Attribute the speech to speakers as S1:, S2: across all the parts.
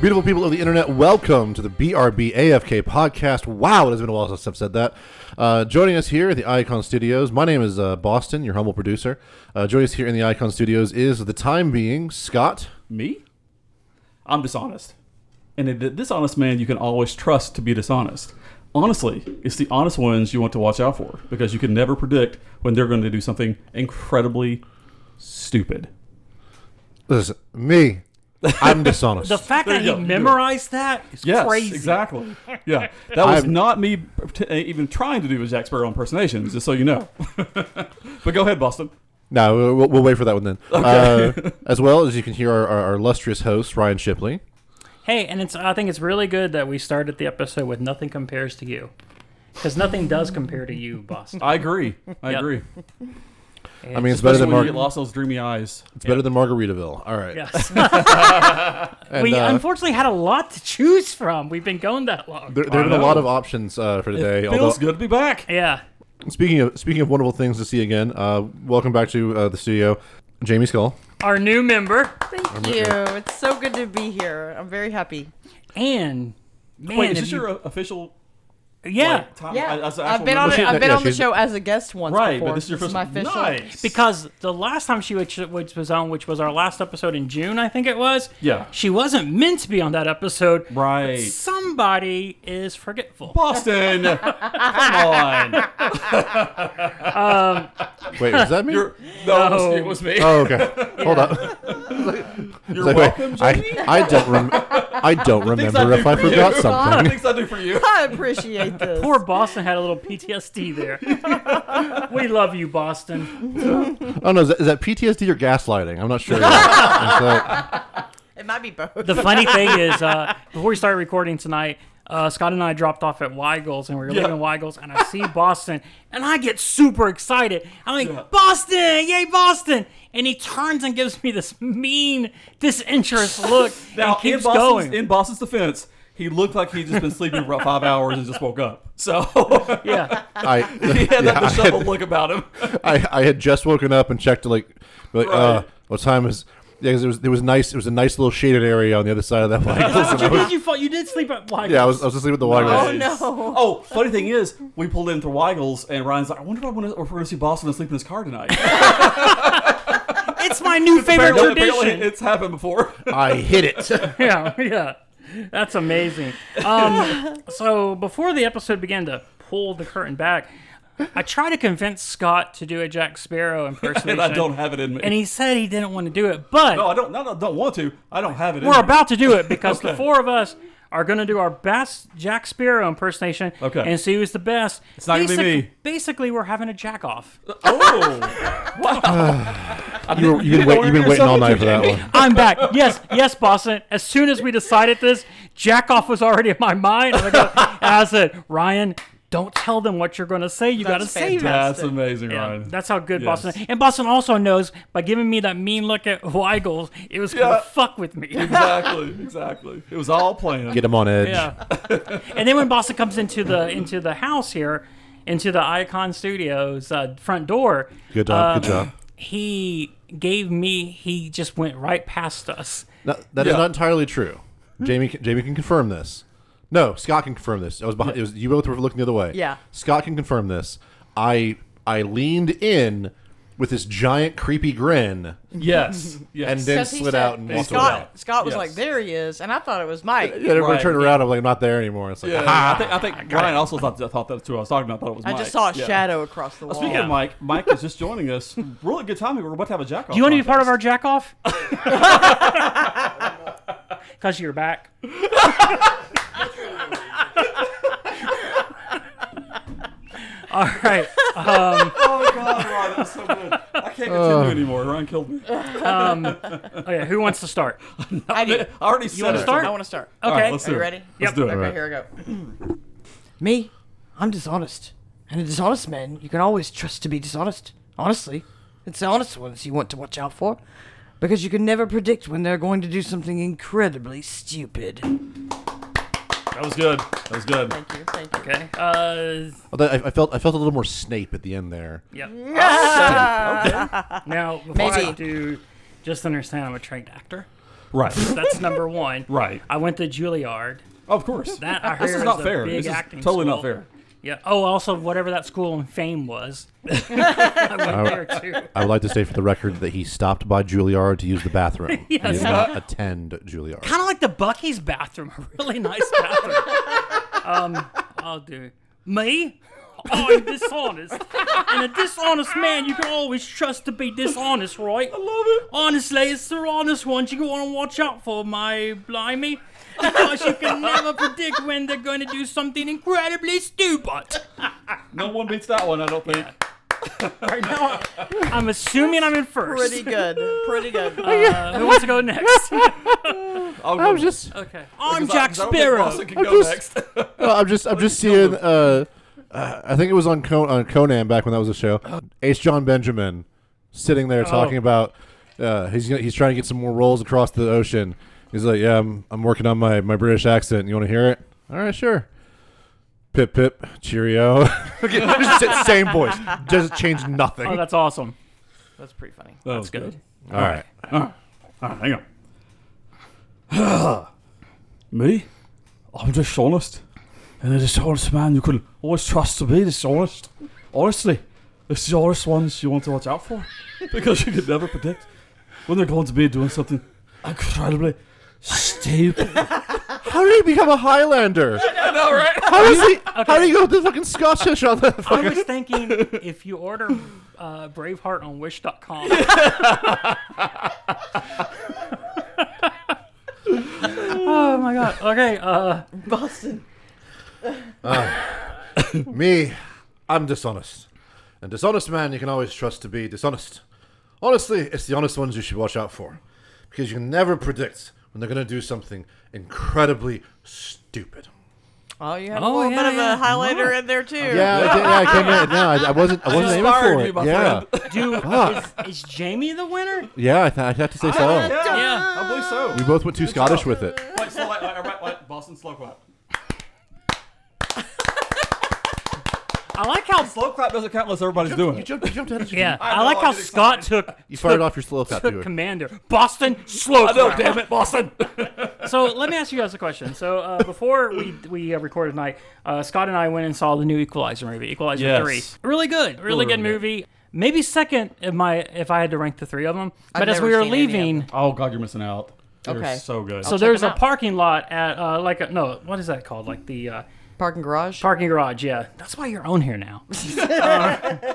S1: Beautiful people of the internet, welcome to the BRB AFK podcast. Wow, it has been a while since I've said that. Uh, joining us here at the Icon Studios, my name is uh, Boston, your humble producer. Uh, joining us here in the Icon Studios is, for the time being, Scott.
S2: Me? I'm dishonest. And a d- dishonest man you can always trust to be dishonest. Honestly, it's the honest ones you want to watch out for because you can never predict when they're going to do something incredibly stupid.
S1: Listen, me. I'm dishonest.
S3: The fact
S2: There
S3: that
S2: you
S3: he
S2: go.
S3: memorized that is
S2: Yes,
S3: crazy.
S2: exactly. Yeah, that was
S1: I'm-
S2: not me t- eh, even trying to do a Jack Sparrow impersonation, just so you know. but go ahead, Boston.
S1: no, we'll- we'll, we'll wait for that one then. Uh, as well as you can hear our, our, our illustrious host, Ryan Shipley.
S3: Hey, and it's I think it's really good that we started the episode with nothing compares to you, because nothing does compare to you, Boston.
S2: I agree. I
S3: Yep.
S2: agree.
S1: I mean, it's better
S2: Especially
S1: than
S2: when you
S1: Mar-
S2: get lost in those dreamy eyes.
S1: it's better than Margaritaville. All right.
S3: Yes.
S1: And,
S3: we
S1: uh,
S3: unfortunately had a lot to choose from. We've been going that long.
S1: there, there have
S2: I
S1: been a
S2: know.
S1: lot of options uh, for today. although,
S2: Feels good to be back.
S3: yeah.
S1: Speaking of speaking of wonderful things to see again, uh, welcome back to uh, the studio, Jamie Skull.
S3: Our new member
S4: Thank you. It's so good to be here. I'm very happy.
S3: and man,
S2: Wait, is
S3: if
S2: this
S3: you-
S2: your o- official?
S3: yeah.
S2: Like, time, as an
S4: I've
S2: actual
S4: been on
S2: member?
S4: it. I've been
S1: yeah,
S4: on the
S1: she's-
S4: show as a guest once
S2: Right,
S4: before.
S2: but this is your first
S4: my official.
S2: Nice.
S3: because the last time she which, which was on, which was our last episode in June, I think it was.
S2: Yeah.
S3: She wasn't meant to be on that episode.
S2: right,
S3: Somebody is forgetful.
S2: Boston. Come on.
S1: Wait, is that me?
S2: You're, no, It, was, it was me.
S1: oh, okay. Hold up.
S2: You're
S1: Like, wait,
S2: welcome, Jamie.
S1: I, I don't rem- I don't remember
S2: I
S1: if I
S2: do for
S1: forgot
S2: you.
S1: something.
S2: Things I do for you.
S4: I appreciate this.
S3: Poor Boston had a little PTSD there. we love you, Boston.
S1: Oh no, is that, is that PTSD or gaslighting? I'm not sure. Is that-
S4: It might be both.
S3: The funny thing is, uh, before we started recording tonight, uh, Scott and I dropped off at Weigel's and we were
S2: Yeah.
S3: leaving Weigel's, and I see Boston, and I get super excited. I'm like, Boston, yay, Boston! And he turns and gives me this mean, disinterest look
S2: Now,
S3: and keeps
S2: in Boston's,
S3: going.
S2: In Boston's defense, he looked like he'd just been sleeping for about five hours and just woke up. So
S3: yeah,
S1: I,
S2: he had
S1: yeah,
S2: that
S1: I,
S2: disheveled
S1: had,
S2: look about him.
S1: I, I had just woken up and checked like, like uh,
S2: Right.
S1: what time is? Yeah, 'cause it was it was nice. It was a nice little shaded area on the other side of that. Waggles, and I
S3: you
S1: was-
S3: did. You, fall, you did sleep at Weigel's.
S1: yeah, I was I was just with the
S4: oh
S1: Waggles.
S4: no.
S2: Oh, funny thing is, we pulled in through Weigel's, and Ryan's like, "I wonder if, I'm gonna, if we're going to see Boston asleep in his car tonight."
S3: it's my new favorite
S2: apparently,
S3: tradition.
S2: apparently it's happened before.
S1: I hit it.
S3: yeah, yeah. That's amazing. Um, so before the episode began to pull the curtain back, I tried to convince Scott to do a Jack Sparrow impersonation.
S2: and I don't have it in me.
S3: And he said he didn't want to do it, but
S2: no, I don't. No, no, don't want to. I don't have it. in
S3: we're
S2: me.
S3: about to do it because the
S2: Okay.
S3: four of us are going to do our best Jack Sparrow impersonation
S2: Okay.
S3: and see who's the best. It's
S2: not gonna be me.
S3: Basically, we're having a jack off.
S2: Oh,
S1: You were, you've been, wait,
S2: know where
S1: you've been
S2: you're
S1: waiting all
S2: selling
S1: night
S2: to,
S1: for that
S2: Jamie.
S1: one.
S3: I'm back. Yes, yes, Boston. As soon as we decided this, Jack off was already in my mind. And I, go, and I said, Ryan, don't tell them what you're going to say. You got to save us.
S2: that's amazing, Ryan.
S3: That's how good
S2: Yes.
S3: Boston. And Boston also knows by giving me that mean look at Weigels, it was gonna
S2: Yeah.
S3: fuck with me.
S2: exactly, exactly. It was all planned.
S1: Get him on edge.
S3: Yeah. and then when Boston comes into the into the house here, into the Icon Studios uh, front door,
S1: Good job.
S3: um,
S1: good job.
S3: He gave me. He just went right past us.
S1: No, that is
S2: Yeah.
S1: not entirely true. Jamie, can- Jamie can confirm this. No, Scott can confirm this. I was behind. It was, you both were looking the other way.
S4: Yeah.
S1: Scott can confirm this. I I leaned in with this giant creepy grin
S2: Yes, yes.
S1: and then
S4: Because he
S1: slid
S4: said-
S1: out and walked
S4: Scott,
S1: away.
S4: Scott was
S2: Yes.
S4: like, "There he is," and I thought it was Mike.
S1: Yeah, everybody
S2: Right.
S1: turned around. I'm like, I'm not there anymore. It's like,
S2: Yeah,
S1: "Aha."
S2: I think I think Ryan also thought, thought that's who I was talking about. Thought it was.
S4: I
S2: Mike.
S4: just saw a
S2: Yeah. Oh,
S4: shadow across the wall.
S2: Speaking of Mike, Mike is just joining us. Really good timing. We're about to have a jack off.
S3: Do you want to be part of our jack off? Because you're back. All right.
S2: Oh God, Ryan, that was so good. I can't continue
S1: Uh.
S2: anymore. Ryan killed me. I
S3: Okay, Oh, who wants to start?
S4: I, do.
S2: already said.
S4: I
S3: wanna
S2: it.
S3: start?
S4: I want to start.
S3: Okay.
S2: All right, let's do
S4: Are you
S2: it.
S4: ready?
S2: Let's do it.
S4: Okay,
S1: Alright.
S4: here we go.
S5: Me? I'm dishonest. And a dishonest man you can always trust to be dishonest. Honestly, it's the honest ones you want to watch out for. Because you can never predict when they're going to do something incredibly stupid.
S2: That was good. That was good.
S4: Thank you. Thank you.
S3: Okay. Uh,
S1: Although I, I felt I felt a little more Snape at the end there.
S3: yeah.
S2: Okay.
S5: Ah!
S3: Now, before I
S4: Maybe.
S3: do, just understand I'm a trained actor.
S2: Right.
S3: That's number one.
S2: Right.
S3: I went to Juilliard.
S2: Of course.
S3: That I heard
S2: this is
S3: is
S2: not
S3: a
S2: fair.
S3: big
S2: This is
S3: acting
S2: totally not
S3: school.
S2: fair.
S3: Yeah. Oh, also whatever that school in fame was. I went there too.
S1: I would like to say for the record that he stopped by Juilliard to use the bathroom. He did
S3: Yes.
S1: not attend Juilliard.
S3: Kind of like the Bucky's bathroom, a really nice bathroom. um, I'll do me. Oh, I'm dishonest. and a dishonest man, you can always trust to be dishonest, right? I love it. Honestly, it's the honest ones you want to watch out for, my blimey. Because you can never predict when they're going to do something incredibly stupid.
S2: No one beats that one, I don't think.
S3: Right now, I'm assuming I'm in first.
S4: Pretty good. Pretty good.
S2: Oh,
S3: Uh, who wants to go next?
S2: I'll go
S1: I'm just,
S3: okay. I'm
S2: because I-
S3: Jack
S2: because I don't think
S3: Sparrow.
S2: Boston can
S1: I'm
S2: go
S1: just-
S2: next.
S1: no, I'm just, I'm just seeing. Uh, uh, I think it was on, Con- on Conan back when that was a show. H. John Benjamin sitting
S3: Oh.
S1: there talking about uh, he's gonna- he's trying to get some more rolls across the ocean. He's like, yeah, I'm, I'm working on my, my British accent. You want to hear it? All right, sure. Pip pip, cheerio. Just Same voice, doesn't change nothing.
S3: Oh, that's awesome.
S4: That's pretty funny.
S2: That was
S3: That's good.
S1: All right.
S2: Oh, All right, hang on. Me? I'm dishonest. And a dishonest man you can always trust to be dishonest. Honestly, it's the honest ones you want to watch out for. Because you can never predict when they're going to be doing something incredibly stupid.
S1: How did he become a Highlander?
S2: I know, right?
S1: How does he? How do you go with the fucking Scottish on that?
S3: I was thinking if you order uh, Braveheart on Wish.com, oh my god. Okay. Uh,
S4: Boston.
S1: Me, I'm dishonest. And dishonest man, you can always trust to be dishonest. Honestly, it's the honest ones you should watch out for, because you can never predict when they're gonna do something incredibly stupid.
S4: Oh, you had a
S3: Oh,
S4: little
S3: yeah,
S4: bit
S3: yeah.
S4: of a highlighter in there too.
S1: Yeah, I, did, yeah, I came in. No, I, I wasn't. I wasn't aiming
S2: inspired
S1: for
S2: you,
S1: it.
S2: my
S1: yeah,
S3: do is,
S1: Fuck.
S3: is Jamie the winner?
S1: yeah. I, th- I have to say so.
S3: Yeah.
S2: I believe so.
S1: We both went too Scottish with it.
S2: Like, slow, like, like, like, like Boston slow clap.
S3: I like how.
S2: Slow clap doesn't count unless everybody's doing
S1: You
S2: it.
S1: jumped. You jumped ahead. of-
S3: Yeah,
S2: I
S3: I,
S2: know,
S3: like
S2: I
S3: how
S2: get
S3: Scott took
S1: You fired off your slow clap.
S3: took
S1: dude.
S3: Commander Boston slow.
S2: I know,
S3: clap.
S2: damn it, Boston.
S3: so let me ask you guys a question. So uh, before we we uh, recorded tonight, uh, Scott and I went and saw the new Equalizer movie, Equalizer
S2: Yes.
S3: three. Really
S2: Really,
S3: good, really, good
S2: really good.
S3: movie. Maybe second if my if I had to rank the three of them. But as
S4: never
S3: we were
S4: seen any of
S3: leaving,
S2: oh, God, you're missing out. They're
S4: Okay.
S2: so good.
S3: so there's a
S4: them out.
S3: parking lot at uh, like a, no, what is that called? Like the uh,
S4: Parking garage.
S3: parking garage. Yeah, that's why you're on here now. Uh,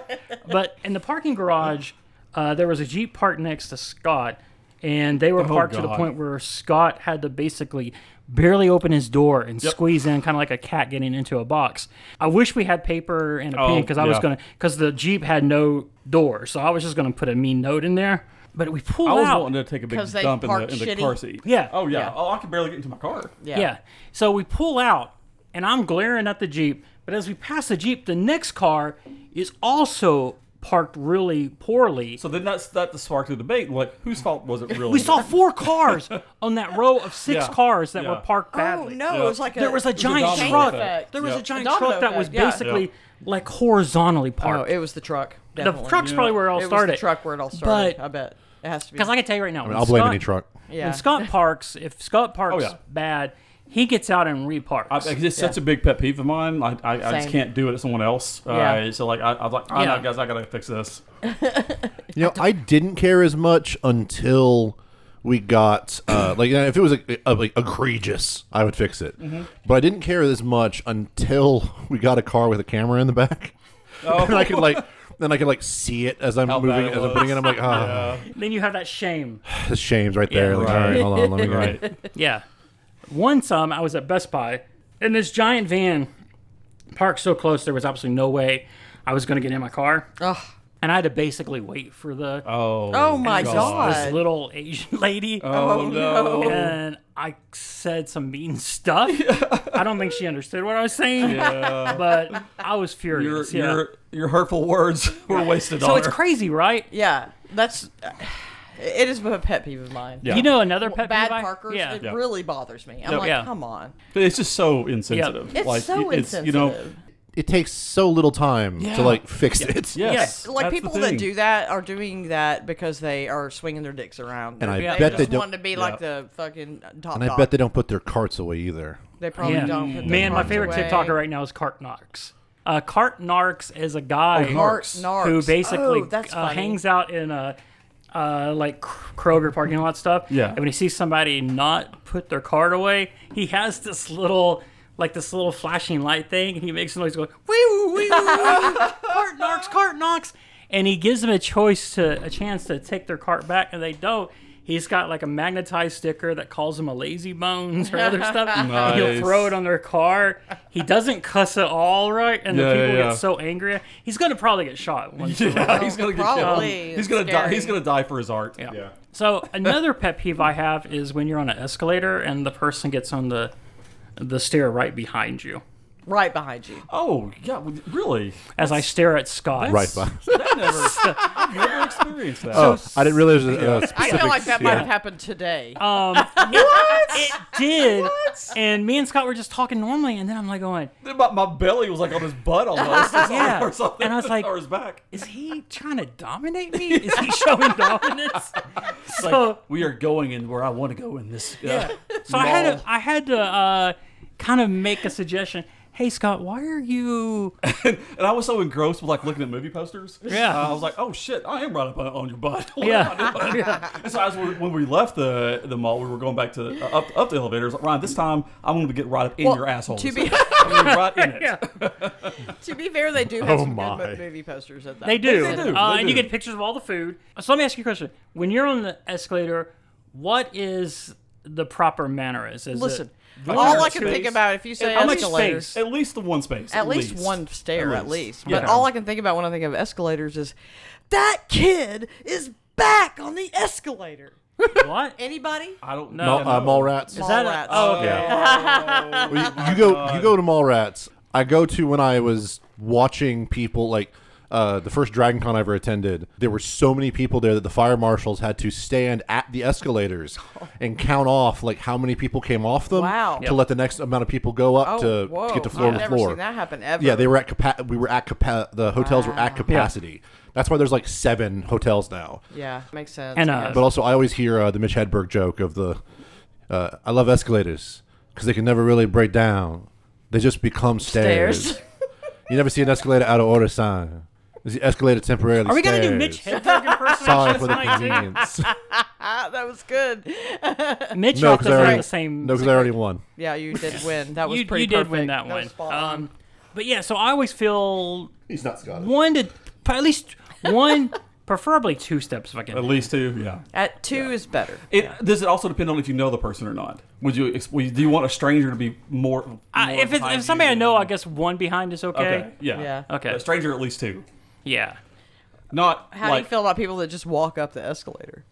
S3: but in the parking garage, uh, there was a jeep parked next to Scott, and they were parked to the
S2: Oh, God.
S3: point where Scott had to basically barely open his door and squeeze in, kind of like a cat getting into a box. I wish we had paper and a
S2: Oh,
S3: pen because I was
S2: yeah.
S3: gonna because the jeep had no door, so I was just gonna put a mean note in there. But we pulled
S2: I was
S3: out.
S2: wanting to take a big
S4: 'Cause they
S2: dump in the,
S4: park
S2: in the
S4: shitty.
S2: car seat.
S3: Yeah.
S2: Oh yeah.
S4: Yeah.
S2: Oh, I can barely get into my car.
S4: Yeah.
S3: Yeah. So we pull out, and I'm glaring at the Jeep. But as we pass the Jeep, the next car is also parked really poorly.
S2: So then that's that sparked the debate. Like, whose fault was it really?
S3: we saw four cars on that row of six
S2: Yeah.
S3: cars that were
S2: Yeah.
S3: parked
S4: Oh
S3: badly.
S4: no, it was like a.
S3: There was a giant
S2: domino
S3: truck.
S4: effect.
S3: There was
S2: Yeah.
S3: a giant
S4: Domino
S3: truck that was
S4: effect, yeah.
S3: basically
S2: Yeah.
S3: like horizontally
S4: Oh,
S3: parked.
S4: it was the truck.
S3: the
S4: Definitely.
S3: truck's probably where it all
S4: It was
S3: started.
S4: the truck where it all started.
S3: But-
S4: I bet it has to be.
S3: Because I can tell you right now, when
S1: I'll blame
S3: Scott,
S1: any truck.
S4: yeah.
S3: When Scott parks, if Scott parks
S2: yeah.
S3: bad, he gets out and reparks.
S2: I, it's just such a
S4: Yeah.
S2: big pet peeve of mine. I, I, I just
S4: Same.
S2: can't do it to someone else.
S4: Yeah.
S2: Uh, so like I, I'm like, I
S3: Yeah.
S2: know, guys, I gotta fix this.
S1: You know, I didn't care as much until we got uh, like if it was like, uh, like egregious, I would fix it.
S2: Mm-hmm.
S1: But I didn't care as much until we got a car with a camera in the back, and I could like then I could like see it as I'm
S2: Oh. How bad
S1: moving
S2: it
S1: as I'm
S2: was.
S1: putting it. I'm like, ah,
S3: then you have that shame.
S1: the shame's right there.
S3: Yeah,
S1: like,
S2: right.
S1: all right, hold on, let me go.
S2: Right.
S3: Yeah. One time I was at Best Buy and this giant van parked so close there was absolutely no way I was going to get in my car.
S4: Ugh.
S3: And I had to basically wait for the
S2: Oh.
S4: Oh my
S3: this
S4: god.
S3: little Asian lady.
S2: Oh no.
S3: And I said some mean stuff. I don't think she understood what I was saying,
S2: Yeah.
S3: but I was
S2: Your,
S3: furious. yeah.
S2: your your hurtful words were wasted
S3: so
S2: on
S3: it's
S2: her.
S3: crazy, right?
S4: Yeah, that's. It is a pet peeve of mine.
S2: Yeah.
S3: You know another pet
S4: Bad
S3: peeve I-
S4: parkers.
S3: Yeah.
S4: It really bothers me. I'm like,
S3: Yeah.
S4: come on.
S2: It's just so insensitive.
S4: It's so
S2: y- You know,
S4: insensitive.
S1: it takes so little time to like fix it.
S2: Yes.
S4: Yes, like
S2: that's the
S4: people that
S2: thing.
S4: do that are doing that because they are swinging their dicks around.
S1: And I
S4: they
S1: bet they
S4: just
S1: don't-
S4: want to be like the fucking top
S1: And I
S4: dog.
S1: bet they don't put their carts away either.
S4: they probably
S3: Yeah.
S4: don't. put their
S3: Man, my
S4: cards
S3: favorite
S4: away.
S3: TikToker right now is Cart Narks. Uh, Cart Narks is a guy
S4: Oh, Cart Narks.
S3: who basically
S4: Oh, that's
S3: uh,
S4: funny.
S3: hangs out in a. Uh, like Kroger parking lot stuff.
S2: Yeah.
S3: And when he sees somebody not put their card away, he has this little, like this little flashing light thing, and he makes a noise going, "Wee woo wee woo, cart knocks, cart knocks," and he gives them a choice to a chance to take their cart back, and they don't. He's got like a magnetized sticker that calls him a lazy bones or other stuff. And
S2: Nice.
S3: He'll throw it on their car. He doesn't cuss at all, right? And
S2: Yeah,
S3: the people
S2: yeah, yeah.
S3: get so angry. He's gonna probably get shot once.
S2: Yeah, he's gonna get killed.
S4: Probably.
S2: He's gonna die.
S4: Scary.
S2: He's gonna die for his art.
S3: Yeah. So another pet peeve I have is when you're on an escalator and the person gets on the the stair right behind you.
S4: right behind you.
S2: Oh yeah, well, really?
S3: As I stare at Scott,
S1: Right, Bob?
S2: That never. I've never experienced that.
S1: Oh, I didn't realize. it was a- a
S4: I
S1: specific-
S4: feel like that might
S1: yeah.
S4: have happened today.
S3: Um, It, it did. And me and Scott were just talking normally, and then I'm like going,
S2: my, my belly was like on his butt almost,
S3: Yeah.
S2: or something,
S3: And I was like-
S2: or his back.
S3: "Is he trying to dominate me? Is he showing dominance?"
S2: It's like,
S3: So-
S2: we are going in where I want to go in this. uh, Yeah.
S3: So I had to, I had to uh, kind of make a suggestion. Hey Scott, why are you?
S2: and I was so engrossed with like looking at movie posters.
S3: Yeah.
S2: Uh, I was like, oh shit, I am right up on, on your butt. What am
S3: Yeah.
S2: I doing? And so as we, when we left the the mall, we were going back to uh, up up the elevators. Like, Ryan, this time I'm going to get right up in
S4: Well,
S2: your asshole.
S4: to
S2: this
S4: be-
S2: time. I'm gonna be right in it.
S4: to be fair, they do have
S1: Oh
S4: some good
S1: my.
S4: mo- movie posters of that.
S3: They do.
S2: They do,
S3: Uh,
S2: they
S3: and you
S2: do.
S3: get pictures of all the food. So let me ask you a question. When you're on the escalator, what is the proper manner? Is it-
S4: Listen,
S2: Like,
S4: all
S2: there's
S4: I can think
S2: space.
S4: about if you say
S2: At least
S4: escalators,
S2: space. At least the one space.
S4: at least, one stair,
S2: At
S4: at
S2: least.
S4: least.
S2: Yeah.
S4: But all I can think about when I think of escalators is that kid is back on the escalator.
S3: what?
S4: Anybody?
S2: I don't
S1: Mall-
S2: know.
S1: uh, mall rats.
S3: Is that a-
S4: rats.
S3: oh,
S1: Well,
S3: okay.
S1: you, you go you go to Mallrats. I go to when I was watching people like uh, the first Dragon Con I ever attended. There were so many people there that the fire marshals had to stand at the escalators and count off like how many people came off them
S4: Wow.
S1: to
S4: Yep.
S1: let the next amount of people go up
S4: Oh,
S1: to,
S4: whoa.
S1: to get to floor
S4: I've
S1: to
S4: never
S1: floor.
S4: seen that happen ever.
S1: Yeah, they were at capa- we were at capa- the hotels were at capacity. That's why there's like seven hotels now.
S4: Yeah, makes sense.
S3: And,
S4: I
S3: uh,
S4: guess.
S1: But also, I always hear uh, the Mitch Hedberg joke of the uh, I love escalators because they can never really break down. They just become stairs.
S4: Stairs.
S1: you never see an escalator out of order sign. Is the escalator temporarily?
S3: Are we gonna do
S1: stairs?
S3: Mitch Hedberg impersonation?
S1: Sorry for the
S3: tonight, too?
S1: convenience.
S4: Ah, that was good.
S3: Mitch
S1: no,
S3: off
S1: because
S3: the
S1: I
S3: front
S1: already
S3: the same.
S1: no, 'cause I already won.
S4: Yeah, you did win. That was
S3: you you
S4: pretty
S3: did win
S4: perfect.
S3: that
S4: was
S3: one.
S4: spot on.
S3: um, but yeah, so I always feel
S1: He's not Scottish.
S3: one to at least one, preferably two steps if I can.
S2: At least two. Yeah.
S4: At two is better.
S2: It, Does it also depend on if you know the person or not? Would you ex- would you- do you want a stranger to be more? more
S3: I- if it's
S2: behind
S3: if somebody
S2: you
S3: I know,
S2: than-
S3: I guess one behind is
S2: Okay.
S3: okay.
S2: Yeah.
S4: Yeah.
S3: Okay.
S2: A stranger at least two.
S3: Yeah.
S2: Not
S4: How
S2: like
S4: do you feel about people that just walk up the escalator?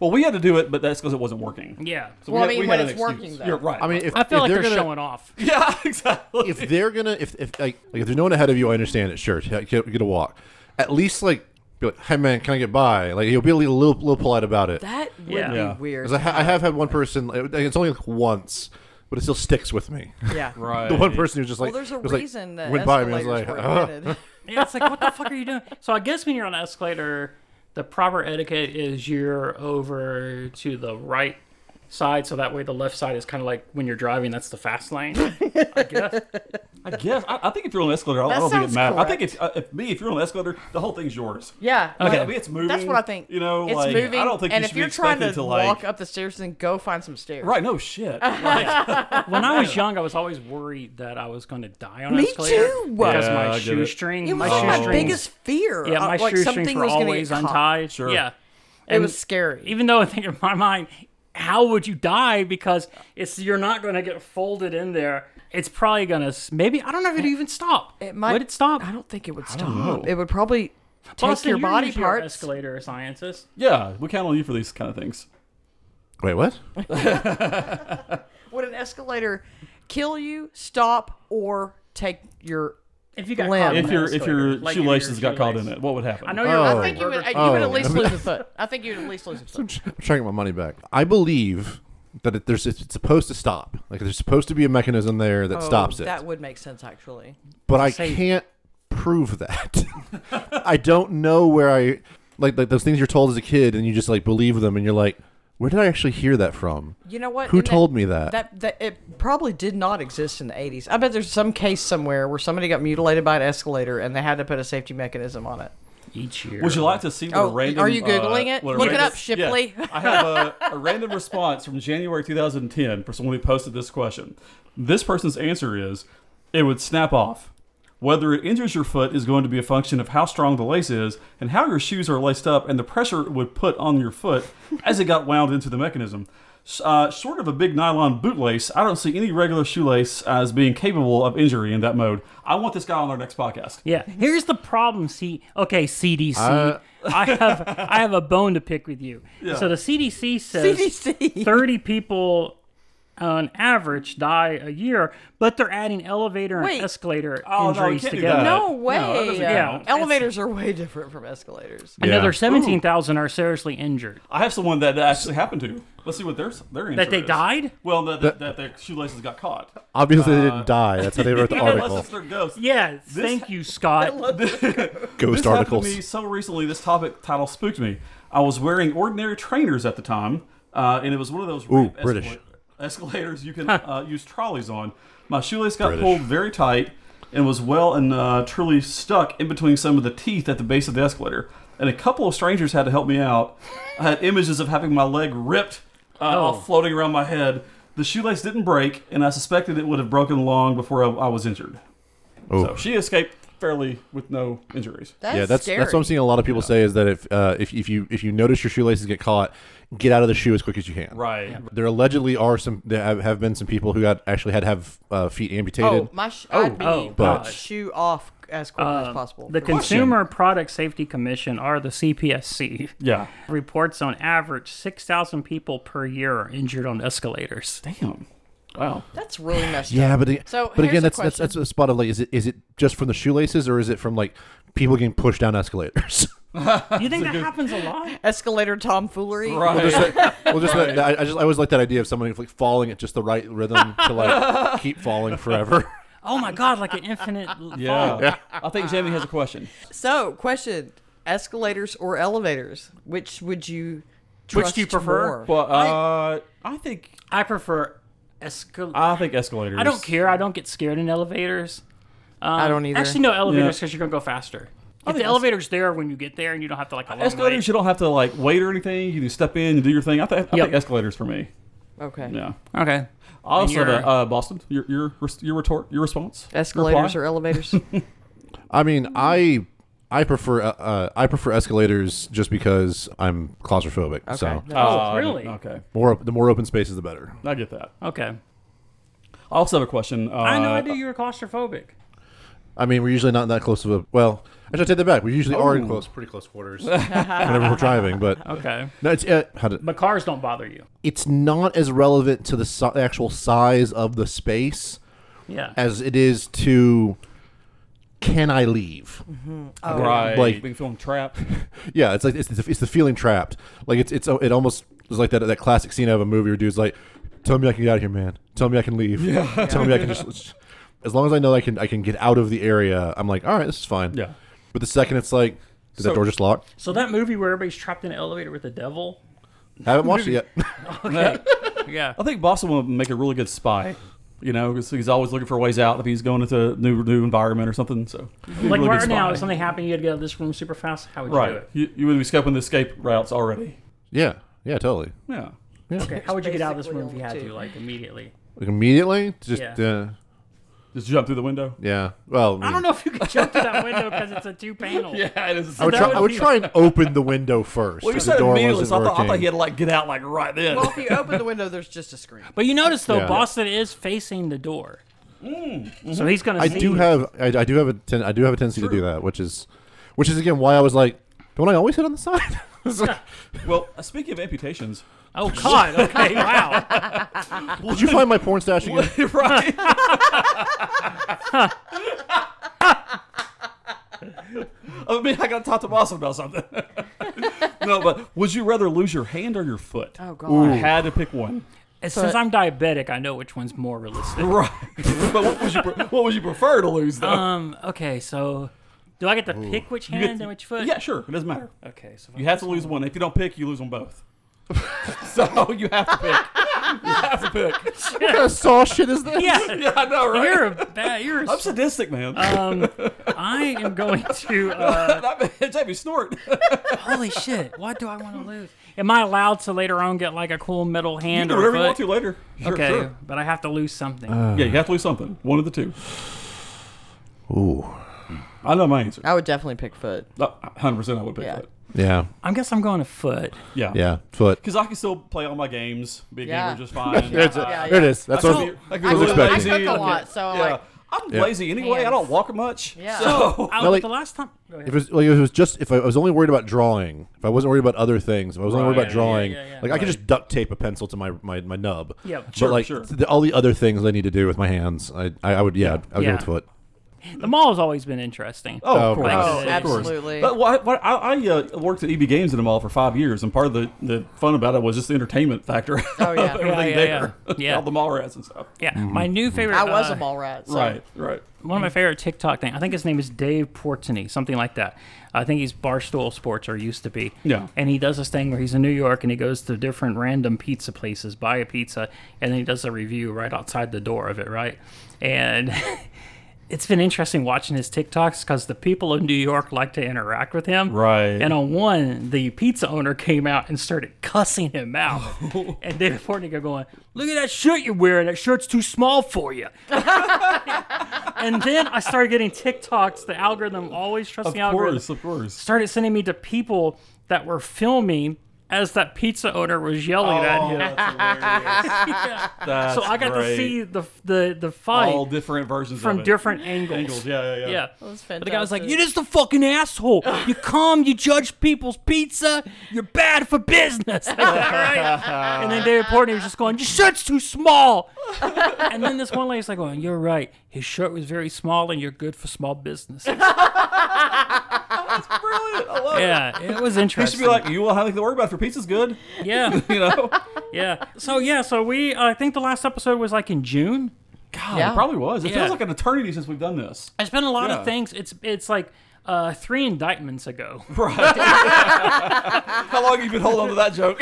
S2: well, we had to do it, but that's because it wasn't working.
S3: Yeah.
S2: So
S4: Well, I
S2: had-
S4: mean,
S2: had
S4: when
S2: an
S4: it's working, though.
S2: You're right.
S1: I mean, if,
S3: I feel
S1: if
S3: like they're,
S1: gonna,
S3: showing off.
S2: yeah, exactly.
S1: if they're gonna if if like, like if there's no one ahead of you, I understand it. Sure, yeah, get, get a walk. At least like be like, hey man, can I get by? Like he'll be a little little, little polite about it.
S4: That would
S3: Yeah.
S4: be
S2: Yeah.
S4: weird.
S1: 'Cause I, ha- I have had one person. like, It's only like once, but it still sticks with me.
S4: yeah.
S2: right.
S1: the one person who just
S4: Well,
S1: like
S4: there's a
S1: was, like,
S4: reason that
S1: went by me. I was
S4: escalators
S1: like,
S4: were
S1: "Huh?"
S4: invented.
S3: Yeah, it's like, what the fuck are you doing? So I guess when you're on an escalator, the proper etiquette is you're over to the right side, so that way the left side is kind of like when you're driving, that's the fast lane. I guess.
S2: I guess I, I think if you're on an escalator, I, I
S4: That
S2: don't think it
S4: sounds
S2: matters. I think
S4: correct.
S2: if, uh, if me, if you're on an escalator, the whole thing's yours.
S4: Yeah.
S2: Like,
S4: Okay.
S2: I mean, it's moving.
S4: That's what I think.
S2: You know,
S4: it's
S2: like,
S4: moving.
S2: I don't think
S4: and
S2: you
S4: if
S2: should be
S4: you're trying to,
S2: expected to like.
S4: walk up the stairs, then go find some stairs.
S2: Right. No shit.
S3: When I was young, I was always worried that I was going to die on an
S4: Me
S3: escalator
S4: too.
S3: because
S2: Yeah, I get
S3: my
S2: it.
S3: shoestring,
S4: It was
S3: my
S4: like my
S3: shoestrings,
S4: biggest fear.
S3: yeah,
S4: Uh,
S3: my
S4: like
S3: shoestrings
S4: something
S3: were
S4: was gonna
S3: always
S4: get caught.
S3: untied.
S2: Sure.
S3: Yeah,
S4: It was scary.
S3: even though I think in my mind, how would you die? Because it's you're not going to get folded in there. It's probably going to maybe I don't know if it even stop.
S4: It might-
S3: Would it stop?
S4: I don't think it would stop. It would probably take
S3: Boston,
S4: your
S3: you're
S4: body
S3: usually our
S4: parts.
S3: escalator scientist.
S2: yeah, we count on you for these kind of things.
S1: Wait, what?
S4: Would an escalator kill you, stop, or take your?
S3: If you got
S4: Limb.
S3: caught on
S4: If
S2: If
S3: the
S2: your if
S3: escalator,
S2: your
S3: like if
S2: shoelaces
S3: your
S2: got caught in
S3: shoelace.
S2: it, what would happen?
S3: I know you're. I
S1: Oh.
S4: I think you would. You
S1: Oh.
S4: would at least lose a foot. I think you would at least lose a foot.
S1: I'm trying to get my money back. I believe that it, there's it's supposed to stop. Like there's supposed to be a mechanism there that stops it.
S4: Oh, That would make sense, actually.
S1: but I
S3: Say-
S1: can't prove that. I don't know where I like like those things you're told as a kid, and you just like believe them, and you're like, where did I actually hear that from?
S4: You know what?
S1: Who
S4: In that-
S1: told me that?
S4: That, that it probably did not exist in the 80s. I bet there's some case somewhere where somebody got mutilated by an escalator and they had to put a safety mechanism on it.
S3: Each year.
S2: Would you like to see what
S4: Oh,
S2: a random?
S4: are you Googling
S2: uh,
S4: it?
S2: what a
S4: Look it
S2: random-
S4: up, Shipley.
S2: Yeah. I have a, a random response from January 2010 for someone who posted this question. This person's answer is, "It would snap off." Whether it injures your foot is going to be a function of how strong the lace is and how your shoes are laced up and the pressure it would put on your foot as it got wound into the mechanism. S- Uh, short of a big nylon bootlace, I don't see any regular shoelace as being capable of injury in that mode. I want this guy on our next podcast.
S3: Yeah, here's the problem. See, okay, CDC,
S1: Uh,
S3: I have I have a bone to pick with you. So the CDC says
S4: CDC.
S3: thirty people on average die a year, but they're adding elevator and
S4: Wait.
S3: escalator
S2: Oh, no, you
S3: injuries
S2: can't do
S3: together.
S2: that.
S4: No
S2: No,
S4: way.
S2: that doesn't
S3: Yeah. count.
S4: Elevators are way different from escalators.
S3: Another
S1: Yeah.
S3: seventeen thousand are seriously injured.
S2: I have someone that that actually happened to. Let's see what their their answer
S3: That they
S2: is.
S3: died?
S2: Well, that, that, that their shoelaces got caught.
S1: Obviously,
S2: Uh,
S1: they didn't die. That's how they wrote the
S2: Unless
S1: article.
S2: it's their ghost.
S3: Yeah, thank you, Scott.
S1: Ghost
S2: This happened to me
S1: articles.
S2: so recently. This topic title spooked me. I was wearing ordinary trainers at the time, uh, and it was one of those ramp escala-
S1: British.
S2: escalators you can uh, use trolleys on. My shoelace got
S1: British.
S2: pulled very tight and was well and uh, truly stuck in between some of the teeth at the base of the escalator. And a couple of strangers had to help me out. I had images of having my leg ripped uh, off floating around my head. The shoelace didn't break, and I suspected it would have broken long before I, I was injured. So
S1: Oh.
S2: she escaped fairly with no injuries.
S4: That's
S1: yeah, that's
S4: scary.
S1: that's what I'm seeing a lot of people say is that if uh, if if you if you notice your shoelaces get caught, get out of the shoe as quick as you can.
S2: Right.
S1: There allegedly are some there have- have been some people who got actually had to have uh, feet amputated.
S4: Oh, my sh- I'd be
S3: oh, Um,
S1: but-
S4: my shoe off as quick
S2: Um,
S4: as possible.
S3: The Consumer Product Safety Commission, or the CPSC,
S2: Yeah.
S3: reports on average 6,000 people per year are injured on escalators.
S2: Damn. Wow.
S4: that's really messed up.
S1: Yeah, but ag-
S4: So
S1: but
S4: here's
S1: again,
S4: the
S1: that's, that's that's a spot of like, is it is it just from the shoelaces or is it from like people getting pushed down escalators?
S3: Do you think that happens a lot?
S4: Escalator tomfoolery.
S1: well, just, that, well, just that, I, I just I always like that idea of somebody like falling at just the right rhythm to like keep falling forever.
S3: Oh my God, like an infinite. l-
S2: Yeah. I think Jamie has a question.
S4: So, question: escalators or elevators? Which would you? Trust
S3: Which do you prefer?
S4: More?
S2: Well, uh, I think
S3: I prefer escalators.
S2: I think escalators.
S3: I don't care. I don't get scared in elevators. Um,
S4: I don't either.
S3: Actually, no elevators
S2: Yeah.
S3: because you're going to go faster. If the elevator's there when you get there and you don't have to like a long
S2: Escalators, you don't have to like wait or anything. You can just step in and do your thing. I, th- I
S3: Yep.
S2: think escalators for me.
S4: okay.
S2: Yeah.
S3: wait. Oh, Okay.
S2: Also,
S3: you're-
S2: the, uh, Boston, your your res- your retort, your response.
S4: Escalators
S2: Reply?
S4: or elevators?
S1: I mean, I I prefer uh, uh, I prefer escalators just because I'm claustrophobic. So
S4: Okay.
S3: Oh,
S2: Uh,
S3: really?
S2: Okay.
S1: more op- the more open spaces, the better.
S2: I get that.
S3: Okay.
S2: I also have a question. Uh,
S3: I know I knew you were claustrophobic.
S1: I mean, we're usually not that close of a well. I should take that back. We usually are in close, pretty close quarters whenever we're driving. But
S3: Okay.
S1: no, it's uh, how did,
S3: But cars don't bother you.
S1: it's not as relevant to the si- actual size of the space
S3: Yeah.
S1: as it is to can I leave?
S2: Right.
S1: Like-
S2: we can feel them trapped.
S1: Yeah, it's like it's the, it's the feeling trapped. Like it's it's it almost is like that that classic scene of a movie where dude's like, "Tell me I can get out of here, man. Tell me I can leave. Tell me I can just." As long as I know I can I can get out of the area, I'm like, all right, this is fine.
S2: Yeah.
S1: But the second it's like, did
S2: So-
S1: that door just lock?
S3: so that movie where everybody's trapped in an elevator with the devil.
S1: Haven't watched it yet.
S3: Yeah.
S2: I think Boston will make a really good spy. You know, 'cause he's always looking for ways out if he's going into a new new environment or something. So, he'd be a really
S3: Like
S2: good
S3: right now,
S2: spy.
S3: if something happened, you had to get out of this room super fast. How would you do
S2: Right.
S3: it?
S2: You, you would be scoping the escape routes already.
S1: yeah, yeah, totally.
S2: Yeah.
S3: Okay. How would you get out of this room if you had
S4: basically
S3: to, like immediately?
S1: Like immediately, just
S3: Yeah.
S1: yeah. Uh,
S2: Just jump through the window.
S1: yeah. Well, I,
S3: I don't know if you could jump through that window because it's a two panel.
S2: it is.
S1: I would, try, I would try and open the window first.
S2: Well, you
S1: if
S2: said
S1: the door
S2: immediately,
S1: wasn't
S2: so I thought, I
S1: working.
S2: thought you had to like get out like right then.
S4: well, if you open the window, there's just a screen.
S3: But you notice though,
S1: Yeah.
S3: Boston is facing the door, so he's gonna.
S1: I
S3: see
S1: do
S3: you.
S1: have I, I do have a ten, I do have a tendency to do that, which is which is again why I was like, don't I always hit on the side? It's like,
S2: well, uh, speaking of amputations,
S3: Oh God. Okay. Wow.
S1: Did you find my porn stash again?
S2: right? I mean, Oh, I got to talk to Boston about something. no, but would you rather lose your hand or your foot?
S4: Oh God.
S2: I had to pick one.
S3: And since I'm diabetic, I know which one's more realistic.
S2: Right. but what would you pre- what would you prefer to lose though?
S3: Um. Okay. So, do I get to pick which
S2: You get-
S3: hand and which foot?
S2: Yeah, sure. It doesn't matter.
S3: Okay. So
S2: You have to lose one. If you don't pick, you lose them both. so you have to pick. You have to pick.
S1: What kind of saw shit is this?
S3: yeah.
S2: Yeah, I know, right?
S3: You're a bad. You're. A,
S2: I'm sadistic, man.
S3: um. I am going to. Uh,
S2: it's have you snort.
S3: holy shit! What do I want to lose? Am I allowed to later on get like a cool metal
S2: You
S3: hand
S2: do
S3: or
S2: whatever you want
S3: foot?
S2: to later. Sure,
S3: okay,
S2: sure. Uh.
S3: but I have to lose something.
S2: Yeah, you have to lose something. One of the two.
S1: Ooh.
S2: I know my answer.
S4: I would definitely pick foot.
S2: Hundred percent, I would pick
S4: Yeah.
S2: that.
S1: Yeah.
S3: I guess I'm going to foot.
S2: Yeah,
S1: Yeah. Foot.
S2: Because I can still play all my games, be a
S4: Yeah.
S2: gamer just fine.
S1: There's it.
S4: yeah,
S1: There it
S4: yeah.
S1: is. That's
S2: I
S1: what I
S2: can be- I
S1: was,
S2: can be really
S1: expecting.
S2: lazy.
S4: I cook a
S2: Okay.
S4: lot, so,
S2: yeah.
S4: like,
S2: I'm
S1: Yeah.
S2: lazy anyway. I don't
S4: hands.
S2: walk much.
S4: Yeah.
S2: So
S3: I,
S1: Now, like-
S3: Oh, the last time. Go
S1: If it,
S3: ahead.
S1: was, like, if it was just if I was only worried about drawing, if I wasn't worried about other things, if I was only worried
S2: Right,
S1: about
S2: yeah, yeah,
S1: drawing,
S3: yeah, yeah.
S1: like I could just duct tape a pencil to my my, my nub.
S3: Yeah.
S1: but
S2: Sure,
S1: like
S2: sure.
S1: the, all the other things I need to do with my hands, I I, I would yeah, I would
S3: Yeah.
S1: go with foot.
S3: The mall has always been interesting.
S2: Oh,
S1: Oh,
S2: of course.
S1: God.
S4: Oh,
S2: Of course.
S4: absolutely.
S2: But what, what, I, I uh, worked at EB Games in the mall for five years, and part of the, the fun about it was just the entertainment factor.
S4: Oh,
S2: of
S4: yeah.
S2: everything
S3: Yeah, yeah,
S2: there.
S3: yeah. Yeah.
S2: all the mall rats and stuff.
S3: Yeah, my new
S2: Mm-hmm.
S3: favorite.
S4: I was
S3: uh,
S4: a mall rat. So.
S2: Right, right.
S3: One of my favorite TikTok thing. I think his name is Dave Portney, something like that. I think he's Barstool Sports or used to be.
S2: Yeah.
S3: And he does this thing where he's in New York and he goes to different random pizza places, buy a pizza, and then he does a review right outside the door of it, right? And it's been interesting watching his TikToks because the people in New York like to interact with him.
S2: Right.
S3: And on one, the pizza owner came out and started cussing him out. and David Portnick going, Look at that shirt you're wearing. That shirt's too small for you. and then I started getting TikToks. The algorithm always trusts
S2: Of
S3: the algorithm.
S2: course, of course.
S3: Started sending me to people that were filming as that pizza owner was yelling
S2: Oh,
S3: at him. So I got to see the the the fight
S2: all different versions of
S3: from
S2: it.
S3: different angles.
S2: angles. Yeah, yeah, yeah.
S3: Yeah.
S4: was
S3: But the guy was like,
S4: fantastic.
S3: You're just a fucking asshole. You come, you judge people's pizza, you're bad for business. Like that, right? and then David Portney was just going, Your shirt's too small. and then this one lady's like going, You're right. His shirt was very small and you're good for small business.
S2: Brilliant. I love it.
S3: Yeah. It was
S2: He
S3: interesting.
S2: should be like, you will have nothing to worry about if your pizza's good.
S3: Yeah.
S2: You know?
S3: Yeah. So yeah, so we uh, I think the last episode was like in June.
S2: God,
S4: Yeah.
S2: it probably was. It
S3: Yeah.
S2: feels like an eternity since we've done this.
S3: It's been a lot
S2: Yeah.
S3: of things. It's it's like uh, three indictments ago.
S2: How long have you been holding on to that joke?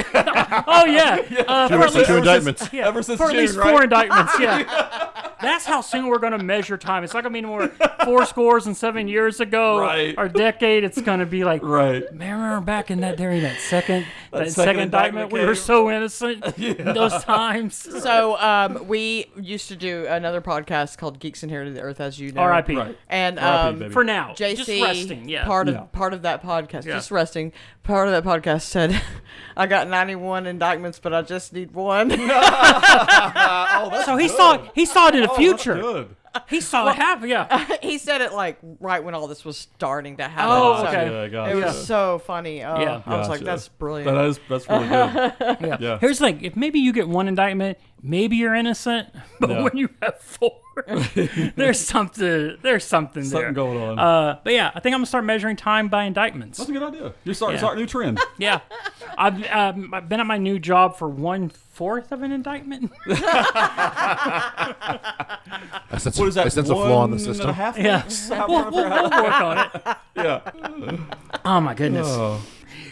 S3: Oh yeah, Uh, for at
S1: Two
S3: least
S1: indictments.
S3: Yeah,
S2: Ever since
S3: for at
S2: June,
S3: least
S2: right?
S3: four indictments. Yeah, that's how soon we're going to measure time. It's not going to be anymore four scores and seven years ago
S2: Right.
S3: or decade. It's going to be like
S2: Right.
S3: Man, remember back in that during that second that,
S2: second
S3: second, indictment,
S2: indictment
S3: we
S2: came.
S3: were so innocent in those times.
S4: So um, we used to do another podcast called Geeks Inherited the Earth, as you know.
S3: R.I.P.
S2: Right.
S4: And
S2: R.I.P.,
S4: um,
S2: baby.
S3: For now,
S4: JC,
S3: just resting. Yeah,
S4: part of
S2: Yeah.
S4: part of that podcast,
S3: Yeah.
S4: just resting. Part of that podcast said, "I got 91 indictments, but I just need one."
S2: Oh,
S3: so Oh, he saw it, he saw it in the future.
S2: Good.
S3: He saw it happen. Yeah,
S4: he said it like right when all this was starting to happen.
S3: Oh,
S4: so
S3: okay.
S2: Yeah,
S4: It
S2: gotcha.
S4: was so funny. Oh,
S3: Yeah.
S4: I was like,
S2: Gotcha.
S4: "That's brilliant."
S2: That is, that's really good.
S3: yeah.
S2: Yeah.
S3: Here's the thing: if maybe you get one indictment, maybe you're innocent. But
S2: Yeah.
S3: when you have four, there's something. There's something, there.
S2: Something going on.
S3: Uh, but yeah, I think I'm gonna start measuring time by indictments.
S2: That's a good idea. You're starting,
S3: Yeah.
S2: starting a new trend.
S3: Yeah, I've um, I've been at my new job for one fourth of an indictment.
S1: I sense,
S2: What is that?
S1: I sense a flaw in the
S2: one
S1: system.
S2: And a half
S3: Yeah.
S2: weeks? How-
S3: we'll, we'll, we'll work on it.
S2: yeah.
S3: Oh my goodness!
S2: Oh.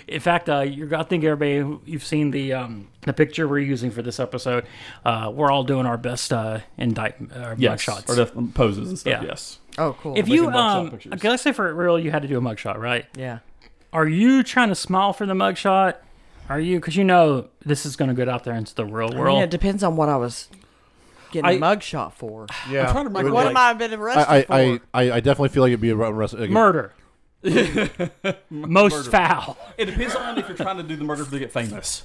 S3: In fact, uh, you're, I think everybody who- you've seen the um, the picture we're using for this episode. Uh, we're all doing our best uh, indictment uh,
S2: Yes.
S3: mugshots.
S2: Or the poses and stuff.
S3: Yeah.
S2: Yes.
S4: oh, cool.
S3: if you
S2: making mugshot
S3: um,
S2: pictures.
S3: okay, let's say for real, you had to do a mugshot, right?
S4: yeah.
S3: Are you trying to smile for the mugshot? Are you? Because you know this is going to get out there into the real
S4: I mean,
S3: world.
S4: it depends on what I was
S2: I-
S4: getting mugshot for.
S1: Yeah.
S2: I'm trying to remember
S4: What
S2: like,
S4: am I been arrested
S1: I,
S4: for?
S1: I, I, I definitely feel like it'd be a rest- like,
S3: murder. Most foul.
S2: It depends on if you're trying to do the murder to get famous.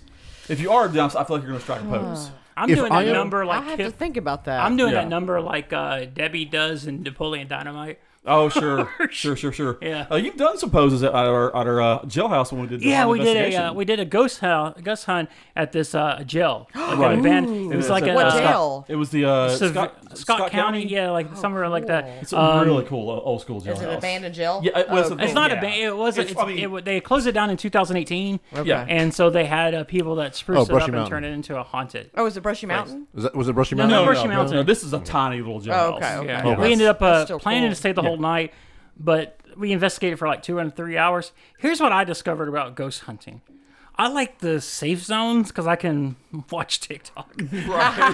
S2: If you are, then I feel like you're going to strike a pose.
S3: I'm
S1: If
S3: doing
S1: I
S3: that
S1: am-
S3: number
S4: I
S3: like
S4: have
S3: Kip-
S4: to think about that.
S3: I'm doing
S2: Yeah.
S3: that number like uh, Debbie does in Napoleon Dynamite,
S2: Oh sure, sure, sure, sure.
S3: Yeah.
S2: Uh, you've done some poses at our, at our uh, jailhouse when we did. The
S3: Yeah,
S2: Haunted
S3: we did a
S2: Investigation.
S3: uh, we did a ghost house ghost hunt at this uh, jail. Like
S2: Right.
S3: an event. It was
S2: It's
S3: like
S2: at,
S3: a
S4: What
S3: uh,
S4: jail? Scott-
S2: It was the uh,
S3: Scott,
S2: Scott,
S3: Scott, County, Yeah, like somewhere like that.
S2: It's
S3: It's,
S2: a really cool uh, old school jailhouse.
S4: Is it abandoned jail?
S2: Yeah, uh, it was
S4: Oh,
S2: a-
S4: cool.
S2: it's
S3: not
S2: Yeah.
S3: a ban. It wasn't.
S2: It's
S3: It's,
S2: probably-
S3: it, wa- they closed it down in 2018.
S2: Yeah.
S3: And so they had uh, people that
S1: Oh,
S3: spruced it
S1: Brushy
S3: up and
S1: Mountain.
S3: turned it into a haunted.
S4: Oh, is it Brushy Mountain?
S1: Is that, was it Brushy
S3: No,
S1: Mountain?
S2: no,
S3: Brushy
S2: no, no,
S3: Mountain.
S2: no, this is a tiny little jailhouse.
S4: Oh, okay, okay.
S3: Yeah.
S4: Oh,
S3: we
S1: that's-
S3: ended up
S4: that's
S3: uh,
S4: still
S3: planning
S4: cool.
S3: to stay the whole night, but we investigated for like two and three hours. Here's what I discovered about ghost hunting. I like the safe zones because I can watch TikTok.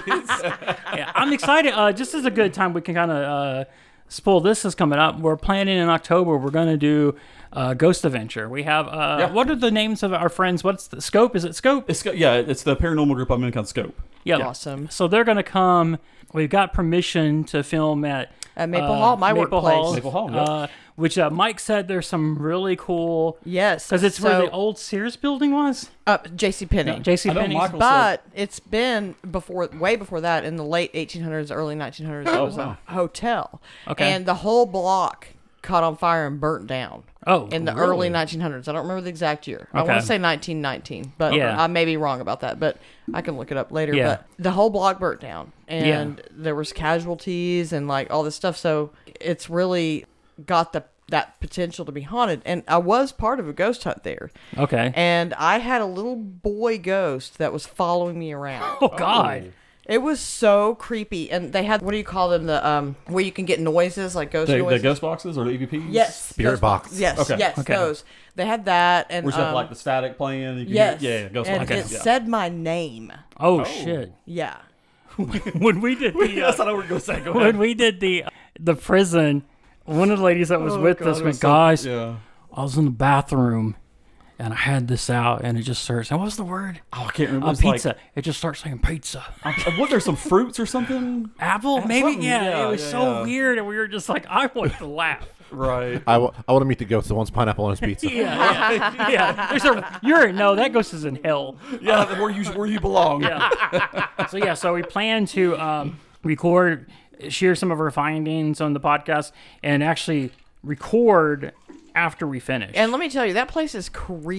S3: yeah, I'm excited. Uh, just as a good time, we can kind of uh, spoil this is coming up. We're planning in October. We're gonna do uh, Ghost Adventure. We have uh,
S2: Yeah.
S3: what are the names of our friends? What's the Scope? Is it Scope?
S2: It's got- yeah, it's the paranormal group I'm in called Scope.
S3: Yeah,
S4: Awesome.
S3: So they're going to come. We've got permission to film at uh,
S4: At Maple Hall, my
S3: Maple
S4: workplace.
S3: Hall,
S2: Maple Hall, yeah.
S3: uh, which uh, Mike said there's some really cool.
S4: Yes,
S3: because it's where
S4: so-
S3: the old Sears building was.
S4: Uh, J.C. Penney.
S3: J.C.
S2: I know
S3: Penney's.
S2: Michael said
S4: but it's been before, way before that, in the late 1800s, early 1900s. it was
S2: wow.
S4: a hotel,
S3: Okay.
S4: and the whole block caught on fire and burnt down.
S3: Oh,
S4: in the early 1900s. I don't remember the exact year. I
S3: Okay.
S4: want to say 1919, but
S3: Yeah.
S4: I may be wrong about that. But I can look it up later.
S3: Yeah.
S4: But the whole block burnt down, and there was casualties and like all this stuff. So it's really got the that potential to be haunted. And I was part of a ghost hunt there,
S3: Okay.
S4: and I had a little boy ghost that was following me around.
S3: oh God.
S4: It was so creepy, and they had what do you call them? The um where you can get noises like ghost
S2: The, the
S4: noises.
S2: ghost boxes or the E EVPs?
S4: Yes,
S1: Spirit
S4: ghost
S1: box.
S4: Yes,
S2: Okay.
S4: yes,
S3: Okay.
S4: those. They had that, and
S2: Where's that
S4: um,
S2: like the static playing? You can
S4: Yes.
S2: Hear, yeah, yeah, ghost
S4: and
S2: boxes.
S4: It
S2: yeah.
S4: said my name.
S3: Oh, shit.
S4: Yeah.
S3: when we did the
S2: Yes,
S3: uh,
S2: I know we're going to say. Go
S3: when
S2: ahead.
S3: we did the uh, the prison, one of the ladies that was
S4: Oh,
S3: with us went, guys,
S2: Yeah.
S3: I was in the bathroom. And I had this out, and it just starts. And what was the word?
S2: Oh, I can't remember.
S3: Uh,
S2: It's like-
S3: pizza. it just starts saying pizza.
S2: Uh, what there some fruits or something?
S3: Apple, maybe.
S2: something,
S3: Yeah,
S2: yeah,
S3: it was
S2: yeah,
S3: so
S2: yeah.
S3: weird, and we were just like, I want to laugh.
S2: Right.
S1: I, w- I want to meet the ghost that wants pineapple on his pizza.
S3: yeah, yeah, yeah. There's a you're no that ghost is in hell.
S2: Yeah, where you where you belong.
S3: Yeah. so yeah, so we plan to um, record, share some of our findings on the podcast, and actually record after we finish.
S4: And let me tell you, that place is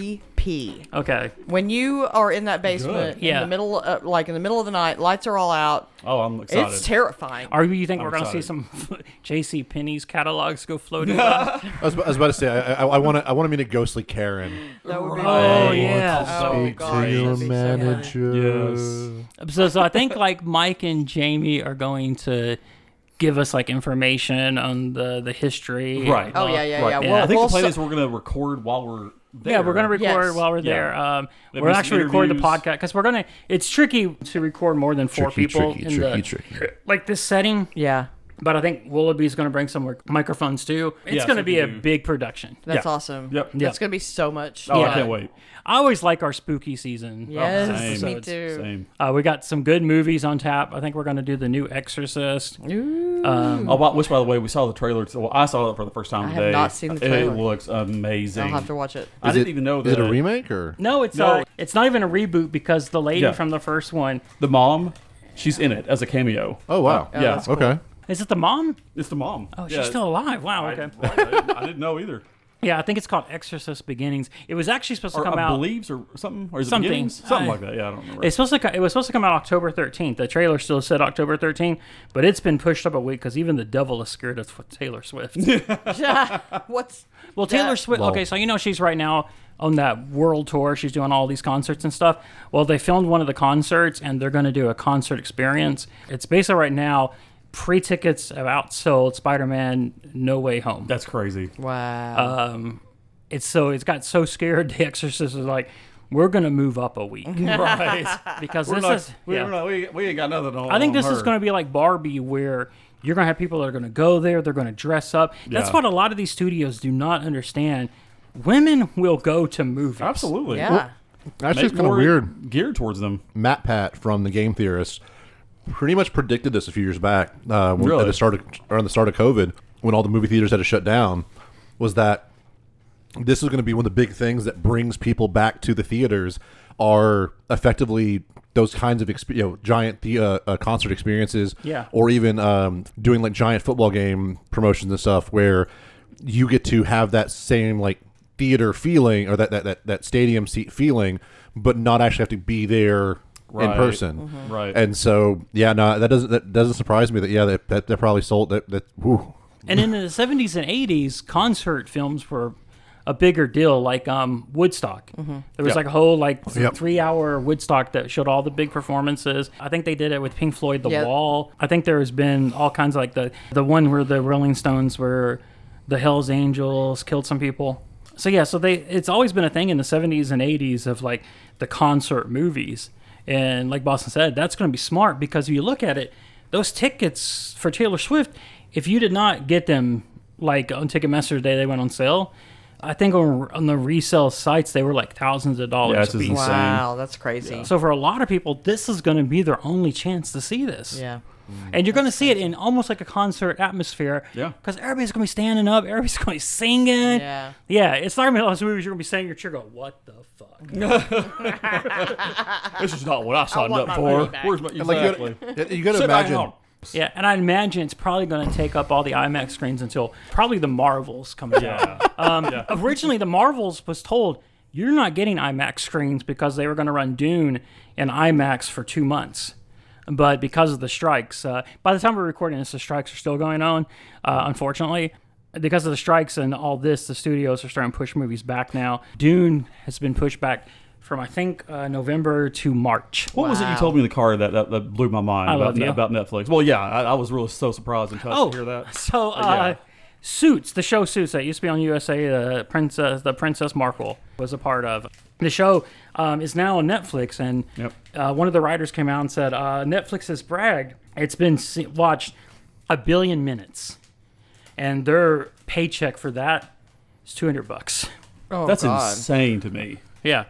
S4: creepy.
S3: okay.
S4: When you are in that basement
S3: Yeah.
S4: in the middle, uh, like in the middle of the night, lights are all out.
S2: Oh, I'm excited.
S4: It's terrifying.
S3: Are you think we're gonna
S2: excited.
S3: see some J.C. Penney's catalogs go floating? around?
S1: I, was, I was about to say I I want to I want to meet a ghostly Karen.
S4: That would be
S3: oh
S1: Hey,
S3: yeah.
S4: Oh,
S1: Speak
S4: God,
S1: to your
S4: that'd be so
S1: manager.
S2: Yes.
S3: So, so I think like Mike and Jamie are going to give us like information on the the history.
S2: Right.
S4: Oh yeah, yeah, yeah.
S2: Right.
S4: Well,
S2: I think
S4: well,
S2: the plan
S4: so-
S2: is we're gonna record while we're there.
S3: Yeah, we're gonna record
S4: Yes.
S3: while we're
S2: Yeah.
S3: there. Um,
S2: There'll
S3: we're
S2: be some
S3: actually record the
S2: interviews.
S3: podcast because we're gonna. It's tricky to record more than four
S1: Tricky,
S3: people
S1: tricky,
S3: in
S1: tricky,
S3: the
S1: tricky.
S3: like this setting.
S4: yeah,
S3: But I think Willoughby's gonna bring some mic- microphones too. It's
S2: Yeah, so
S3: gonna
S2: we
S3: be a
S2: can do-
S3: big production.
S4: that's
S2: Yeah.
S4: awesome.
S2: Yep.
S4: That's gonna be so much.
S2: Oh,
S4: fun.
S2: I can't wait.
S3: I always like our spooky season.
S4: Yes,
S2: Oh, Same.
S4: me too.
S2: Same.
S3: Uh, we got some good movies on tap. I think we're gonna do the new Exorcist.
S2: Oh, by, which by the way, we saw the trailer. Well, I saw it for the first time
S4: have
S2: today.
S4: not seen the
S2: It
S4: trailer.
S2: looks amazing.
S4: I'll have to watch it.
S2: I
S1: Is
S2: didn't
S1: it-
S2: even know
S1: Is it
S2: that
S1: a remake or?
S3: No, it's
S2: No.
S3: Uh, it's not even a reboot because the lady
S2: Yeah.
S3: from the first one
S2: The mom, she's in it as a cameo.
S1: Oh wow.
S2: yeah. that's cool.
S1: Okay.
S3: is it the mom?
S2: It's the mom.
S3: Oh,
S2: Yeah.
S3: she's still alive. Wow.
S2: I,
S3: Okay.
S2: right, I didn't- I didn't know either.
S3: Yeah, I think it's called Exorcist Beginnings. It was actually supposed to
S2: Or
S3: come
S2: I
S3: out.
S2: believes or something. Or is it
S3: Something.
S2: beginnings? Something
S3: I-
S2: like that. Yeah, I don't remember.
S3: It's supposed to. co- It was supposed to come out October 13th. The trailer still said October 13th, but it's been pushed up a week because even the devil is scared of Taylor Swift.
S4: What's
S3: well, Taylor
S4: That-
S3: Swift.
S1: Lol.
S3: Okay, so you know she's right now on that world tour. She's doing all these concerts and stuff. Well, they filmed one of the concerts, and they're going to do a concert experience. It's basically right now. Pre-tickets have outsold Spider-Man: No Way Home.
S2: That's crazy.
S4: wow?
S2: Uh,
S3: It's so it's got so scared. The Exorcist is like, we're going to move up a week
S2: right.
S3: because
S2: We're
S3: this
S2: not,
S3: is.
S2: we,
S3: yeah.
S2: we're not, we, we ain't got nothing on
S3: I think
S2: on
S3: this is
S2: her.
S3: going to be like Barbie, where you're going to have people that are going to go there, they're going to dress up. That's
S2: Yeah.
S3: what a lot of these studios do not understand. Women will go to movies.
S2: Absolutely.
S4: yeah.
S2: Well,
S1: Actually,
S2: make
S1: it's kind of
S2: more
S1: weird.
S2: Geared towards them.
S1: Matt Pat from the Game Theorist pretty much predicted this a few years back uh, when,
S2: Really?
S1: at the start of, around the start of COVID when all the movie theaters had to shut down was that this is going to be one of the big things that brings people back to the theaters are effectively those kinds of exp- you know giant the uh, uh, concert experiences,
S3: Yeah.
S1: or even um, doing like giant football game promotions and stuff where you get to have that same like theater feeling or that that that, that stadium seat feeling, but not actually have to be there in
S2: Right. Mm-hmm.
S1: person,
S2: Right.
S1: And so yeah, no, that doesn't that doesn't surprise me that yeah that that, that probably sold that that whew.
S3: And in the 70s and 80s, concert films were a bigger deal, like um, Woodstock. There was
S2: Yeah.
S3: like a whole like
S1: Yep.
S3: three-hour Woodstock that showed all the big performances. I think they did it with Pink Floyd, The
S4: Yeah.
S3: Wall. I think there has been all kinds of like the the one where the Rolling Stones were the Hell's Angels killed some people. So yeah, so they it's always been a thing in the 70s and 80s of like the concert movies. And like Boston said, that's going to be smart because if you look at it, those tickets for Taylor Swift, if you did not get them like on Ticketmaster the day they went on sale, I think on, on the resale sites they were like thousands of dollars.
S2: Yeah, it's
S3: a
S2: just
S3: piece.
S2: insane.
S4: Wow, that's crazy. Yeah.
S3: So for a lot of people, this is going to be their only chance to see this. And you're going to see it in almost like a concert atmosphere.
S2: Yeah.
S3: Because everybody's going to be standing up. Everybody's going to be singing.
S4: Yeah.
S3: Yeah. It's not going to be one of those movies you're going to be standing your chair going, what the fuck?
S2: This is not what I signed
S4: want
S2: up
S4: my
S2: for.
S4: money back.
S2: Where's my
S1: And,
S3: uh,
S1: like,
S2: exactly?
S1: you gotta, you gotta
S2: Sit
S1: imagine.
S2: down.
S3: Yeah. And I imagine it's probably going to take up all the IMAX screens until probably the Marvels comes out. Um,
S2: Yeah.
S3: originally the Marvels was told you're not getting IMAX screens because they were going to run Dune in IMAX for two months. But because of the strikes, uh, by the time we're recording this, the strikes are still going on. Uh, unfortunately, because of the strikes and all this, the studios are starting to push movies back now. Dune has been pushed back from I think uh, November to March.
S2: What was it you told me in the car that that, that blew my mind
S3: I
S2: about,
S3: love you. Oh.
S2: about Netflix? Well, yeah, I, I was really so surprised and touched to hear that.
S3: So, uh, Suits, the show Suits that used to be on USA, the princess, the Princess Markle was a part of. The show um, is now on Netflix, and
S2: Yep.
S3: uh, one of the writers came out and said uh, Netflix has bragged it's been se- watched a billion minutes, and their paycheck for that is two hundred bucks.
S4: Oh,
S2: That's
S4: God.
S2: insane to me
S3: Yeah,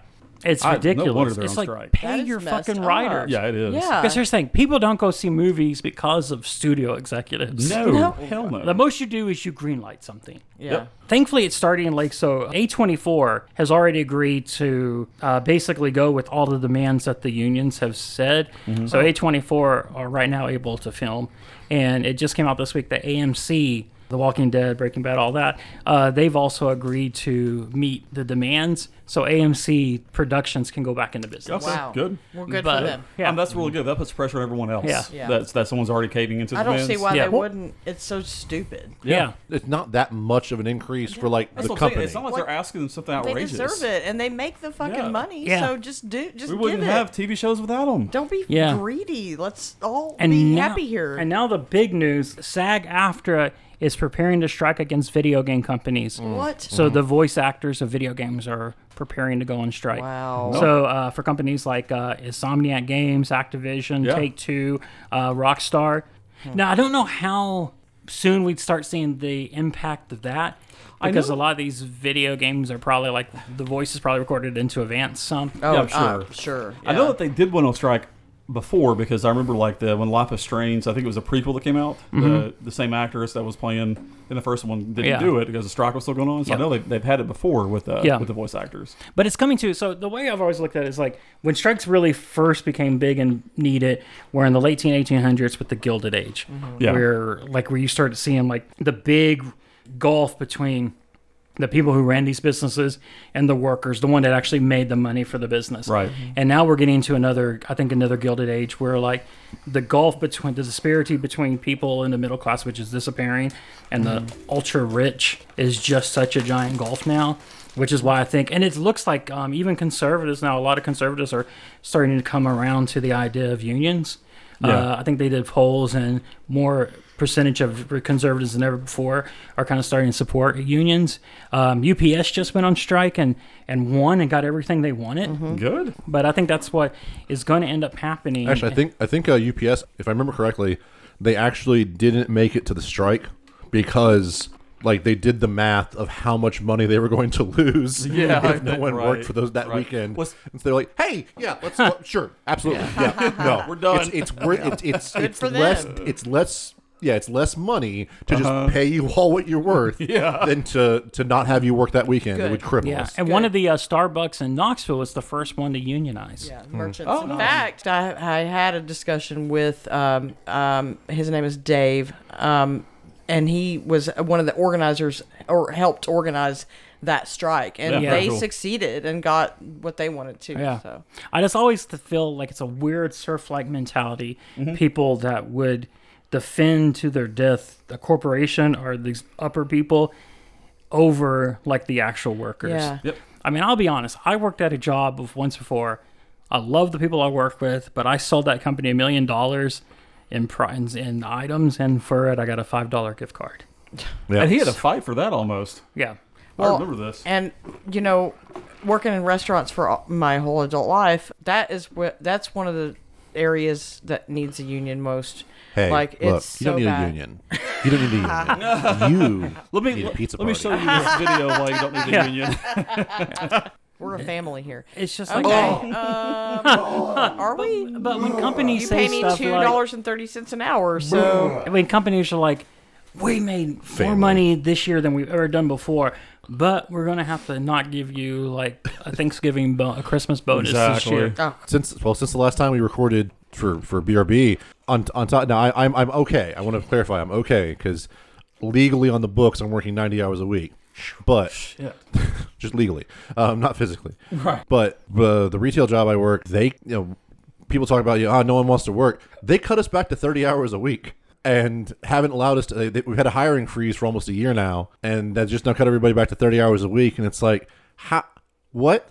S3: it's
S2: I- no wonder
S3: ridiculous.
S2: they're
S3: it's
S2: on
S3: like
S2: strike.
S4: That
S3: pay
S4: is
S3: your
S4: messed
S3: fucking
S4: up.
S3: writers.
S2: Yeah, it is.
S4: Yeah.
S3: Because here's the thing: people don't go see movies because of studio executives.
S2: No,
S4: No.
S2: hell no.
S3: The most you do is you greenlight something.
S4: Yeah.
S2: Yep.
S3: Thankfully, it's starting in Lake. So A24 has already agreed to uh, basically go with all the demands that the unions have said.
S2: Mm-hmm.
S3: So A24 are right now able to film. And it just came out this week that AMC, The Walking Dead, Breaking Bad, all that, uh, they've also agreed to meet the demands. So AMC productions can go back into business.
S2: Okay,
S4: Wow.
S2: good.
S4: We're good
S3: But-
S4: for them.
S3: Yeah.
S2: Um, that's really good. That puts pressure on everyone else.
S3: Yeah.
S4: Yeah.
S2: That's that someone's already caving into.
S4: I don't
S2: demands.
S4: see why
S3: Yeah.
S4: they wouldn't. It's so stupid.
S3: yeah.
S1: It's not that much of an increase for like
S2: That's
S1: the
S2: what I'm saying.
S1: company.
S2: It's not like they're asking them something
S4: They
S2: outrageous.
S4: deserve it, and they make the fucking
S2: Yeah.
S4: money.
S3: Yeah.
S4: So just do, just
S2: We
S4: give
S2: wouldn't
S4: it.
S2: have TV shows without them.
S4: Don't be
S3: Yeah.
S4: greedy. Let's all be
S3: now-
S4: happy here.
S3: And now the big news: SAG-AFTRA is preparing to strike against video game companies.
S4: what?
S3: So
S2: Mm-hmm.
S3: the voice actors of video games are preparing to go on strike.
S4: Wow.
S3: So uh, for companies like uh, Insomniac Games, Activision,
S2: Yeah.
S3: Take Two, uh, Rockstar.
S4: Hmm.
S3: Now I don't know how soon we'd start seeing the impact of that. Because a
S2: know-
S3: lot of these video games are probably like the voice is probably recorded into advance. Some
S4: oh,
S2: Yeah, I'm sure.
S4: uh, sure.
S2: I know
S4: yeah.
S2: that they did one on strike before because I remember like the when Life is Strange, I think it was a prequel that came out. The, the same actress that was playing in the first one didn't
S3: Mm-hmm. Yeah.
S2: do it because the strike was still going on. So
S3: Yeah.
S2: I know they've, they've had it before with uh,
S3: Yeah.
S2: with the voice actors.
S3: But it's coming to so the way I've always looked at it is like when strikes really first became big and needed were in the late teen eighteen hundreds with the Gilded Age,
S2: Yeah.
S3: where like where you started seeing like the big gulf between the people who ran these businesses and the workers, the one that actually made the money for the business.
S2: Right. Mhm.
S3: Mm-hmm. And now we're getting into another, I think, another Gilded Age where like the gulf between the disparity between people in the middle class, which is disappearing, and the ultra rich is just such a giant gulf now. Which is why I think, and it looks like um, even conservatives now, a lot of conservatives are starting to come around to the idea of unions.
S2: Yeah.
S3: Uh, I think they did polls, and more percentage of conservatives than ever before are kind of starting to support unions. Um, UPS just went on strike and and won and got everything they wanted.
S2: Good.
S3: But I think that's what is going to end up happening.
S1: Actually, I think I think uh, UPS, if I remember correctly, they actually didn't make it to the strike because like they did the math of how much money they were going to lose
S2: Yeah,
S1: if no one
S2: right,
S1: worked for those that
S2: right.
S1: weekend.
S2: Was-
S1: and so they're like, "Hey, yeah, let's well, sure, absolutely, yeah, no,
S2: We're done.
S1: It's it's wor- it's it's, it's
S4: for
S1: less
S4: them.
S1: it's less yeah, it's less money to just pay you all what you're worth
S2: Uh-huh. Yeah.
S1: than to to not have you work that weekend. It
S4: Good.
S1: would cripple
S4: Yeah.
S1: us.
S4: And
S3: And
S4: one
S3: one
S4: Good.
S3: of the uh, Starbucks in Knoxville was the first one to unionize.
S4: Yeah, merchants.
S2: Oh,
S4: In fact, I, I had a discussion with um, um, his name is Dave, um, and he was one of the organizers or helped organize that strike, and
S2: Yeah,
S4: they
S2: very cool.
S4: succeeded and got what they wanted to.
S3: Yeah.
S4: So.
S3: I just always th- feel like it's a weird surf like mentality.
S1: Mm-hmm.
S3: People that would defend to their death the corporation or these upper people over like the actual workers.
S4: Yeah.
S2: Yep.
S3: I mean, I'll be honest. I worked at a job of once before. I love the people I work with, but I sold that company a million dollars in primes in items, and for it, I got a five dollar gift card.
S1: Yeah.
S2: And he had a fight for that almost.
S3: Yeah.
S2: I remember this.
S4: And you know, working in restaurants for all- my whole adult life, that is what that's one of the areas that needs a union most.
S1: Hey,
S4: like
S1: look,
S4: it's
S1: you
S4: so
S1: don't need
S4: bad.
S1: a union. You don't need a union. you
S2: Let me
S1: need a
S2: let,
S1: pizza
S2: let me
S1: party.
S2: show you this video why you don't need a
S3: Yeah.
S2: union.
S4: We're a family here.
S3: It's just
S4: Okay.
S3: like,
S4: Um, are we?
S3: Oh. but when companies
S4: You
S3: say
S4: pay me
S3: stuff
S4: two
S3: like,
S4: dollars and thirty cents an hour, so
S3: I mean, companies are like, we made
S1: Family.
S3: more money this year than we've ever done before, but we're gonna have to not give you like a Thanksgiving, bo- a Christmas bonus
S2: Exactly.
S3: this year.
S1: since well since the last time we recorded for for BRB on on top now I, I'm I'm okay. I want to clarify I'm okay because legally on the books I'm working 90 hours a week, but
S2: Yeah.
S1: just legally, um, not physically.
S2: Right.
S1: But uh, the retail job I work, they you know people talk about you. Ah, no one wants to work. They cut us back to 30 hours a week. And haven't allowed us to. They, they, we've had a hiring freeze for almost a year now, and that just now cut everybody back to thirty hours a week. And it's like, how? What?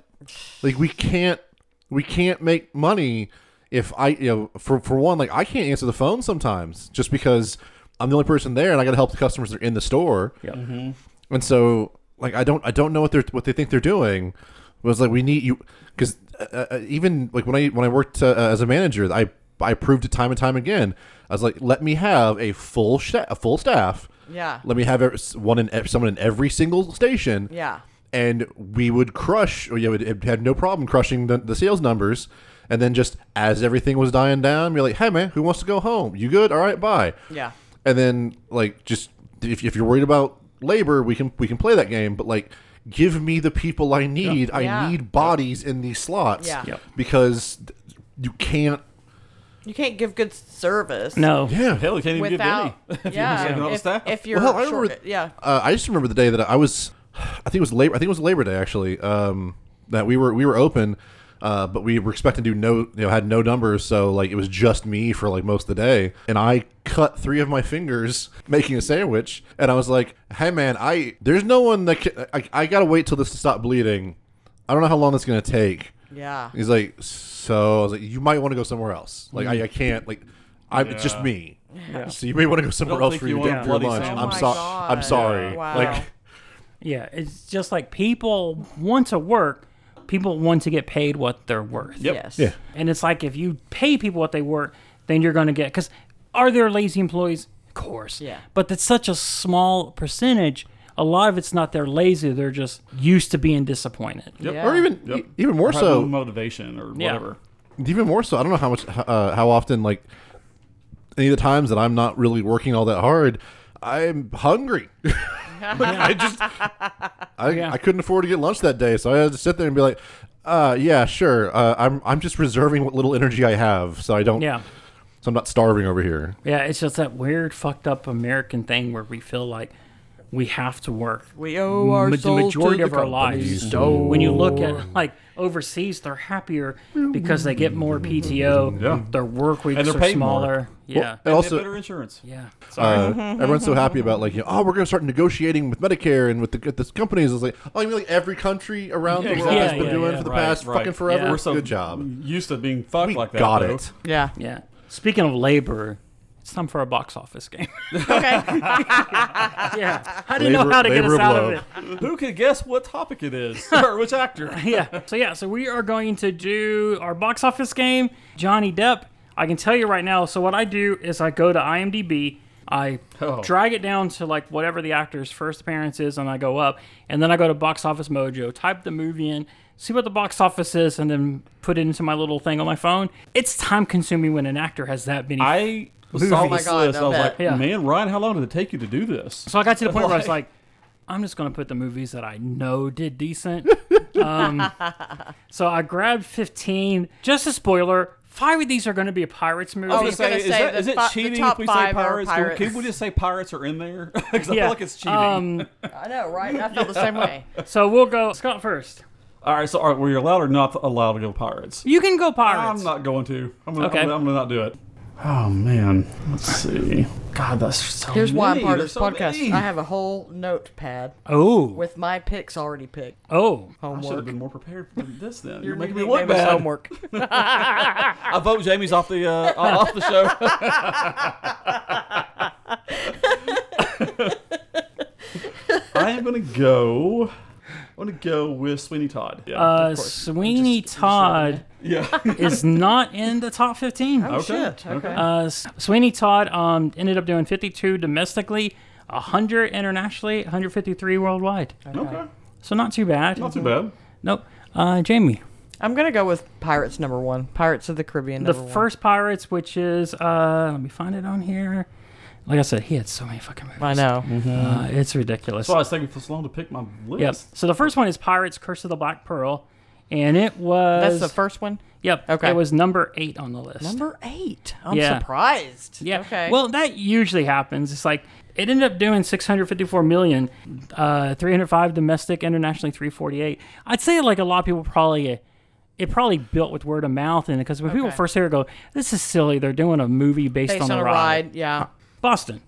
S1: like we can't we can't make money if i you know for for one like i can't answer the phone sometimes just because i'm the only person there and i gotta help the customers that are in the store
S3: Yep.
S4: Mm-hmm.
S1: and so like i don't i don't know what they're what they think they're doing But it's like we need you because uh, uh, even like when i when i worked uh, as a manager i i proved it time and time again i was like let me have a full sh- a full staff
S4: Yeah.
S1: let me have every, one in ev- someone in every single station
S4: yeah.
S1: and we would crush or you would have no problem crushing the, the sales numbers and then just as everything was dying down be like hey man who wants to go home you good all right bye
S4: Yeah.
S1: and then like just if, if you're worried about labor we can we can play that game but like give me the people i need i
S4: Yeah.
S1: need bodies in these slots
S4: Yeah. Yep.
S1: because th- you can't
S4: You can't give good service.
S3: No.
S1: yeah
S2: Hell, you can't even
S4: Without,
S2: get any.
S4: yeah,
S2: second on
S4: if,
S2: staff.
S4: if you're
S1: Well, I remember-
S4: short, yeah,
S1: uh, I just remember the day that I was, I think it was labor. I think it was Labor Day actually. Um, that we were we were open, uh, but we were expecting to do no, you know, had no numbers. So like it was just me for like most of the day, and I cut three of my fingers making a sandwich, and I was like, "Hey man, I there's no one that can, I, I gotta wait till this to stop bleeding. I don't know how long that's gonna take."
S4: yeah,
S1: He's like, "So I was like, you might want to go somewhere else. Like I, I can't like, I'm it's just
S2: Yeah.
S1: me."
S2: Yeah.
S1: So you may want to go somewhere else
S2: Don't think
S1: for
S2: you
S1: you
S2: want
S1: to
S2: a
S1: get your
S2: bloody
S1: lunch.
S2: sandwich.
S1: I'm
S2: Oh my
S1: sorry.
S4: God.
S1: I'm sorry.
S4: Wow.
S1: Like
S3: Yeah, it's just like people want to work. People want to get paid what they're worth.
S2: Yep.
S4: yes,
S1: Yeah.
S3: And it's like if you pay people what they work, then you're going to get. Because are there lazy employees? Of course.
S4: Yeah.
S3: But that's such a small percentage. A lot of it's not they're lazy. They're just used to being disappointed.
S2: Yep.
S4: Yeah.
S1: or even e,
S2: Yep.
S1: even more
S2: Or have no
S1: so,
S2: motivation or
S3: Yeah.
S2: whatever.
S1: even more so. I don't know how much uh, how often like any of the times that I'm not really working all that hard, I'm hungry. Like, I just I, I couldn't afford to get lunch that day, so I had to sit there and be like, uh, yeah, sure. Uh, I'm I'm just reserving what little energy I have, so I don't.
S3: Yeah.
S1: So I'm not starving over here.
S3: Yeah, it's just that weird, fucked up American thing where we feel like we have to work.
S4: We owe our
S3: ma- the
S4: souls to
S3: majority
S4: the
S3: of our
S4: companies.
S3: lives. When you look at like overseas, they're happier because they get more PTO.
S2: Yeah.
S3: Their work weeks
S2: And they're
S3: are
S2: paid more. uh,
S3: smaller. Yeah. Mm-hmm,
S1: And
S2: Get
S1: also,
S2: better insurance.
S3: yeah.
S1: Uh, everyone's so happy about like, you know, oh, we're going to start negotiating with Medicare and with the, with the companies. It's like, oh, you mean like every country around the world
S3: exactly.
S1: has been
S3: Yeah,
S1: doing
S3: yeah,
S1: for the
S2: right,
S1: past
S2: right.
S1: fucking forever?
S3: Yeah.
S2: We're so
S1: Good job.
S2: Used to being fucked
S1: We
S2: mm, like that.
S1: got
S2: though.
S1: it.
S4: yeah,
S3: Yeah. Speaking of labor, it's time for a box office game.
S4: okay,
S3: yeah. I didn't
S1: Labor-
S3: know how to get
S1: labor
S3: us
S1: of
S3: out
S1: love.
S3: of it.
S2: Who could guess what topic it is or which actor?
S3: yeah. So yeah, so we are going to do our box office game, Johnny Depp. I can tell you right now. So what I do is I go to IMDb, I
S2: Oh.
S3: drag it down to like whatever the actor's first appearance is, and I go up, and then I go to Box Office Mojo, type the movie in, see what the box office is, and then put it into my little thing on my phone. It's time consuming when an actor has that many
S2: I
S3: movies.
S4: Oh my God,
S2: list. I
S4: no
S2: was
S4: bet.
S2: like,
S3: Yeah.
S2: man, Ryan, how long did it take you to do this?
S3: So I got to the point where I was like, I'm just going to put the movies that I know did decent. um, so I grabbed 15. Just a spoiler, five of these are going to be a Pirates movie.
S4: Oh,
S2: I was
S4: gonna
S2: is,
S4: say
S2: that,
S4: the
S2: is it
S4: fi- the
S2: cheating if
S4: top
S2: we say
S4: five are
S2: pirates? Can- Can
S4: pirates.
S2: we just say pirates are in there? Because I
S3: Yeah.
S2: feel like it's cheating.
S3: Um,
S4: I know, right? I feel the same way.
S3: so we'll go Scott first.
S2: all right, so all right, were you allowed or not allowed to go pirates?
S3: You can go Pirates.
S2: I'm not going to. I'm gonna,
S3: Okay.
S2: I'm, gonna, I'm gonna not do it. Oh man, let's see. God, that's so.
S4: Here's why I'm
S2: many.
S4: part of
S2: There's
S4: this
S2: so
S4: podcast.
S2: many.
S4: I have a whole notepad
S3: oh.
S4: with my picks already picked.
S3: Oh.
S2: I should have
S4: Homework.
S2: been more prepared for this. Then you're,
S4: Your
S2: making me
S4: nickname
S2: look
S4: is
S2: bad.
S4: Homework.
S2: I vote Jamie's off the uh, off the show. I am gonna go. I'm gonna go with Sweeney Todd. Yeah,
S3: Uh,
S2: of course.
S3: Sweeney Todd
S2: Yeah.
S3: is not in the top 15.
S2: okay.
S4: Shit, okay.
S3: Uh, S- Sweeney Todd um, ended up doing 52 domestically, 100 internationally, 153 worldwide.
S2: Okay.
S3: So not too bad.
S2: Not too bad.
S3: Nope. Uh, Jamie,
S4: I'm gonna go with Pirates number one. Pirates of the Caribbean
S3: the
S4: number one.
S3: first Pirates, which is uh, let me find it on here. Like I said, he had so many fucking movies.
S4: I know. Mm-hmm.
S3: Uh, it's ridiculous.
S2: So I was taking so long to pick my list.
S3: Yep. So the first one is Pirates: Curse of the Black Pearl, and it was
S4: That's the first one.
S3: Yep.
S4: Okay.
S3: It was number eight on the list.
S4: Number eight. I'm
S3: Yeah.
S4: surprised.
S3: Yeah.
S4: Okay.
S3: Well, that usually happens. It's like it ended up doing 654 million, uh, 305 domestic, internationally 348. I'd say like a lot of people probably. It probably built with word of mouth, and because when people
S4: Okay.
S3: first hear it, go, "This is silly." They're doing a movie based,
S4: based
S3: on,
S4: on,
S3: a
S4: a
S3: ride.
S4: ride. Yeah.
S3: Boston.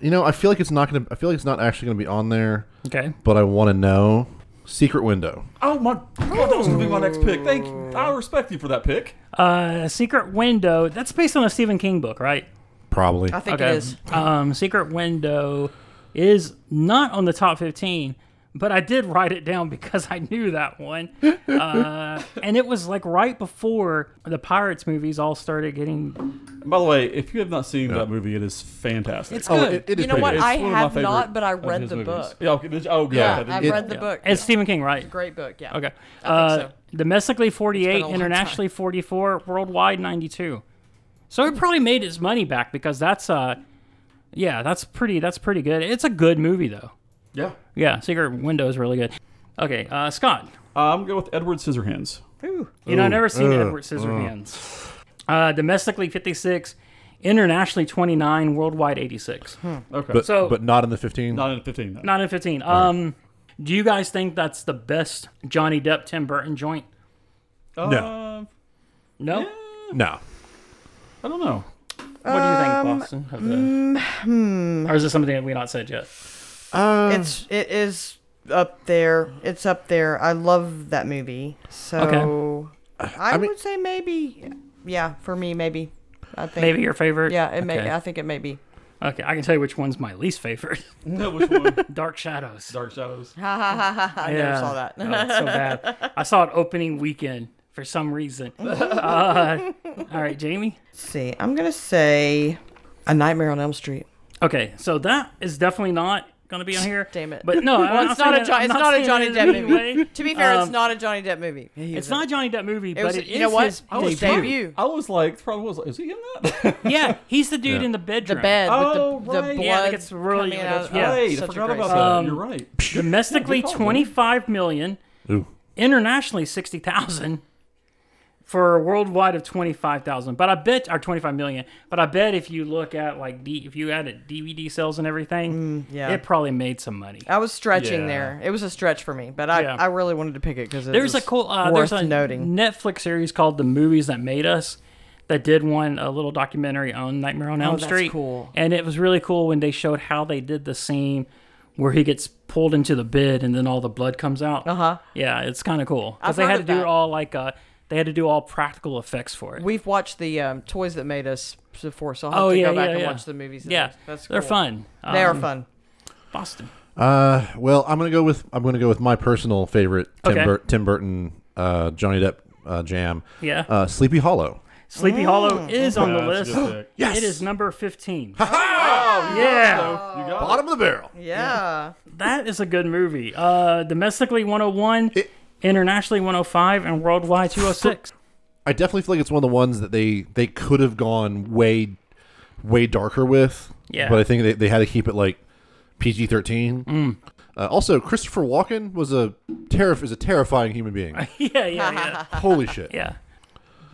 S1: You know, I feel like it's not gonna. I feel like it's not actually gonna be on there,
S3: Okay.
S1: but I want to know. Secret window.
S2: Oh my god, that was gonna be my next pick. Thank you. I respect you for that pick.
S3: Uh, Secret Window. That's based on a Stephen King book, right?
S1: Probably.
S4: I think
S3: Okay.
S4: it is.
S3: Um, Secret Window is not on the top 15, but I did write it down because I knew that one. Uh, and it was like right before the Pirates movies all started getting.
S2: By the way, if you have not seen that movie, it is fantastic.
S4: It's
S1: Oh,
S4: good.
S1: it- it is
S4: you know
S1: pretty
S4: what?
S1: good.
S4: I
S2: It's one of my
S4: have
S2: favorite
S4: not, but I
S2: of
S4: read
S2: his
S4: the
S2: movies.
S4: book.
S2: Yeah, okay, did you- oh, God.
S1: Yeah,
S4: Yeah, I've
S1: it-
S4: read the book.
S3: It's
S4: yeah.
S3: Stephen King, right?
S4: great book. Yeah.
S3: Okay.
S4: I
S3: Uh,
S4: think so.
S3: Domestically 48,
S4: long time.
S3: internationally 44, worldwide 92. So it probably made its money back because that's uh, yeah, that's pretty. That's pretty good. It's a good movie though.
S2: yeah.
S3: Yeah, Secret Window is really good. Okay, uh, Scott.
S2: I'm going with Edward Scissorhands.
S3: You know, I've
S1: Ooh,
S3: never seen
S1: ugh,
S3: Edward Scissorhands. Uh, domestically 56, internationally 29, worldwide 86.
S4: Hmm.
S2: Okay.
S1: but,
S3: so-
S1: but not in the 15.
S2: not in 15. Though.
S3: Not in 15. Um, do you guys think that's the best Johnny Depp Tim Burton joint?
S1: No.
S3: No.
S1: no.
S2: Uh, I don't know.
S3: What do you
S4: Um,
S3: think, Boston? of the-
S4: mm, hmm.
S3: Or is this something that we not said yet?
S4: It's it is up there. It's up there. I love that movie. So I,
S1: mean-
S4: would say maybe yeah, for me maybe. I think
S3: Maybe your favorite.
S4: yeah, it may
S3: Okay.
S4: I think it may be.
S3: Okay, I can tell you which one's my least favorite.
S2: No, which one?
S3: Dark Shadows.
S2: Dark Shadows.
S4: Ha ha ha ha. ha. I never saw that.
S3: Oh, it's so bad. I saw it opening weekend for some reason. Uh, all right, Jamie.
S4: Let's see. I'm gonna say A Nightmare on Elm Street.
S3: Okay, so that is definitely not going to be on here.
S4: Damn it.
S3: But no, I'm
S4: it's not a
S3: saying-
S4: Johnny
S3: I'm
S4: it's not a
S3: saying
S4: Johnny
S3: it
S4: Depp
S3: in
S4: movie.
S3: any way.
S4: To be fair, it's
S3: Um,
S4: not a Johnny Depp movie.
S3: It's not a Johnny Depp movie,
S4: It was
S3: but it
S4: you know
S3: is
S4: what?
S3: his
S4: It was
S3: debut.
S4: debut.
S2: I was like, probably was like, is he in that?
S3: Yeah, he's the dude in the
S4: The
S3: bedroom.
S4: bed
S2: Oh,
S4: with the, the
S2: right.
S4: blood
S3: Yeah, that gets really-
S4: coming out.
S3: Yeah.
S4: Oh,
S2: right. I
S4: such a
S2: forgot
S4: great
S2: about
S4: scene.
S2: that.
S3: Um,
S2: You're right.
S3: Domestically,
S2: Yeah, good call, dude.
S3: 25 million.
S1: Ooh.
S3: Internationally, 60,000. For a worldwide of 25,000. But I bet, or 25 million. But I bet if you look at, like, D, if you added DVD sales and everything,
S4: Mm, yeah.
S3: it probably made some money.
S4: I was stretching
S2: Yeah.
S4: there. It was a stretch for me, but I,
S3: Yeah.
S4: I really wanted to pick it because
S3: There's a cool uh,
S4: worth
S3: there's a
S4: noting.
S3: Netflix series called "The Movies That Made Us" that did one a little documentary on Nightmare on Elm
S4: Oh, that's
S3: Street.
S4: cool.
S3: And it was really cool when they showed how they did the scene where he gets pulled into the bed and then all the blood comes out. Uh
S4: Uh-huh.
S3: Yeah, it's kind of cool because
S4: I've
S3: they
S4: heard
S3: had to
S4: of
S3: do it
S4: that.
S3: all like uh, they had to do all practical effects for it.
S4: We've watched the um, toys that made us before, so I'll have
S3: oh
S4: to
S3: yeah,
S4: go back
S3: yeah,
S4: and
S3: yeah.
S4: watch the movies. that
S3: Yeah,
S4: made us. that's
S3: they're
S4: cool.
S3: fun.
S4: They are
S3: Um,
S4: fun.
S3: Boston.
S1: Uh, well, I'm gonna go with I'm gonna go with my personal favorite Tim,
S3: Okay.
S1: Bur- Tim Burton uh, Johnny Depp uh, jam.
S3: Yeah.
S1: Uh, Sleepy Hollow.
S3: Sleepy
S4: Mm.
S3: Hollow is on the
S2: Yeah, that's
S3: list.
S2: a good pick.
S1: Yes.
S3: It is number fifteen.
S2: So,
S3: yeah.
S2: you
S4: Oh,
S2: got
S1: Bottom of the barrel.
S4: Yeah.
S3: That is a good movie. Uh, domestically 101,
S1: It-
S3: internationally 105, and worldwide 206.
S1: I definitely feel like it's one of the ones that they they could have gone way way darker with.
S3: Yeah.
S1: But I think they, they had to keep it like PG thirteen.
S3: Mm.
S1: Uh, also, Christopher Walken was a terif- is a terrifying human being.
S3: yeah, yeah, yeah.
S1: Holy shit!
S3: yeah.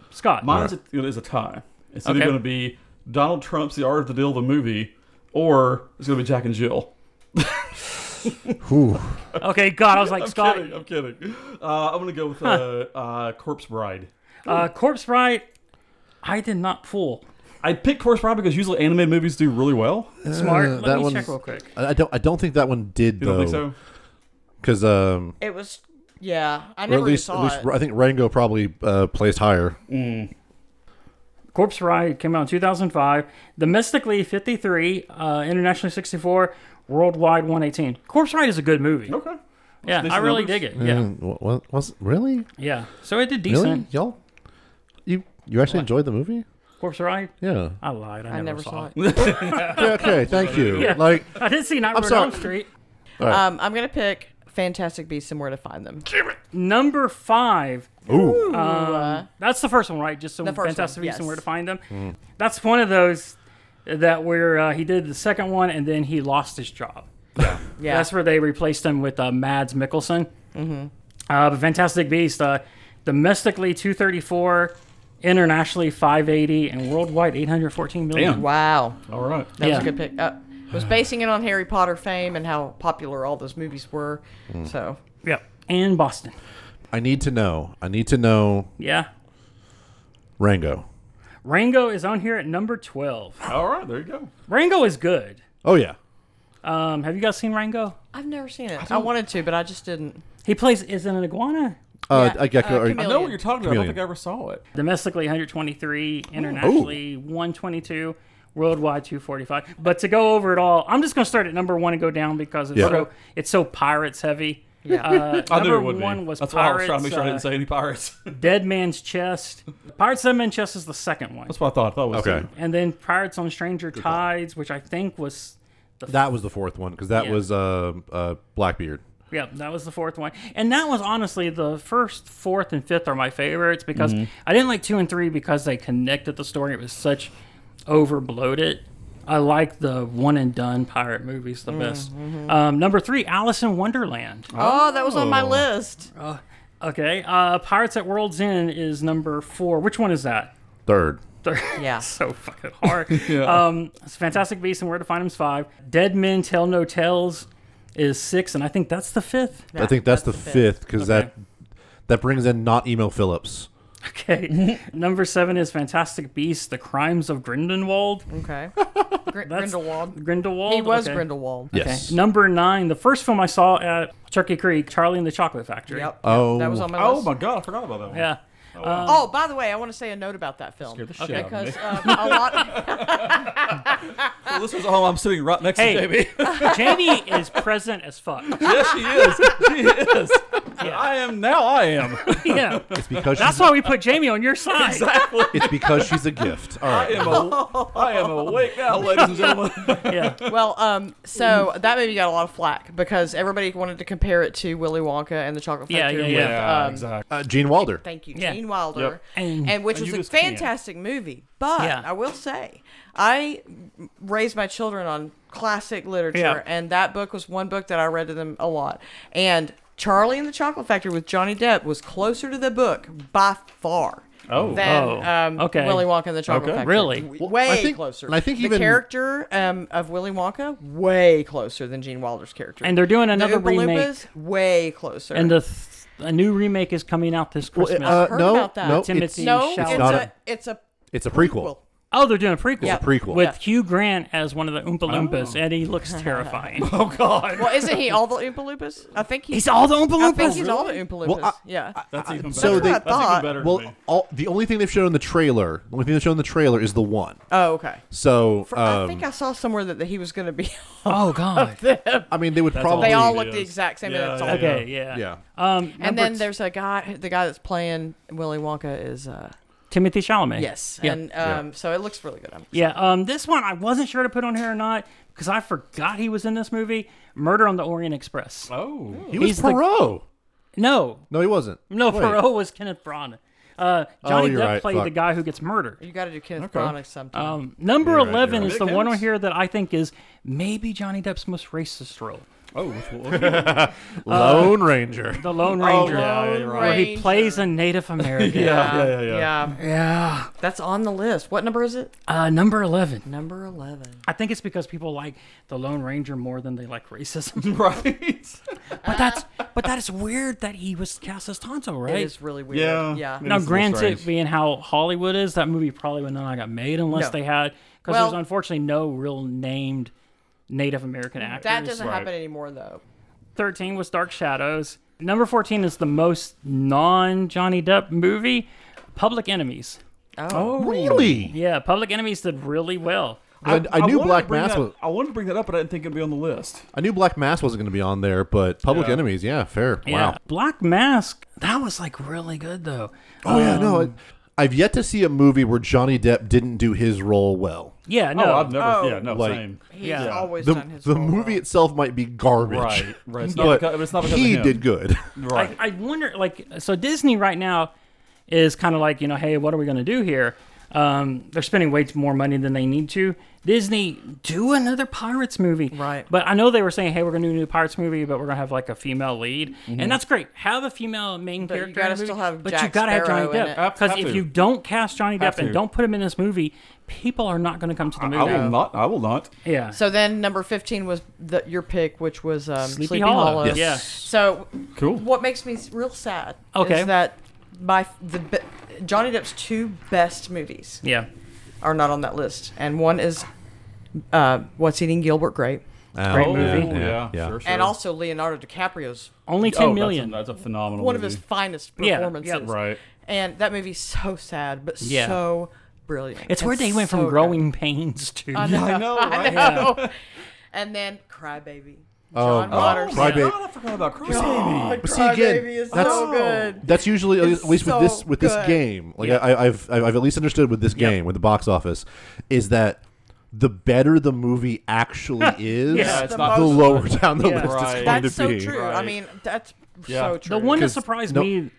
S3: Scott.
S2: Mine's a, it is a tie. It's either
S3: Okay.
S2: going to be Donald Trump's The Art of the Deal, the movie, or it's going to be Jack and Jill.
S1: Whew.
S3: Okay, God, I was like,
S2: I'm
S3: Scott,
S2: kidding. I'm kidding. Uh, I'm going to go with uh, uh, Corpse Bride.
S3: uh, Corpse Bride, I did not pull.
S2: I picked Corpse Bride because usually animated movies do really well.
S3: Smart.
S1: Uh,
S3: Let
S1: that
S3: me
S1: one's-
S3: check real quick.
S1: I I don't. I don't think that one did
S2: You
S1: though.
S2: don't think so?
S1: Because um,
S4: It was, yeah. I
S1: or
S4: never
S1: at least
S4: saw
S1: at least
S4: it.
S1: I think Rango probably uh, placed higher.
S3: Corpse Bride came out in 2005. Domestically 53, uh, internationally 64, worldwide 118. Corpse Bride is a good movie.
S2: Okay.
S3: Yeah,
S2: Decent
S3: I really
S2: numbers.
S3: dig it. Yeah,
S1: What, what Mm, was really
S3: yeah. So it did decent.
S1: really y'all? You you actually enjoyed the movie?
S3: Corpse Bride.
S1: Yeah.
S3: I lied. I,
S4: I never saw it.
S1: yeah okay. Thank you.
S3: Yeah.
S1: Like
S3: I didn't see Nightmare on
S1: sorry.
S3: Elm Street.
S4: Um, I'm gonna pick Fantastic Beasts and Where to Find Them.
S3: Number five. Um,
S1: ooh.
S4: Uh,
S3: That's the first one, right? Just some
S4: The first
S3: fantastic
S4: one,
S3: Beasts and
S4: yes.
S3: where to find them.
S1: Mm.
S3: That's one of those that where uh, he did the second one and then he lost his job.
S4: yeah.
S3: That's where they replaced him with uh, Mads Mikkelsen. Mm-hmm. Uh, but Fantastic Beast, uh, domestically 234, internationally 580, and worldwide 814 million.
S2: Damn.
S4: wow.
S2: All right.
S4: That was
S3: Yeah.
S4: a good pick. Uh, was basing it on Harry Potter fame and how popular all those movies were.
S1: Hmm.
S4: So
S3: Yep. And Boston.
S1: I need to know. I need to know
S3: Yeah.
S1: Rango.
S3: Rango is on here at number 12.
S2: All right. There you go.
S3: Rango is good.
S1: Oh yeah.
S3: Um, have you guys seen Rango?
S4: I've never seen it. I, wanted to, but I just didn't.
S3: He plays is an iguana.
S1: Uh,
S4: Yeah,
S1: I get
S4: uh,
S1: or-
S4: chameleon.
S2: I know what you're talking about. I
S1: Chameleon.
S2: don't think I ever saw it.
S3: Domestically 123, internationally 122, worldwide 245. But to go over it all, I'm just going to start at number one and go down because it's
S1: Yeah.
S3: so
S1: Okay.
S3: it's so pirates heavy. Yeah. Uh,
S2: I knew
S3: number
S2: it would
S3: one
S2: be.
S3: was
S2: That's why I was
S3: pirates.
S2: trying to make sure I
S3: uh,
S2: didn't say any pirates.
S3: Dead Man's Chest. Pirates Dead Man's Chest is the second one,
S2: That's what I thought. I thought it was
S1: Okay.
S3: and then Pirates on Stranger Tides, which I think was
S1: That was the fourth one because that
S3: Yeah.
S1: was uh, uh, Blackbeard.
S3: Yeah, that was the fourth one. And that was honestly the first, fourth, and fifth are my favorites because I didn't like two and three because they connected the story. It was such over bloated. I like the one and done pirate movies the best. Um, number three, Alice in Wonderland.
S4: Oh, that was on my
S2: Oh.
S4: list.
S3: Okay. Uh, Pirates at World's End is number four. Which one is that?
S1: Third.
S4: Yeah.
S3: so fucking hard. um, it's Fantastic Beasts and Where to Find Them's five. Dead Men Tell No Tales is six, and I think that's the fifth.
S1: I think that's, the, fifth because
S3: Okay.
S1: that that brings in not emo Phillips.
S3: Okay.
S4: Mm-hmm.
S3: Number seven is Fantastic Beasts: The Crimes of Grindelwald.
S4: Okay. Gr-
S3: That's-
S4: Grindelwald.
S3: Grindelwald.
S4: He was
S3: okay.
S4: Grindelwald.
S3: Okay.
S1: Yes.
S3: Number nine, the first film I saw at Turkey Creek, Charlie and the Chocolate Factory.
S4: Yep.
S1: Oh.
S4: That was on my
S2: Oh
S4: list.
S2: my god! I forgot about that one.
S3: Yeah.
S4: Oh, by the way, I want to say a note about that film.
S2: Scared the shit
S4: okay,
S2: out of me.
S4: because um, a lot.
S2: Well, this was home. I'm sitting right next
S3: Hey.
S2: to Jamie.
S3: Jamie is present as fuck.
S2: yes, she is. She is. I am now. I am.
S3: Yeah.
S1: Because
S3: That's
S1: she's,
S3: why we put Jamie on your side.
S2: Exactly.
S1: it's because she's a gift. All
S2: I
S1: right.
S2: am. A, I am awake now, ladies and gentlemen.
S3: Yeah.
S4: Well, um, so that movie got a lot of flack because everybody wanted to compare it to Willy Wonka and the Chocolate
S3: Yeah,
S4: Factory.
S3: yeah,
S4: with,
S3: yeah.
S4: um,
S2: exactly.
S1: Uh, Gene Wilder.
S4: Thank you,
S3: Yeah.
S4: Gene Wilder,
S2: Yep.
S3: And-
S4: and, which
S2: and
S4: was
S2: you
S4: a
S2: just can't.
S4: fantastic movie. But
S3: Yeah.
S4: I will say, I raised my children on classic literature,
S3: Yeah.
S4: and that book was one book that I read to them a lot. And Charlie and the Chocolate Factory with Johnny Depp was closer to the book by far
S2: Oh.
S4: than
S3: Oh,
S4: um,
S3: okay.
S4: Willy Wonka and the Chocolate
S2: Okay.
S4: Factory.
S3: Really?
S4: W-
S1: Well,
S4: way
S1: I think-
S4: closer.
S1: and I think
S4: the
S1: even-
S4: character um, of Willy Wonka way closer than Gene Wilder's character.
S3: And they're doing
S4: the
S3: another
S4: Oompa
S3: remake.
S4: Loompas, way closer.
S3: And the th- a new remake is coming out this
S1: Well,
S3: Christmas.
S1: uh,
S4: heard
S1: no,
S4: about that.
S1: no, it's-
S3: Timothy
S4: no, it's,
S3: Chalamet.
S1: not a-
S4: a, it's a
S1: It's a prequel.
S3: oh, they're doing a prequel.
S4: Yeah.
S1: Prequel. Oh.
S3: With Hugh Grant as one of the Oompa Loompas, and he looks terrifying.
S2: Oh God.
S4: Well, isn't he all the Oompa Loompas? I think he's,
S3: He's all the Oompa
S4: I
S3: Loompas.
S4: think he's all the Oompa Loompas.
S1: Well, I-
S4: yeah.
S2: That's even better.
S1: So they-
S4: That's what I
S2: That's even
S4: thought.
S2: better. to
S1: well,
S2: me.
S1: all, the only thing they've shown in the trailer, the only thing they've shown in the trailer is the one.
S4: oh, okay.
S1: So
S4: For, I
S1: um,
S4: think I saw somewhere that, that he was going to be.
S3: Oh God.
S1: I mean, they would
S2: all
S1: probably.
S4: they all
S2: he
S4: look the
S2: is.
S4: exact same.
S2: Yeah,
S4: and it's all
S2: yeah.
S3: Okay. Yeah.
S1: yeah.
S3: Um,
S4: And
S3: number
S4: then
S3: t-
S4: there's a guy, the guy that's playing Willy Wonka is uh,
S3: Timothy Chalamet.
S4: yes,
S3: Yeah.
S4: and um, so it looks really good. I'm,
S3: yeah. Um, this one I wasn't sure to put on here or not because I forgot he was in this movie, Murder on the Orient Express.
S2: Oh.
S1: He was
S3: He's the-
S1: Perot.
S3: No,
S1: No, he wasn't.
S3: no,
S1: Wait. Oh,
S3: Perot was Kenneth Branagh. Uh, Johnny
S1: you're
S3: Depp
S1: right.
S3: played
S1: Fuck.
S3: the guy who gets murdered.
S4: You got to do Kenneth Branagh sometime.
S3: Um, number
S1: You're right, you're
S3: 11
S1: right.
S3: is the one on
S2: Dickens?
S3: here that I think is maybe Johnny Depp's most racist role.
S2: Oh, which one?
S1: Lone Ranger.
S3: Uh, The Lone Ranger.
S2: yeah,
S4: Oh, Lone
S2: you're Oh, right.
S3: Where he
S4: Ranger.
S3: plays a Native American.
S2: yeah, yeah, yeah.
S3: yeah.
S4: That's on the list. What number is it?
S3: Uh, number 11.
S4: Number eleven.
S3: I think it's because people like the Lone Ranger more than they like racism.
S2: Right.
S3: but that's but that is weird that he was cast as Tonto, right?
S4: It is really weird.
S2: Yeah.
S4: Yeah.
S2: No.
S3: Now,
S2: It's a little
S3: granted,
S2: strange.
S3: being how Hollywood is, that movie probably would not have got made unless
S4: No.
S3: they had, because
S4: Well-
S3: there's unfortunately no real named Native American actors.
S4: That doesn't
S2: Right.
S4: happen anymore though.
S3: 13 was Dark Shadows. Number 14 is the most non Johnny Depp movie, Public Enemies.
S4: Oh.
S1: Really?
S3: Yeah, Public Enemies did really well.
S1: I, I, knew
S2: wanted to
S1: Black
S2: bring
S1: Mass
S2: that-
S1: was.
S2: I wanted to bring that up, but I didn't think it'd be on the list.
S1: I knew Black Mass wasn't going to be on there, but Public
S2: Yeah.
S1: Enemies, yeah, fair.
S3: Yeah.
S1: Wow.
S3: Black Mask, that was like really good though.
S1: Oh yeah, no. I, I've yet to see a movie where Johnny Depp didn't do his role well.
S3: Yeah,
S2: No,
S3: no.
S2: I've never.
S4: Oh.
S2: yeah, no,
S1: Like-
S2: same.
S4: He's
S3: Yeah.
S4: always
S1: the
S4: done his
S1: the
S4: role
S1: movie
S4: well.
S1: itself might be garbage,
S2: Right, right. It's not
S1: but
S2: because- it's not because of
S1: he
S2: him.
S1: did good.
S2: Right.
S3: I, I wonder, like, so Disney right now is kind of like, you know, hey, what are we going to do here? Um, they're spending way more money than they need to. Disney, do another Pirates movie.
S4: Right.
S3: But I know they were saying, hey, we're going to do a new Pirates movie, but we're going to have like a female lead. And that's great. Have a female main
S4: Mm-hmm. you
S3: character.
S4: gotta
S3: in the
S4: still
S3: movie,
S4: have
S3: But you
S4: Jack
S3: got to have Johnny
S4: Sparrow in it.
S3: Depp.
S4: Have-
S3: Because
S2: have
S3: if
S2: to.
S3: you don't cast Johnny Depp
S2: Have
S3: and
S2: to.
S3: don't put him in this movie, people are not going to come to the movie.
S2: I will not. I will not.
S3: yeah.
S4: So then number fifteen was the, your pick, which was um,
S3: Sleepy
S4: Sleepy,
S3: Hollow.
S4: Hollow.
S3: Yes. Yeah.
S4: So
S2: Cool.
S4: what makes me s- real sad
S3: Okay.
S4: is that my the be- Johnny Depp's two best movies
S3: yeah.
S4: are not on that list, and one is uh, What's Eating Gilbert Grape,
S3: Great
S1: Oh,
S3: movie.
S1: Yeah, yeah,
S2: Sure, sure.
S4: and also Leonardo DiCaprio's
S3: Only
S2: Oh,
S3: ten million.
S2: That's a, that's a phenomenal.
S4: one of
S2: movie.
S4: his finest
S3: Yeah, yeah,
S4: performances.
S2: Right.
S4: And that movie's so sad, but
S3: Yeah.
S4: so brilliant.
S3: It's where
S4: and
S3: they went
S4: so
S3: from
S4: good. Oh.
S3: growing pains to.
S2: Yeah, I know. Right?
S4: And then Crybaby.
S1: Oh,
S4: John
S1: my
S4: Waters.
S1: God. Crybaby.
S2: God, I forgot about Crybaby.
S1: But see again,
S4: Crybaby is
S1: that's
S4: so good.
S1: that's usually at
S4: It's
S1: least with
S4: so
S1: this with
S4: good.
S1: this game. Like I, I've I've I've at least understood with this game with the box office is that the better the movie actually is,
S3: Yeah,
S2: it's
S1: the
S2: not-
S1: lower down the
S3: Yeah.
S1: list
S2: Right.
S1: it's going
S4: That's
S1: to
S4: so
S1: be.
S4: true. I
S2: Right.
S4: mean, that's
S2: Yeah.
S4: so
S2: The
S4: true.
S3: The one that
S1: 'Cause
S3: surprised
S1: no-
S3: me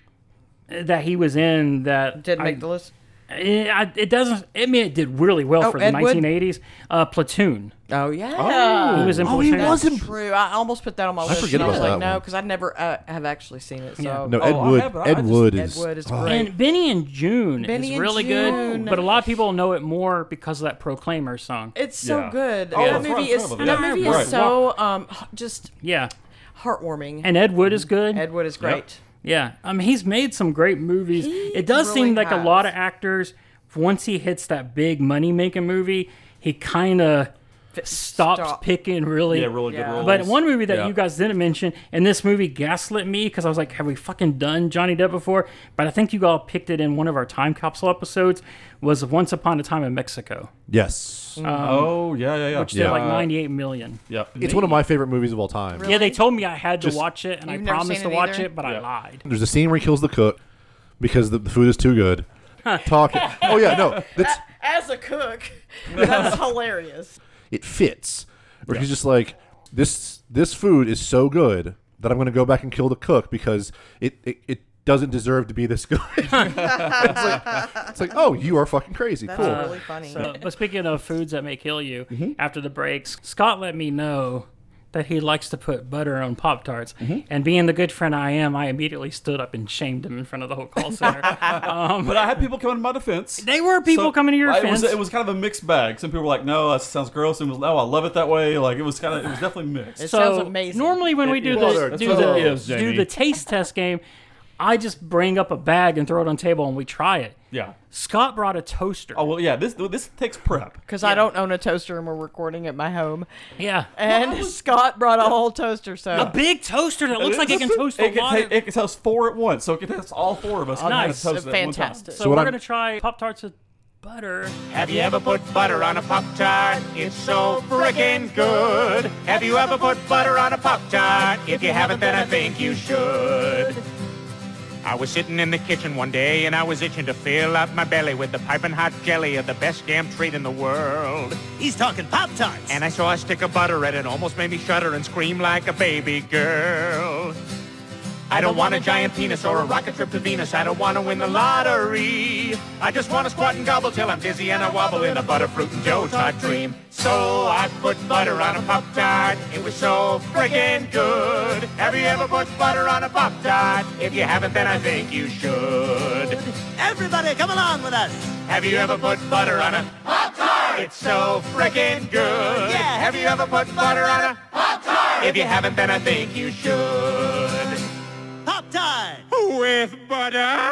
S3: that he was in that
S4: didn't
S3: I-
S4: make the list.
S3: It, I- it doesn't. I mean, it did really well
S4: Oh,
S3: for the
S4: Ed Wood?
S3: 1980s. Uh, Platoon.
S4: Oh yeah.
S3: He was in
S1: Oh, he
S3: Platoon.
S1: was in-
S4: True. I almost put that on my list.
S1: forget
S4: and I was
S1: about
S4: like,
S1: that
S4: no,
S1: one.
S4: because I never uh, have actually seen it. So
S3: Yeah.
S1: No,
S4: Oh,
S1: Ed
S2: I
S1: Wood.
S2: have, but I- I
S1: Ed
S2: just-
S1: Wood
S4: Ed
S1: is.
S4: Wood is
S1: oh,
S4: great.
S3: And Benny and June
S4: Benny
S3: is
S4: and
S3: really
S4: June.
S3: good, but a lot of people know it more because of that Proclaimer song.
S4: It's so
S2: Yeah.
S4: good.
S2: Oh,
S4: that
S2: that's right,
S4: movie
S2: I
S4: is
S2: forgot
S4: that
S2: about that.
S4: movie
S2: Right.
S4: is so um h- just
S3: yeah,
S4: heartwarming.
S3: and Ed Wood is good.
S4: Ed Wood is great.
S3: Yeah, I mean, he's made some great movies.
S4: He
S3: it does
S4: really
S3: seem like a
S4: has.
S3: lot of actors, once he hits that big money making movie, he kind of stops
S4: stop.
S3: picking really.
S2: Yeah, really
S4: Yeah.
S2: good Um, roles.
S3: But one movie that
S2: Yeah.
S3: you guys didn't mention, and this movie gaslit me because I was like, "Have we fucking done Johnny Depp before?" But I think you all picked it in one of our time capsule episodes. Was Once Upon a Time in Mexico,
S1: Yes,
S2: oh yeah, yeah, yeah.
S3: which did like ninety-eight million.
S2: Yeah.
S1: it's one of my favorite movies of all time.
S3: Yeah, they told me I had to
S1: Just-
S3: watch it, and I
S4: You've never
S3: promised to
S4: seen it
S3: watch
S4: either?
S3: it, but I
S2: Yeah.
S3: lied.
S1: There's a scene where he kills the cook because the, the food is too good. Talking. Oh yeah, no, that's
S4: As a cook, that's hilarious.
S1: it fits. Where he's just like, this this food is so good that I'm going to go back and kill the cook because it it, it doesn't deserve to be this good. it's, like, it's like, oh, you are fucking crazy.
S4: That's
S1: cool.
S4: really funny.
S3: So, but speaking of foods that may kill you,
S2: Mm-hmm.
S3: after the breaks, Scott let me know that he likes to put butter on Pop Tarts.
S2: Mm-hmm.
S3: And being the good friend I am, I immediately stood up and shamed him in front of the whole call center. um,
S2: But I had people coming to my defense.
S3: they were people
S2: So,
S3: coming to your
S2: it
S3: fence.
S2: was, it was kind of a mixed bag. Some people were like, "No, that sounds gross." Some was, "Oh, I love it that way." Like it was kind of, it was definitely mixed.
S4: It
S3: so
S4: sounds amazing.
S3: normally when we
S2: It
S3: do
S2: is.
S1: Butter,
S3: the, do,
S1: that's
S3: the,
S1: what it is,
S3: do
S2: Jamie.
S3: the taste test game, I just bring up a bag and throw it on the table and we try it.
S2: Yeah.
S3: Scott brought a toaster.
S2: Oh well, yeah. This this takes prep.
S4: because I don't own a toaster and we're recording at my home.
S3: yeah.
S4: And Scott brought a whole toaster, so
S3: A big toaster that looks like it can toast a
S2: It can,
S3: lot.
S2: take-
S3: of-
S2: it can toast four at once, so it can toast all four of us. and have
S3: nice.
S2: it toasted at one time.
S4: fantastic.
S3: So,
S1: So what
S3: we're
S1: I'm-
S3: gonna try Pop Tarts with butter.
S6: Have you ever put butter on a Pop Tart? It's so frickin' good. Have you ever put butter on a Pop Tart? If you haven't, then I think you should. I was sitting in the kitchen one day and I was itching to fill up my belly with the piping hot jelly of the best damn treat in the world.
S7: He's talking Pop Tarts.
S6: And I saw a stick of butter and it almost made me shudder and scream like a baby girl. I don't want a giant penis or a rocket trip to Venus. I don't want to win the lottery. I just want to squat and gobble till I'm dizzy and I wobble in a butterfruit and dough tot dream. So I put butter on a Pop Tart. It was so friggin' good. Have you ever put butter on a Pop Tart? If you haven't, then I think you should.
S7: Everybody, come along with us.
S6: Have you ever put butter on a Pop Tart? It's so frickin' good.
S7: Yeah.
S6: Have you ever put butter on a Pop Tart? If you haven't, then I think you should.
S7: Pop time.
S6: With butter?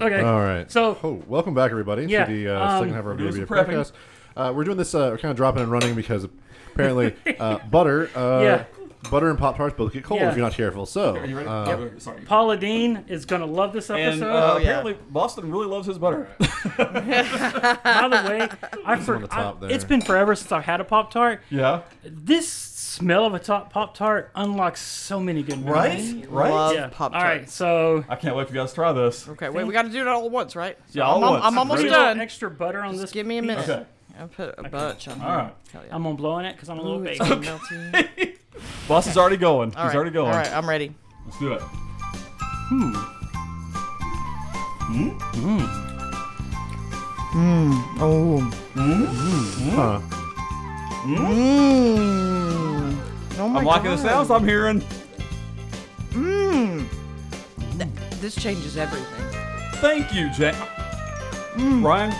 S3: Okay.
S1: All right.
S3: So-
S1: oh, welcome back, everybody,
S3: Yeah,
S1: to the uh,
S3: um,
S1: second half of our
S2: we're doing
S1: BRB
S2: some prepping.
S1: podcast. Uh, we're doing this. Uh, we're kind of dropping and running because apparently uh, butter, uh,
S3: Yeah.
S1: butter and pop tarts both get cold
S3: Yeah.
S1: if you're not careful. So
S2: Are you ready?
S1: uh,
S2: Yeah, Sorry.
S3: Paula Dean is gonna love this episode.
S2: And uh,
S7: yeah.
S2: apparently, Boston really loves his butter.
S3: By the way, I for,
S1: the top
S3: I-
S1: there.
S3: it's been forever since I've had a Pop Tart.
S2: yeah.
S3: This smell of a top Pop Tart unlocks so many good memories.
S2: Right? Right?
S4: Love
S3: Yeah.
S4: Pop
S3: All right.
S4: Tarts.
S3: So
S2: I can't wait for you guys to try this.
S4: Okay, wait, we got to do it all at once, right?
S2: Yeah, all
S4: I'm, al-
S2: once.
S4: I'm almost
S3: put a
S4: done.
S3: little extra butter on this.
S4: Give me a minute.
S2: Okay.
S4: I'll put a bunch on.
S2: All right.
S3: I'm on blowing it because I'm a little
S4: Ooh, it's
S3: baby.
S4: getting melty.
S2: Boston's already going.
S4: All
S2: He's
S4: right,
S2: already going.
S4: All right, I'm ready.
S2: Let's do it.
S1: huh.
S4: Oh my
S2: I'm liking the
S4: God.
S2: sounds I'm hearing.
S4: This changes everything.
S2: Thank you, Jack. Ryan,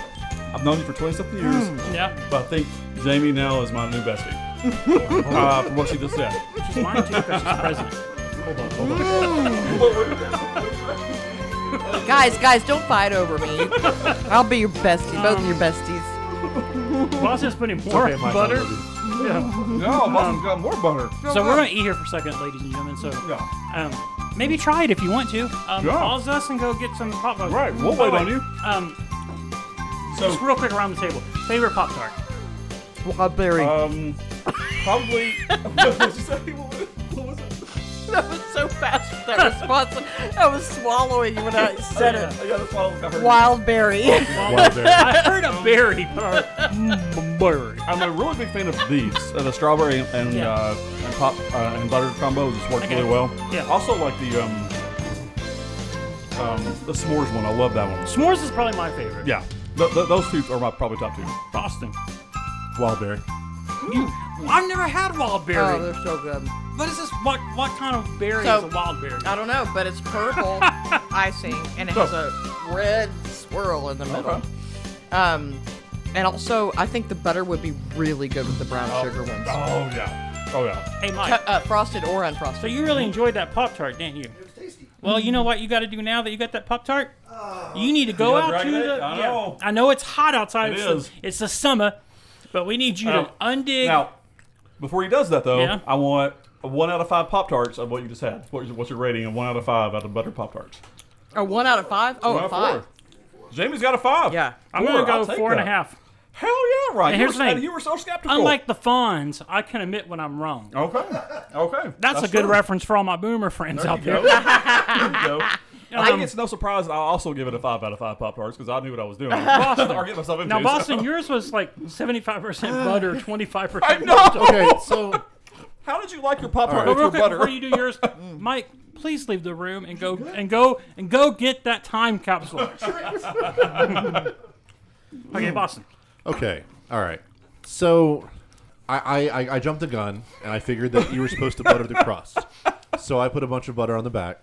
S2: I've known you for 20 something years,
S3: yeah.
S2: but I think Jamie now is my new bestie. uh, from what she just said.
S3: She's mine too because she's president.
S4: Guys, guys, don't fight over me. I'll be your bestie, both of your besties.
S3: Boston's putting more
S1: Okay, my
S3: butter.
S1: apologies.
S3: Yeah.
S2: No, Boston's got more butter.
S3: So we're gonna eat here for a second, ladies and gentlemen. So.
S2: Yeah.
S3: Um, maybe try it if you want to. Um,
S2: Yeah.
S3: Pause us and go get some pop tarts.
S2: Right, we'll wait on you.
S3: Um, just
S2: So,
S3: real quick around the table. Favorite pop tart?
S4: Strawberry.
S2: um, probably. what was she saying? What was it?
S4: that was so fast. with That response. I was swallowing when I said it.
S2: I gotta follow I heard-
S4: Wild berry.
S1: Wild berry.
S3: I heard a berry, but I- mm, berry.
S2: I'm a really big fan of these. Uh, the strawberry and, and,
S3: Yeah.
S2: uh, and pop uh, and butter combo just works
S3: Okay.
S2: really well.
S3: Yeah.
S2: Also like the um, um, the s'mores one. I love that one.
S3: S'mores is probably my favorite.
S2: Yeah. Th- th- those two are my probably top two.
S3: Boston.
S1: Wild berry.
S3: I've never had wild berry.
S4: Oh, they're so good.
S3: what is this? What what kind of berry
S4: So-
S3: is a wild berry?
S4: I don't know, but it's purple icing and it has a red swirl in the middle.
S2: Okay.
S4: Um, and also, I think the butter would be really good with the brown sugar ones,
S2: Oh yeah. Oh yeah.
S3: hey,
S4: Cu-
S3: Mike.
S4: uh, frosted or unfrosted.
S3: So you really enjoyed that pop tart, didn't you? It was tasty. Oh. Well, you know what you got to do now that you got that pop tart. you need to go
S2: gotta
S3: out to
S2: drag it?
S3: the.
S2: I
S3: yeah.
S2: know.
S3: I know it's hot outside.
S2: It
S3: it's the-
S2: is.
S3: it's the summer, but we need you to
S2: Now-
S3: undig.
S2: Now, before he does that though,
S3: Yeah.
S2: I want a one out of five Pop Tarts of what you just had. What- What's your rating? of one out of five out of butter Pop Tarts.
S4: Or one out of five? Oh,
S2: One out
S4: a
S2: of
S4: five.
S2: four. Jamie's got a five.
S4: Yeah.
S3: I'm gonna
S2: Four, I'll
S3: go
S2: take
S3: four and a
S2: that.
S3: half.
S2: Hell yeah, right.
S3: And here's
S2: you, were,
S3: the thing.
S2: you were so skeptical.
S3: Unlike the Fonz, I can admit when I'm wrong.
S2: Okay. Okay.
S3: That's, a good
S2: Oh, true.
S3: reference for all my boomer friends
S2: There
S3: out
S2: you
S3: there.
S2: go. There you go. I
S3: Um,
S2: think it's no surprise that I also give it a five out of five Pop Tarts because I knew what I was doing. Boston, or get myself into.
S3: Now,
S2: so-
S3: Boston, yours was like 75% butter, 25%
S2: I know.
S1: Okay, so
S2: How did you like your Pop Tart
S3: But
S2: with
S3: real
S2: your
S3: quick,
S2: butter?
S3: before you do yours, Mike, please leave the room and go and go and go get that time capsule. okay, Boston.
S1: Okay. All right. So, I, I I- I jumped the gun and I figured that you were supposed to butter the crust. So I put a bunch of butter on the back,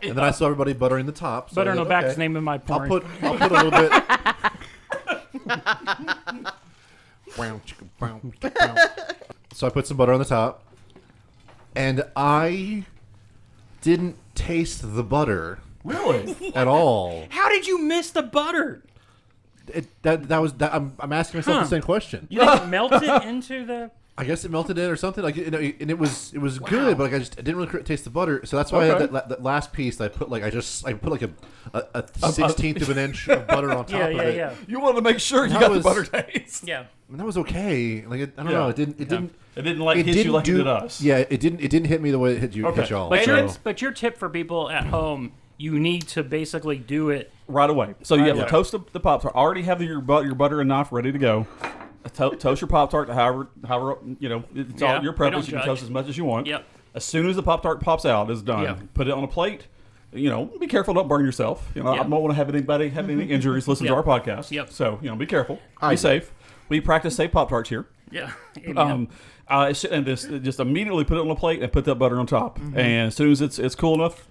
S1: and then I saw everybody buttering the top. So
S3: Butter
S1: I
S3: on the
S1: said,
S3: back
S1: okay,
S3: is the name of my
S1: I'll
S3: porn.
S1: put I'll put a little bit. Brown chicken, brown chicken, brown. so I put some butter on the top, and I didn't taste the butter
S2: really?
S1: at all.
S3: How did you miss the butter?
S1: It, that that was that, I'm, I'm asking myself
S3: Huh.
S1: the same question.
S3: You think it melted into the.
S1: I guess it melted in or something. Like, you know, and it was it was good, but like I just I didn't really cr- taste the butter. So that's why I had
S2: Okay.
S1: that, la- that last piece. That I put like I just I put like a a- a sixteenth of an inch of butter on top
S3: Yeah,
S1: of
S3: yeah,
S1: it.
S3: yeah.
S2: You wanted to make sure you
S1: That
S2: got
S1: was-
S2: the butter taste.
S3: Yeah.
S1: And that was okay. Like it, I don't
S2: Yeah.
S1: know. It didn't. It didn't.
S2: It didn't like
S1: it
S2: hit
S1: didn't
S2: you like
S1: do,
S2: it did us.
S1: Yeah, it didn't. It didn't hit me the way it hit you.
S2: Okay.
S1: Hit y'all.
S3: But
S2: And
S3: your,
S2: it's-
S3: but your tip for people at home, you need to basically do it.
S2: Right away. So you have
S3: yeah.
S2: to toast the, the Pop Tart. Already have your but, your butter and knife ready to go. To- toast your Pop Tart however however you know it's
S3: Yeah,
S2: all your
S3: we
S2: preference.
S3: don't
S2: You can
S3: judge.
S2: toast as much as you want.
S3: Yep.
S2: As soon as the Pop Tart pops out, it's done.
S3: Yeah.
S2: Put it on a plate. You know, be careful, don't burn yourself. You know,
S3: Yeah. Mm-hmm.
S2: I don't want to have anybody have any injuries listen
S3: Yeah.
S2: to our podcast.
S3: Yep.
S2: So, you know, be careful. be safe. We practice safe Pop Tarts here.
S3: Yeah.
S2: Um, uh, it should- and this, just immediately put it on a plate and put that butter on top.
S4: Mm-hmm.
S2: And as soon as it's it's cool enough,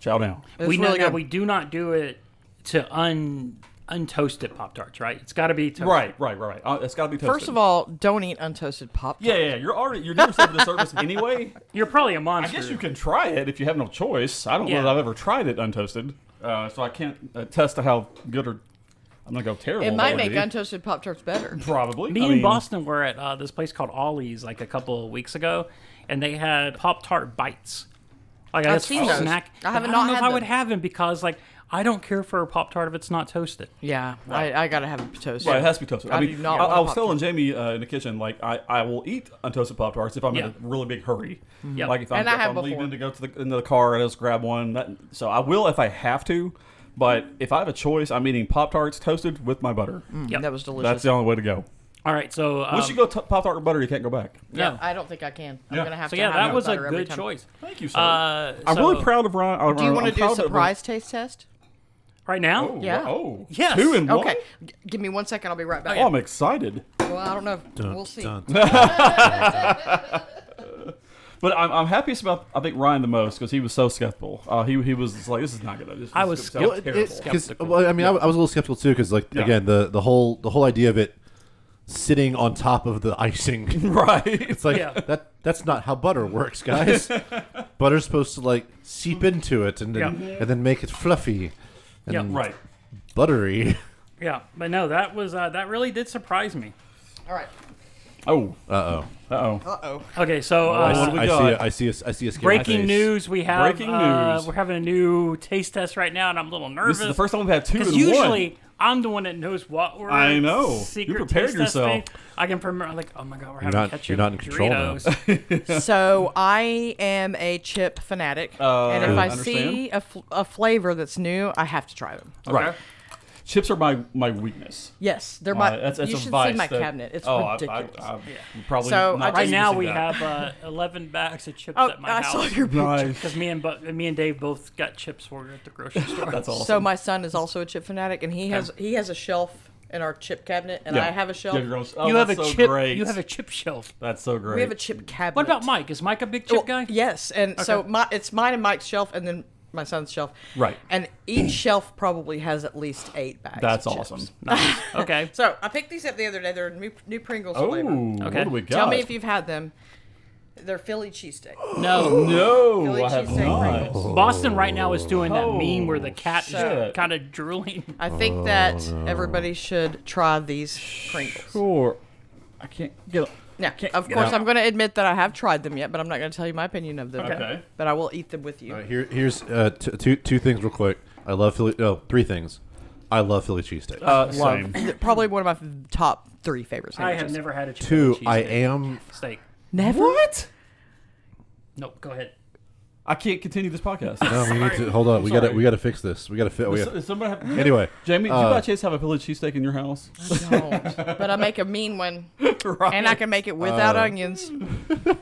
S2: chow down.
S3: we know
S4: really
S3: that
S4: good.
S3: we do not do it to un untoasted pop tarts, right? It's got to be toasted.
S2: Right, right, right. Uh, it's got to be toasted.
S4: First of all, don't eat untoasted pop.
S2: yeah, yeah, yeah. you're already you're doing something to service anyway.
S3: You're probably a
S2: I
S3: monster.
S2: guess you can try it if you have no choice. I don't
S3: Yeah.
S2: know that I've ever tried it untoasted, uh, so I can't attest to how good or I'm gonna go terrible.
S4: It
S2: that
S4: might
S2: would
S4: make
S2: be.
S4: untoasted pop tarts better.
S2: probably.
S3: Me
S2: I
S3: and
S2: mean,
S3: Boston were at uh, this place called Ollie's like a couple of weeks ago, and they had Pop Tart bites. Like I
S4: I've
S3: just
S4: seen those.
S3: snack.
S4: I have
S3: but don't
S4: not
S3: know if
S4: had
S3: I would
S4: them.
S3: have them because like I don't care for a Pop Tart if it's not toasted.
S4: Yeah, I, I gotta have it toasted.
S2: Right, it has to be toasted. I,
S4: I
S2: mean,
S4: do not
S2: I,
S4: want
S2: I
S4: a
S2: was
S4: Pop-Tart.
S2: telling Jamie uh, in the kitchen, like, I, I will eat untoasted Pop Tarts if I'm in
S3: Yeah.
S2: a really big hurry.
S3: Yep.
S2: Like, if I'm,
S4: Mm-hmm. And I
S2: if
S4: have
S2: I'm
S4: before.
S2: leaving to go to the, into the car, I just grab one. That, so I will if I have to, but if I have a choice, I'm eating Pop Tarts toasted with my butter.
S3: Yep.
S4: That was Mm. delicious.
S2: That's the only way to go
S3: All right, so um,
S2: Once you go t- Pop Tart with butter, you can't go back.
S3: no.
S4: I don't think I can. I'm
S2: Yeah.
S4: gonna have
S3: so
S4: to.
S3: yeah,
S4: have it
S3: that
S4: with
S3: was a
S4: butter every
S3: good
S4: time.
S3: choice.
S2: Thank you, sir.
S3: Uh,
S2: I'm
S3: so-
S2: really proud of Ryan.
S4: Do you want
S2: I'm
S4: to do
S2: proud
S4: a
S2: of-
S4: surprise taste test?
S3: right now.
S2: Oh,
S4: Yeah.
S2: Oh,
S3: Yes.
S2: Two and one.
S4: Okay, G- give me one second. I'll be right back.
S2: Oh, I'm excited.
S4: Well, I don't know. If, we'll see.
S2: But I'm, I'm happiest about I think Ryan the most because he was so skeptical. Uh, he he was just like, "This is not gonna." This,
S3: I
S2: this
S3: was
S2: is gonna sound
S3: skepti-
S2: terrible."
S3: skeptical.
S1: 'Cause, well, I mean, I, I was a little skeptical too because, like,
S2: Yeah.
S1: again, the, the whole the whole idea of it sitting on top of the icing.
S2: right?
S1: It's like
S3: Yeah.
S1: that. That's not how butter works, guys. Butter's supposed to like seep into it and then,
S3: Yeah.
S1: and then make it fluffy and
S3: Yeah.
S2: right.
S1: buttery.
S3: Yeah, but no, that was uh, that really did surprise me.
S4: All right.
S2: Oh, uh
S1: Uh
S2: oh.
S3: Okay, so
S1: oh. I,
S3: uh,
S2: what do we
S1: see-
S2: got?
S1: I see. A, I see. A, I see a scary
S3: breaking
S1: face.
S3: news: we have
S2: Breaking
S3: uh,
S2: news.
S3: We're having a new taste test right now, and I'm a little nervous.
S2: This is the first time we've had two and
S3: Because usually I'm the one that knows what we're.
S2: I know.
S3: Secret
S2: You prepared
S3: taste testing.
S2: yourself.
S3: I can remember. I'm like, oh my god, we're having
S1: not-
S3: ketchup.
S1: you're not in control now.
S3: Doritos.
S4: So I am a chip fanatic,
S2: Uh,
S4: and if I see a, fl- a flavor that's new, I have to try them.
S2: one. Right. Chips are my my weakness.
S4: Yes, they're
S2: Uh,
S4: my.
S2: that's, that's
S4: you
S2: a
S4: should
S2: vice
S4: see my
S2: that-
S4: cabinet. It's
S2: oh, I-
S4: ridiculous.
S2: I, I, I'm probably
S4: So,
S2: not
S4: I
S3: right
S4: just-
S3: now
S2: using
S3: we
S2: that.
S3: have uh, 11 bags of chips
S4: oh,
S3: at my
S4: I saw
S3: house.
S4: your picture.
S2: Nice.
S3: Because me and Bu- me and Dave both got chips for it at the grocery store.
S2: That's awesome.
S4: So my son is also a chip fanatic, and he has he has a shelf in our chip cabinet, and
S2: Yeah.
S4: I have a shelf.
S2: You have, your own, oh,
S3: you have a
S2: that's so
S3: chip.
S2: Great.
S3: You have a chip shelf.
S2: That's so great.
S4: we have a chip cabinet.
S3: What about Mike? Is Mike a big chip
S4: Well,
S3: guy?
S4: Yes, and so my it's mine and Mike's shelf, and then my son's shelf.
S2: Right.
S4: And each shelf probably has at least eight bags.
S2: That's
S4: of
S2: awesome.
S4: chips.
S2: Nice.
S3: Okay.
S4: So I picked these up the other day. They're new, new Pringles
S2: oh,
S4: flavor.
S2: what do we got?
S4: Tell me if you've had them. They're Philly cheesesteak.
S3: No.
S2: No,
S4: Philly
S2: I have
S4: cheesesteak
S2: not.
S4: Pringles.
S3: Boston right now is doing that meme where the
S2: Oh,
S3: cat
S2: shit.
S3: is kind of drooling.
S4: I think that everybody should try these Pringles.
S2: Sure. I can't get.
S4: Now,
S2: Can't
S4: of
S2: get
S4: course,
S2: out.
S4: I'm going to admit that I have tried them yet, but I'm not going to tell you my opinion of them.
S2: Okay.
S4: But I will eat them with you.
S1: Uh, Here, here's uh, t- two two things real quick. I love Philly. Oh, three things. I love Philly cheesesteak.
S2: Uh, same.
S4: They're Probably one of my f- top three favorite
S3: I
S4: sandwiches.
S3: have never had a chicken
S1: Two.
S3: cheese
S1: I
S3: steak.
S1: am.
S3: steak.
S4: Never? What?
S3: Nope. Go ahead.
S2: I can't continue this podcast.
S1: No, we need to hold on. We got to
S2: sorry.
S1: we got to fix this. We got to fit. We
S2: Does-
S1: gotta, oh,
S2: does somebody have-
S1: anyway,
S2: Jamie, do you
S1: uh,
S2: by chance have a Philly cheesesteak in your house?
S4: don't. But I make a mean one,
S2: right.
S4: and I can make it
S2: Uh.
S4: without onions.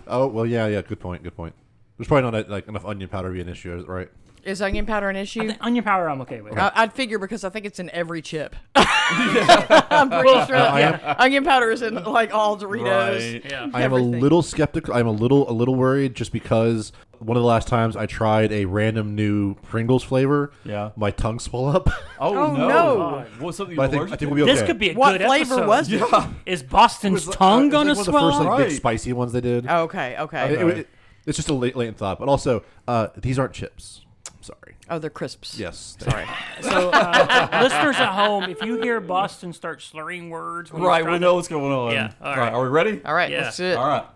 S1: Oh well, yeah, yeah. Good point. Good point. There's probably not like enough onion powder to be an issue, is it right?
S4: Is onion powder an issue?
S3: The onion powder, I'm okay with.
S4: I, I'd figure because I think it's in every chip. I'm pretty sure. yeah. Onion powder is in like all Doritos.
S2: Right.
S3: Yeah.
S1: I am a
S4: Everything.
S1: little skeptical. I'm a little a little worried just because one of the last times I tried a random new Pringles flavor,
S2: Yeah.
S1: my tongue swelled up.
S2: Oh,
S4: Oh,
S2: no!
S4: no.
S2: What's something
S1: but I
S2: you're
S1: think I think
S2: allergic to?
S1: we'll be okay.
S3: This could be a
S4: What
S3: good
S4: flavor
S3: episode.
S4: was it?
S2: Yeah.
S3: Is Baston's tongue
S1: Uh, it was
S3: gonna
S1: like
S3: swell
S1: One of the first
S3: up?
S1: like big
S2: Right.
S1: spicy ones they did.
S4: Oh, Okay, okay.
S1: It- it- it- it's just a late late thought, but also uh, these aren't chips. I'm sorry.
S4: oh, they're crisps.
S1: Yes. Sorry.
S3: So, uh, listeners at home, if you hear Boston start slurring words, when he's
S2: Right, we
S3: trying
S2: know
S3: to-
S2: what's going on.
S3: Yeah, all right.
S2: Are we ready?
S4: All right,
S3: Yeah.
S4: let's do it.
S2: All right.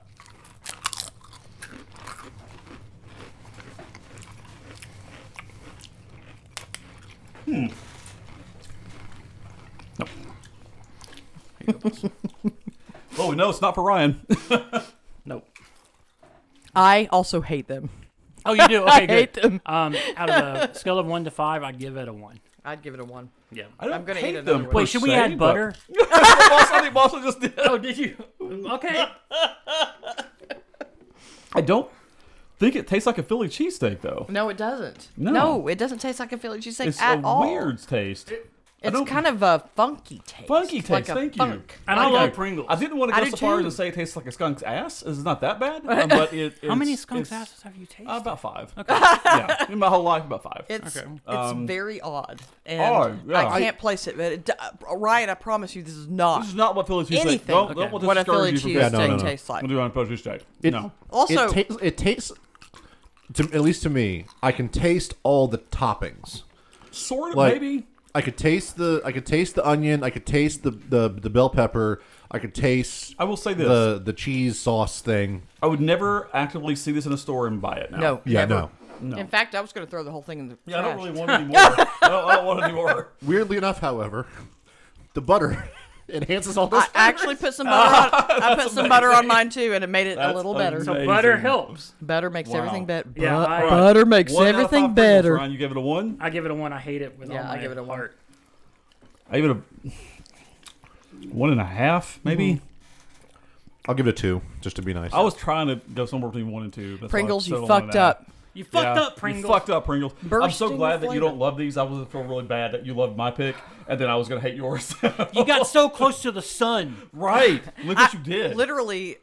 S2: Hmm. Well, we know it's not for Ryan.
S3: Nope.
S4: I also hate them.
S3: Oh, you do. Okay,
S4: I hate
S3: good.
S4: them.
S3: Um, out of a scale of one to five, I'd give it a one.
S4: I'd give it a one.
S3: Yeah.
S2: I don't
S4: I'm gonna
S2: hate
S4: eat another
S2: them.
S4: one.
S2: per
S3: Wait, should we
S2: se, but-
S3: add butter?
S2: Boss, I think Boston just did.
S3: Oh, did you? Okay.
S2: I don't. think it tastes like a Philly cheesesteak though.
S4: No, it doesn't.
S2: No.
S4: it doesn't taste like a Philly cheesesteak
S2: It's
S4: at
S2: a
S4: all.
S2: weird taste. I
S4: It's
S2: don't-
S4: kind of a funky taste.
S2: funky taste.
S4: Like a
S2: thank
S4: funk.
S2: you.
S3: And I love
S2: I-
S3: Pringles.
S2: I didn't want to
S4: I
S2: go
S4: do
S2: so far as
S4: too.
S2: to say it tastes like a skunk's ass. It's not that bad, uh, but it. It's,
S3: How many skunks'
S2: it's-
S3: asses have you tasted?
S2: Uh, about five. Okay. yeah, in my whole life, about five.
S4: It's
S3: Okay.
S4: it's very odd, and
S2: Um, odd, yeah.
S4: I can't place it. But it, uh, Ryan, I promise you, this is not,
S2: this is not what Philly cheesesteak.
S4: anything
S2: Don't,
S3: Okay.
S2: don't let this
S4: what a
S2: discourage
S4: Philly
S2: you from
S4: cheesesteak
S2: getting-
S1: no, no, no.
S4: tastes like.
S2: We'll do it on Philly cheesesteak.
S1: It-
S2: no.
S4: Also-
S1: it, tastes, it tastes. To, at least to me, I can taste all the toppings.
S2: Sort of,
S1: Like,
S2: maybe.
S1: I could taste the I could taste the onion. I could taste the the, the bell pepper. I could taste.
S2: I will say this.
S1: the the cheese sauce thing.
S2: I would never actively see this in a store and buy it now.
S4: No,
S1: Yeah,
S4: never.
S1: no.
S4: In fact, I was going to throw the whole thing in the
S2: Yeah, I
S4: trash.
S2: don't really want any more. I, don't, I don't want any more.
S1: Weirdly enough, however, the butter enhances all this.
S4: I actually put some butter. On, I put some butter on mine too, and it made it a
S2: That's
S4: little better.
S2: amazing.
S3: Butter helps.
S4: Butter makes
S2: Wow. oh,
S4: everything better.
S3: Yeah, I,
S5: Butter makes
S2: One out of
S5: everything
S2: five Pringles,
S5: better.
S2: Ryan, you gave it a one.
S3: I give it a one. I hate it with
S4: Yeah,
S3: all
S4: I
S3: my
S4: give it a one.
S3: heart.
S2: I give it a one and a half, maybe.
S4: Mm-hmm.
S1: I'll give it a two, just to be nice.
S2: I was trying to go somewhere between one and two. That's why I
S4: Pringles, you
S2: settled on
S4: fucked
S2: that.
S4: up.
S3: You fucked
S2: Yeah,
S3: up, Pringles.
S2: You fucked up, Pringles. I'm so
S4: Bursting
S2: glad that you
S4: flavor.
S2: don't love these. I was feel really bad that you loved my pick, and then I was gonna hate yours.
S3: You got so close to the sun.
S2: right? Look what
S4: I
S2: you did.
S4: Literally,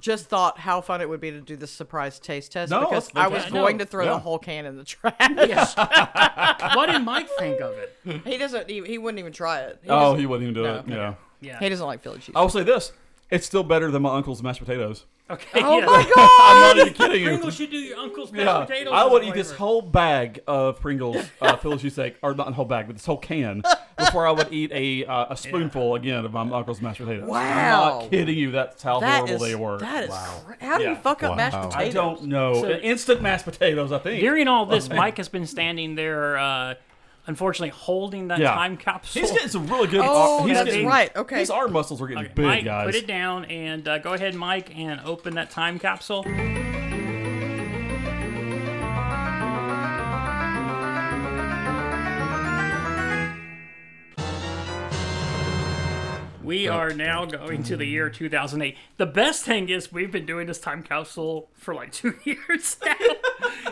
S4: just thought how fun it would be to do this surprise taste test
S2: No,
S4: because
S2: that's
S4: I was
S2: fantastic.
S4: going
S2: No,
S4: to throw
S2: yeah.
S4: the whole can in the trash.
S3: what did Mike think of it?
S4: He doesn't. He, he wouldn't even try it. He
S2: oh,
S4: doesn't-
S2: he wouldn't even do
S4: No.
S2: it. Yeah.
S3: Yeah.
S4: he doesn't like Philly cheese.
S2: I will say this: it's still better than my uncle's mashed potatoes.
S3: Okay.
S4: Oh
S3: yeah.
S4: my god!
S2: I'm not even kidding you.
S3: Pringles should do your uncle's mashed
S2: Yeah,
S3: potatoes.
S2: I
S3: as
S2: would
S3: a
S2: eat this
S3: flavor.
S2: whole bag of Pringles uh, Philly cheesesteak, or not a whole bag, but this whole can, before I would eat a uh, a spoonful again of my uncle's mashed potatoes. I'm
S4: Wow.
S2: not kidding you. That's how
S4: That
S2: horrible
S4: is
S2: they were.
S4: that is cra- how do you
S2: Yeah.
S4: fuck up mashed
S1: Wow.
S4: potatoes?
S2: I don't know.
S3: So-
S2: Instant mashed potatoes, I think.
S3: During all
S2: Oh,
S3: this, Mike has been standing there, uh, unfortunately, holding that
S2: Yeah.
S3: time capsule.
S2: He's getting some really good.
S4: Oh,
S2: he's
S4: that's
S2: getting-
S4: right. Okay.
S2: His arm muscles are getting
S3: Okay,
S2: big,
S3: Mike,
S2: guys.
S3: put it down and uh, go ahead, Mike, and open that time capsule. We are now going to the year 2008. The best thing is we've been doing this time capsule for like two years now,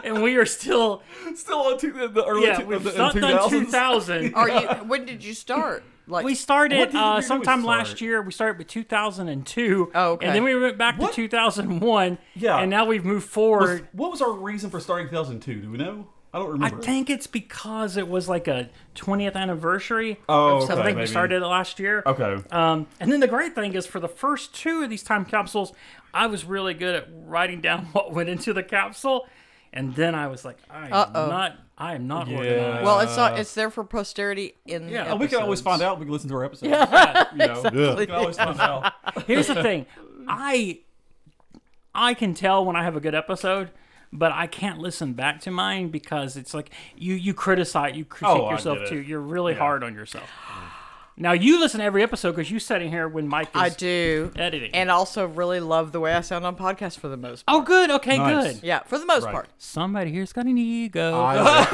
S3: and we are still
S2: Still on two, the, the early
S3: yeah
S2: two,
S3: we've
S2: the, in
S3: not done
S2: 2000s.
S3: 2000.
S4: Are you? When did you start? Like
S3: We
S2: What
S3: started
S2: did you
S3: uh,
S2: do to
S3: sometime
S2: start?
S3: last year. We started with 2002.
S4: Oh, okay.
S3: And then we went back
S2: What?
S3: to 2001.
S2: Yeah.
S3: And now we've moved forward.
S2: What was our reason for starting 2002? Do we know? I don't
S3: I
S2: remember.
S3: think it's because it was like a 20th anniversary.
S2: Oh, okay,
S3: so I think we
S2: maybe.
S3: started it last year.
S2: Okay.
S3: Um, and then the great thing is for the first two of these time capsules, I was really good at writing down what went into the capsule. And then I was like, I am
S4: Uh-oh.
S3: not, I am not
S2: Yeah.
S3: organized.
S4: well, it's not. It's there for posterity. In
S3: Yeah,
S2: And Uh, we can always
S4: Uh, episodes.
S2: find out. We can listen to our episode. Yeah, you know. We
S1: Ugh.
S2: can always find out.
S3: Here's the thing, I I can tell when I have a good episode, but I can't listen back to mine because it's like you you criticize you critique
S2: Oh, I
S3: yourself
S2: get it.
S3: too. You're really
S2: Yeah.
S3: hard on yourself. Now you listen to every episode because you sat in here when Mike is
S4: I do.
S3: editing.
S4: And also really love the way I sound on podcasts for the most. part.
S3: oh, good. Okay,
S2: Nice.
S3: good.
S4: Yeah, for the most part.
S3: Somebody here's got an ego.
S1: I, I was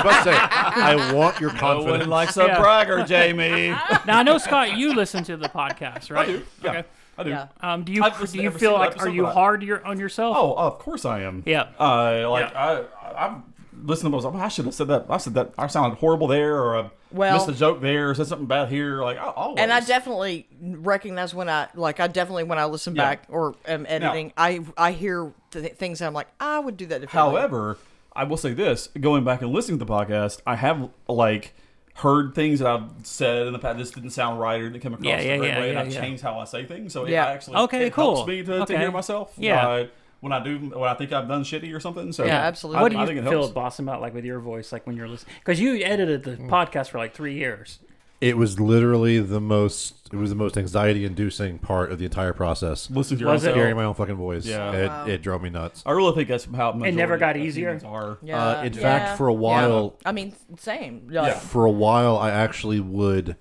S1: about to say, I want your
S2: No one
S1: confidence.
S2: likes a
S3: Yeah.
S2: bragger, Jamie.
S3: now I know Scott, you listen to the podcast, right?
S2: I do. Yeah, I do.
S4: Yeah.
S3: Um, do you
S2: I've listened
S3: do
S2: to
S3: you
S2: every
S3: feel
S2: single
S3: like are
S2: episode,
S3: you
S2: but I-
S3: hard your, on yourself?
S2: Oh, of course I am.
S3: Yeah.
S2: Uh, like
S3: Yeah.
S2: I, I, I'm listening to myself. I should have said that. I said that. I sounded horrible there, or I
S4: Well-
S2: missed a joke there, or said something bad here. Like I always.
S4: And I definitely recognize when I like. I definitely when I listen
S2: Yeah.
S4: back or am editing, I I hear th- things that I'm like, I would do that. Differently.
S1: uh,
S2: However, I will say this: going back and listening to the podcast, I have like heard things that I've said in the past. This didn't sound right, or didn't come across
S3: Yeah, yeah,
S2: the right
S3: yeah,
S2: way, and
S3: yeah,
S2: I've
S3: yeah.
S2: changed how I say things. So
S4: Yeah.
S2: it actually
S3: Okay,
S2: it
S3: cool.
S2: helps me to,
S3: Okay.
S2: to hear myself.
S3: Yeah.
S2: uh, when I do, when I think I've done shitty or something. So
S4: Yeah, absolutely.
S2: I,
S4: What
S3: What do
S2: I
S3: you
S2: think it
S3: feel
S2: helps. Mm.
S3: bossing about like with your voice, like when you're listening? Because you edited the podcast for like three years.
S1: It was literally the most. It was the most anxiety-inducing part of the entire process.
S2: Listen to
S3: Was it-
S2: yourself.
S1: Hearing my own fucking voice.
S2: Yeah.
S1: It, it drove me nuts.
S2: I really think that's how
S3: It never
S2: majority
S3: got
S2: of
S3: easier?
S2: humans Are.
S4: Yeah,
S1: Uh, in fact, for a while-
S4: I mean, same. Like,
S1: for a while I actually would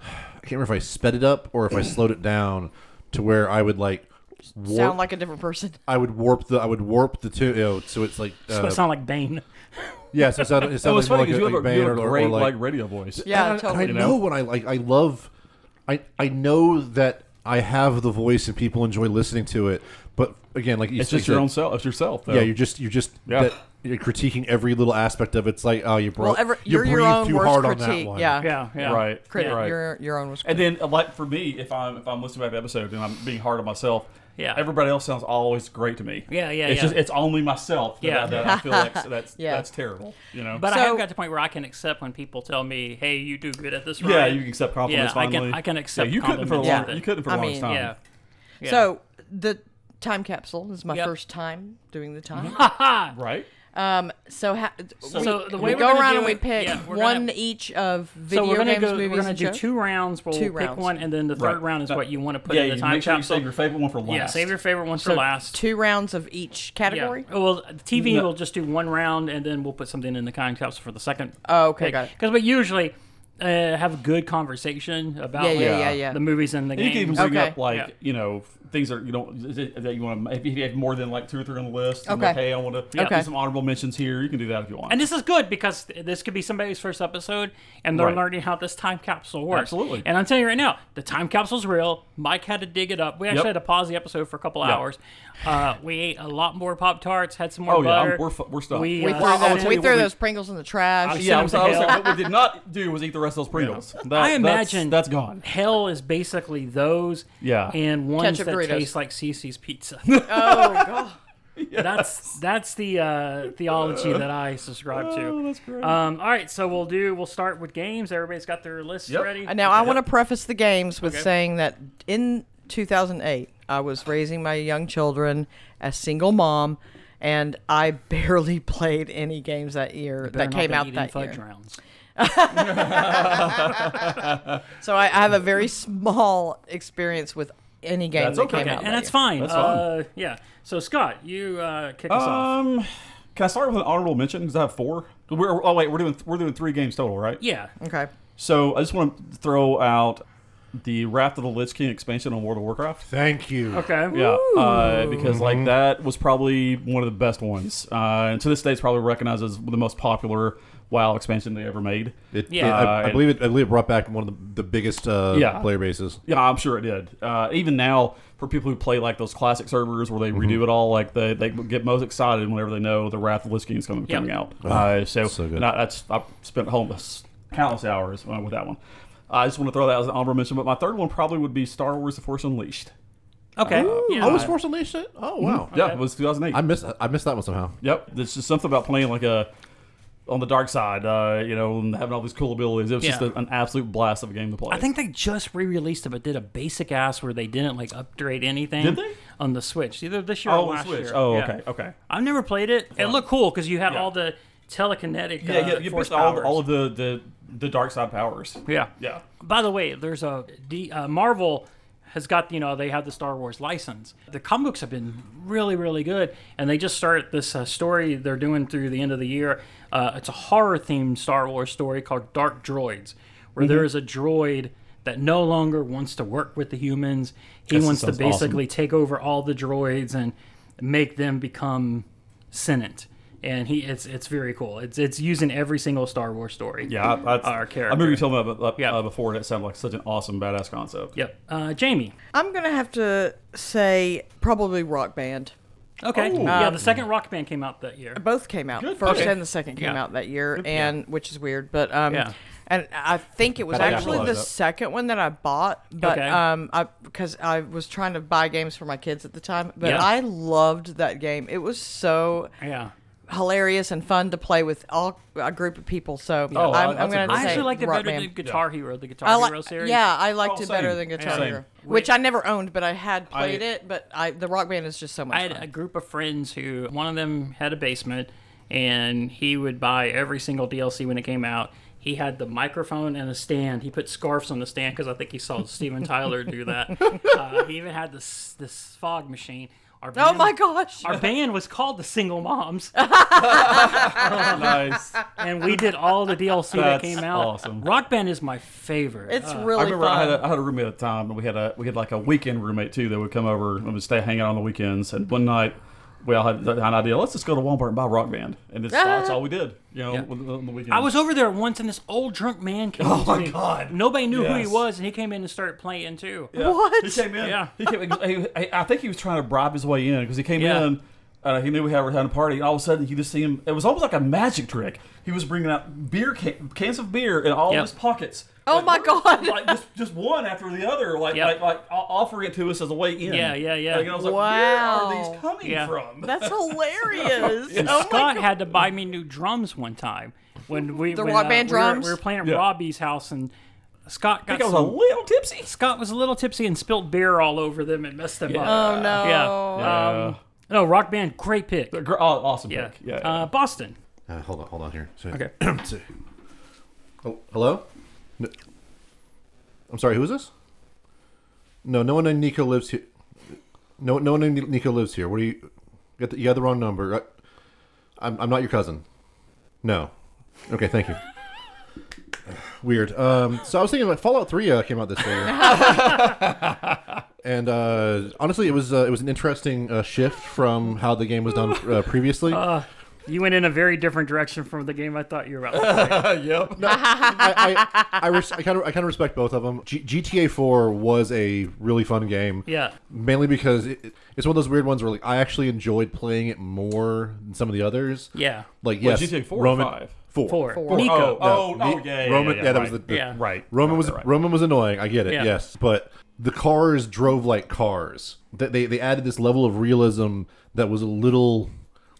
S1: I can't remember if I sped it up or if I slowed it down to where I would like warp
S4: Sound like a different person.
S1: I would warp the I would warp the two you know, so it's like
S3: So
S1: uh,
S3: it sound like Bane.
S1: yeah so it sounded, it
S2: It
S1: sounded
S2: was funny
S1: more like
S2: because
S1: a,
S2: you, have
S1: like
S2: a- you
S1: band
S2: have
S1: or,
S2: a
S1: or
S2: great
S1: like,
S2: like radio voice.
S4: Yeah,
S1: and I, and I
S4: totally.
S1: know when I like I love I I know that I have the voice and people enjoy listening to it. But again, like you
S2: It's
S1: said-
S2: just your own self. It's yourself. Though.
S1: Yeah, you're just you're just
S2: Yeah.
S1: that- you're critiquing every little aspect of it. It's like oh you brought
S4: Well, every,
S1: you
S4: you're your
S1: breathed
S4: own
S1: too
S4: worst
S1: hard
S4: critique.
S1: on that one.
S4: Yeah.
S3: Yeah, yeah.
S2: right.
S4: Crit-
S2: right.
S4: Your, your own was
S2: And then, uh, like for me, if I'm if I'm listening to an episode and I'm being hard on myself,
S3: Yeah.
S2: everybody else sounds always great to me.
S3: Yeah, yeah,
S2: It's
S3: yeah.
S2: just it's only myself that,
S3: Yeah.
S2: I, that I feel like that's
S4: Yeah.
S2: that's terrible. You know,
S3: But I have
S4: So-
S3: got to the point where I can accept when people tell me, "Hey, you do good at this." Right?
S2: yeah, you can accept compliments.
S3: Yeah, I can-
S2: finally.
S3: I can accept
S2: Yeah, you couldn't for a long.
S3: compliments. Yeah.
S2: You couldn't for a
S4: I
S2: long
S4: mean,
S2: time.
S3: Yeah. yeah.
S4: So the time capsule this is my
S3: Yep.
S4: first time doing the time.
S2: Right.
S4: um, so ha-
S3: So
S4: we,
S3: the way
S4: we
S3: we're
S4: go
S3: gonna
S4: around
S3: do
S4: and we
S3: it-
S4: pick
S3: yeah, we're
S4: one
S3: gonna-
S4: each of
S3: So
S4: video
S3: we're gonna
S4: games,
S3: go.
S4: movies,
S3: We're gonna
S4: and
S3: do
S4: shows.
S3: two rounds. We'll
S4: Two
S3: pick
S4: rounds.
S3: one, and then the third
S2: Right.
S3: round is
S2: Uh,
S3: what you want to put
S2: yeah,
S3: in the
S2: you
S3: time
S2: make sure you
S3: capsule.
S2: save your favorite one for last.
S3: yeah, save your favorite one
S4: So
S3: for last.
S4: two rounds of each category.
S3: Yeah. Oh, Well, TV
S2: No.
S3: will just do one round, and then we'll put something in the time capsule for the second.
S4: Oh, okay, got it.
S3: Because we usually uh, have a good conversation about
S4: Yeah, yeah,
S3: like,
S4: yeah, yeah.
S3: the movies and the
S2: And you can even
S3: games.
S2: bring
S4: Okay.
S2: up like
S3: Yeah.
S2: you know things that you don't that you want to. If you have more than like two or three on the list, and
S4: Okay.
S2: like, hey, I want to
S4: Okay.
S2: do some honorable mentions here. You can do that if you want.
S3: And this is good because this could be somebody's first episode, and they're
S2: Right.
S3: learning how this time capsule works.
S2: Absolutely.
S3: And I'm telling you right now, the time capsule's real. Mike had to dig it up. We actually
S2: Yep.
S3: had to pause the episode for a couple hours. Uh, we ate a lot more Pop tarts, had some more
S2: Oh, yeah, I'm-
S3: butter.
S2: we're fu- we're stuffed.
S3: We,
S4: We
S3: uh,
S4: threw,
S2: I'll
S4: those,
S2: tell
S4: we
S2: you
S4: threw
S2: what we-
S4: those Pringles in the trash.
S2: yeah, I
S3: Send
S2: was,
S3: them
S2: I
S3: to
S2: was
S3: hell.
S2: like, what we did not do was eat the rest of those Pringles. That-
S3: I
S2: that's-
S3: imagine
S2: that's gone.
S3: Hell is basically those,
S2: Yeah.
S3: and ones
S4: Ketchup
S3: that
S4: Doritos.
S3: taste like CC's pizza.
S4: Oh god.
S3: That's that's the uh, theology that I subscribe to.
S2: Oh, that's great.
S3: Um, all right, so we'll do. We'll start with games. Everybody's got their lists
S2: Yep.
S3: ready.
S4: And now I want to preface the games with
S3: Okay.
S4: saying that in 2008, I was raising my young children as single mom, and I barely played any games that
S3: Better
S4: year that
S3: not
S4: came
S3: be
S4: out
S3: eating
S4: that
S3: fudge
S4: year.
S3: rounds.
S4: So I, I have a very small experience with any game
S2: That's
S4: that
S2: okay.
S4: came out.
S2: Okay,
S4: that
S3: and that's
S4: year.
S3: fine.
S2: That's
S3: uh, yeah. So Scott, you uh, kick us off.
S2: Um, can I start with an honorable mention? Because I have four. We're, oh wait, we're doing we're doing three games total, right?
S3: Yeah.
S4: Okay.
S2: So I just want to throw out the Wrath of the Lich King expansion on World of Warcraft.
S1: Thank you.
S3: Okay.
S2: Yeah, uh, because like that was probably one of the best ones, uh, and to this day, it's probably recognized as the most popular WoW expansion they ever made.
S1: It,
S3: Yeah.
S1: it- I, I
S2: Uh,
S1: believe it. I believe it brought back one of the, the biggest uh,
S2: Yeah.
S1: player bases.
S2: Yeah, I'm sure it did. Uh, even now, for people who play like those classic servers where they
S1: Mm-hmm.
S2: redo it all, like they, they get most excited whenever they know the Wrath of the Lich King is coming,
S3: Yep.
S2: coming out. Uh, so
S1: Ah, so good.
S2: and I, that's I spent homeless countless hours uh, with that one. I just want to throw that as an honorable mention, but my third one probably would be Star Wars: The Force Unleashed.
S3: Okay. yeah.
S1: I
S2: Uh,
S1: was Force Unleashed. it? Oh wow.
S2: Yeah, it was 2008.
S1: I missed. I missed that one somehow.
S2: Yep, there's just something about playing like a on the dark side, uh, you know, and having all these cool abilities. It was just
S3: Yeah.
S2: a, an absolute blast of a game to play.
S3: I think they just re-released it, but did a basic ass where they didn't like upgrade anything.
S2: Did they?
S3: on the Switch? Either this year
S2: Oh, on
S3: or last
S2: Switch.
S3: year.
S2: Oh,
S3: Yeah.
S2: okay, okay.
S3: I've never played it. It looked cool because you had all the telekinetic.
S2: Yeah,
S3: uh,
S2: yeah, you
S3: force
S2: missed all,
S3: powers.
S2: all of the, the the dark side powers.
S3: Yeah.
S2: Yeah.
S3: By the way, there's a the, uh, Marvel has got you know they have the Star Wars license. The comic books have been really really good, and they just start this uh, story they're doing through the end of the year. Uh, it's a horror themed Star Wars story called Dark Droids, where
S2: Mm-hmm.
S3: there is a droid that no longer wants to work with the humans. He
S2: That
S3: wants to
S2: sounds awesome.
S3: basically take over all the droids and make them become sentient. And he, it's it's very cool. It's it's using every single Star Wars story.
S2: Yeah, I, I,
S3: Our
S2: I
S3: character.
S2: remember you telling me about that
S3: Yeah.
S2: uh, before, and it sounded like such an awesome, badass concept.
S3: Yep. Uh, Jamie.
S4: I'm gonna have to say probably Rock Band.
S3: Okay.
S2: Oh,
S3: yeah, the second Rock Band came out that year.
S4: Both came out. First
S2: Okay.
S4: and the second came
S3: Yeah.
S4: out that year, and which is weird, but um,
S3: Yeah.
S4: and I think it was
S1: But I
S4: actually
S1: got
S4: the
S1: it.
S4: second one that I bought, but
S3: Okay.
S4: um, I because I was trying to buy games for my kids at the time, but
S3: Yeah.
S4: I loved that game. It was so
S3: Yeah.
S4: hilarious and fun to play with all a group of people. So
S2: Oh,
S4: I'm,
S2: that's
S4: I'm
S2: a
S4: gonna
S2: great-
S3: I
S4: say
S3: actually liked it
S4: Rock
S3: better
S4: Band.
S3: than Guitar Hero, the Guitar
S4: I like,
S3: Hero series.
S4: yeah, I liked
S2: Oh,
S4: it better
S2: same.
S4: than Guitar
S2: Same.
S4: Hero, which I never owned, but I had played
S2: I-
S4: it. But I, the Rock Band is just so much.
S3: I had
S4: fun.
S3: a group of friends who one of them had a basement, and he would buy every single DLC when it came out. He had the microphone and a stand. He put scarves on the stand because I think he saw Steven Tyler do that. Uh, he even had this this fog machine. Our
S4: Oh
S3: band-
S4: my gosh!
S3: Our band was called the Single Moms. Oh,
S2: nice.
S3: and we did all the DLC that
S2: That's
S3: came out.
S2: awesome.
S3: Rock Band is my favorite.
S4: It's
S3: Uh,
S4: really
S2: I remember
S4: fun.
S2: I had, a, I had a roommate at the time, and we had a we had like a weekend roommate too that would come over and would stay hanging out on the weekends. And one night we all had that- an idea. Let's just go to Walmart and buy Rock Band, and it's, that's all we did. You know, on the- on the weekend.
S3: I was over there once, and this old drunk man came.
S2: Oh
S3: up to
S2: my
S3: me.
S2: God.
S3: Nobody knew who he
S2: Yes.
S3: was, and he came in and started playing too.
S2: Yeah.
S4: What?
S2: He came in.
S3: Yeah.
S2: He came, he, he- I think he was trying to bribe his way in because he came
S3: Yeah.
S2: in. Uh, he knew we had, were having a party, and all of a sudden, you just see him. It was almost like a magic trick. He was bringing out beer can, cans of beer in all
S3: Yep.
S2: of his pockets.
S4: Oh my God.
S2: Like just, just one after the other, like like,
S3: Yep.
S2: like o- offering it to us as a way in.
S3: Yeah, yeah, yeah.
S2: Like, and I was like, where are
S4: Wow.
S2: these coming
S3: Yeah.
S2: from?
S4: That's hilarious. Oh my
S3: Scott
S4: God.
S3: had to buy me new drums one time when we
S4: The
S3: when,
S4: rock
S3: uh,
S4: band
S3: we were-
S4: drums?
S3: We were playing at
S2: Yeah.
S3: Robbie's house, and Scott
S2: I
S3: got
S2: think I was a
S3: some-
S2: little tipsy.
S3: Scott was a little tipsy and spilled beer all over them and messed them up.
S4: Oh no.
S3: Yeah. No, rock band, great pick.
S2: Yeah. Um, Gr- aw- awesome
S3: Yeah.
S2: pick. Yeah.
S3: Uh, Boston.
S1: Uh, hold on, hold on here. So-
S3: Okay.
S1: so- oh, hello. No. I'm sorry. Who is this? No, no one named Nico lives here. No, no one named Nico lives here. What are you? You got the, you got the wrong number. I, I'm, I'm not your cousin. No. Okay, thank you. Weird. Um, so I was thinking like Fallout Three uh, came out this year, and uh, honestly, it was uh, it was an interesting uh, shift from how the game was done uh, previously.
S3: You went in a very different direction from the game I thought you were about. to play.
S1: I, I, I, res- I kind of I kind of respect both of them. G- GTA 4 was a really fun game.
S3: Yeah.
S1: Mainly because it, it- it's one of those weird ones where like I actually enjoyed playing it more than some of the others.
S3: yeah.
S1: Like
S2: Well,
S1: yes,
S2: GTA 4 or
S1: Roman
S2: 5?
S1: 4.
S3: Four.
S4: Four.
S3: Nico.
S2: Oh, oh,
S1: No,
S2: oh,
S1: the-
S2: yeah, yeah,
S1: Roman.
S2: yeah,
S1: that
S2: right.
S1: was the, the-
S3: Yeah.
S2: Right.
S1: Roman
S2: Right,
S1: was
S2: right, right.
S1: Roman was annoying. I get it.
S3: Yeah.
S1: Yes, but the cars drove like cars. They, they they added this level of realism that was a little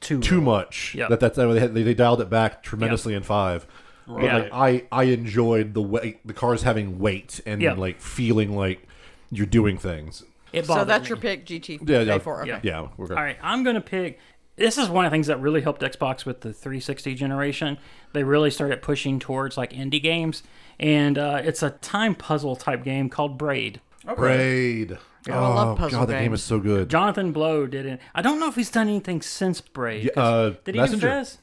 S3: Too
S1: much.
S3: Yeah.
S1: That that's they, had, they, they dialed it back tremendously in five. But
S2: Yeah.
S1: like I I enjoyed the way the cars having weight and
S3: Yeah.
S1: like feeling like you're doing things.
S3: It
S4: So
S3: bothered
S4: that's your
S3: me.
S4: pick, GT.
S1: Yeah, yeah,
S4: A4. Okay.
S1: yeah. yeah we're good.
S3: All right, I'm gonna pick. This is one of the things that really helped Xbox with the 360 generation. They really started pushing towards like indie games, and uh, it's a time puzzle type game called Braid.
S1: Braid.
S4: I love
S1: Oh,
S4: puzzle
S1: God, that game
S4: games.
S1: is so good.
S3: Jonathan Blow did it. I don't know if he's done anything since Braid. 'cause-
S1: uh,
S3: did he
S1: Messenger.
S3: confess?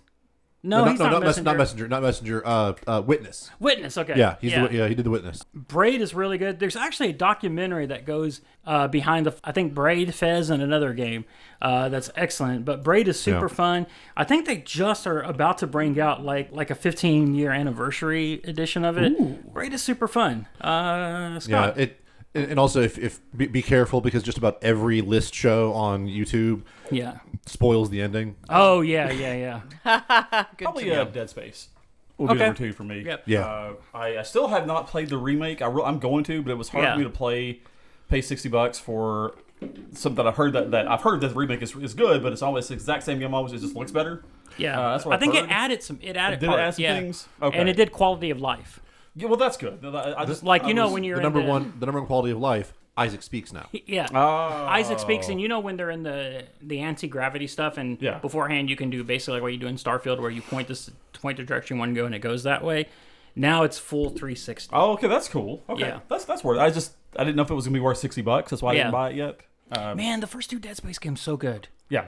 S3: No,
S1: no, no,
S3: he's
S1: no,
S3: not,
S1: not, mess-
S3: messenger.
S1: not messenger, not messenger. Uh, uh, witness.
S3: Witness. Okay.
S1: Yeah, he's The, yeah, he did the witness.
S3: Braid is really good. There's actually a documentary that goes uh, behind the, I think Braid, Fez, and another game uh, that's excellent. But Braid is super
S1: Yeah.
S3: fun. I think they just are about to bring out like like a 15 year anniversary edition of it. Braid is super fun. Uh,
S1: Yeah,
S3: Scott,
S1: it and and also if, if be, be careful because just about every list show on YouTube
S3: yeah.
S1: spoils the ending.
S3: Oh yeah, yeah, yeah.
S2: Probably uh, Dead Space. Will be
S3: Okay.
S2: number two for me.
S3: Yep.
S1: Yeah.
S2: Uh, I, I still have not played the remake. I re- I'm going to, but it was hard
S3: Yeah.
S2: for me to play, pay sixty bucks for something I've heard that, that I've heard that the remake is, is good, but it's always the exact same game. Always it just looks better.
S3: Yeah,
S2: Uh, that's what
S3: I think
S2: I've
S3: it
S2: heard.
S3: added some. It added.
S2: Did it
S3: parts,
S2: add some
S3: yeah.
S2: things? Okay.
S3: And it did quality of life.
S2: Yeah, well, that's good. I, I just
S3: Like
S2: I
S3: you know
S2: was-
S3: when you're
S1: the
S3: in
S1: number one, the number one quality of life. Isaac speaks now.
S3: Yeah. Isaac speaks, and you know when they're in the the anti gravity stuff, and
S2: Yeah.
S3: beforehand you can do basically like what you do in Starfield, where you point this point the direction you want to go, and it goes that way. Now it's full 360.
S2: Oh, okay, that's cool. Okay,
S3: Yeah.
S2: that's that's worth. It. I just I didn't know if it was gonna be worth sixty bucks. That's why I
S3: Yeah.
S2: didn't buy it yet. Um,
S3: Man, the first two Dead Space games so good,
S2: yeah.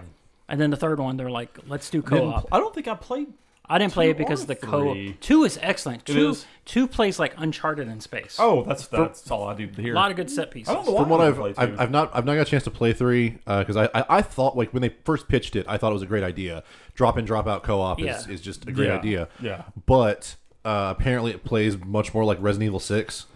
S3: and then the third one they're like, let's do
S2: Didn't
S3: co-op.
S2: pl- I don't think I played.
S3: I didn't play it
S2: two
S3: because
S2: or
S3: the co-op
S2: three.
S3: two is excellent.
S2: It
S3: two
S2: is?
S3: two plays like Uncharted in space.
S2: Oh, that's that's all I do here.
S3: a lot of good set pieces.
S2: I don't know why
S1: From what
S2: I
S1: I've,
S2: didn't play two.
S1: I've, I've not, I've not got a chance to play three because I, I, I thought like when they first pitched it, I thought it was a great idea. Drop in, drop out co-op is,
S3: Yeah.
S1: is just a great
S2: Yeah.
S1: idea.
S2: Yeah.
S1: But uh, apparently, it plays much more like Resident Evil Six,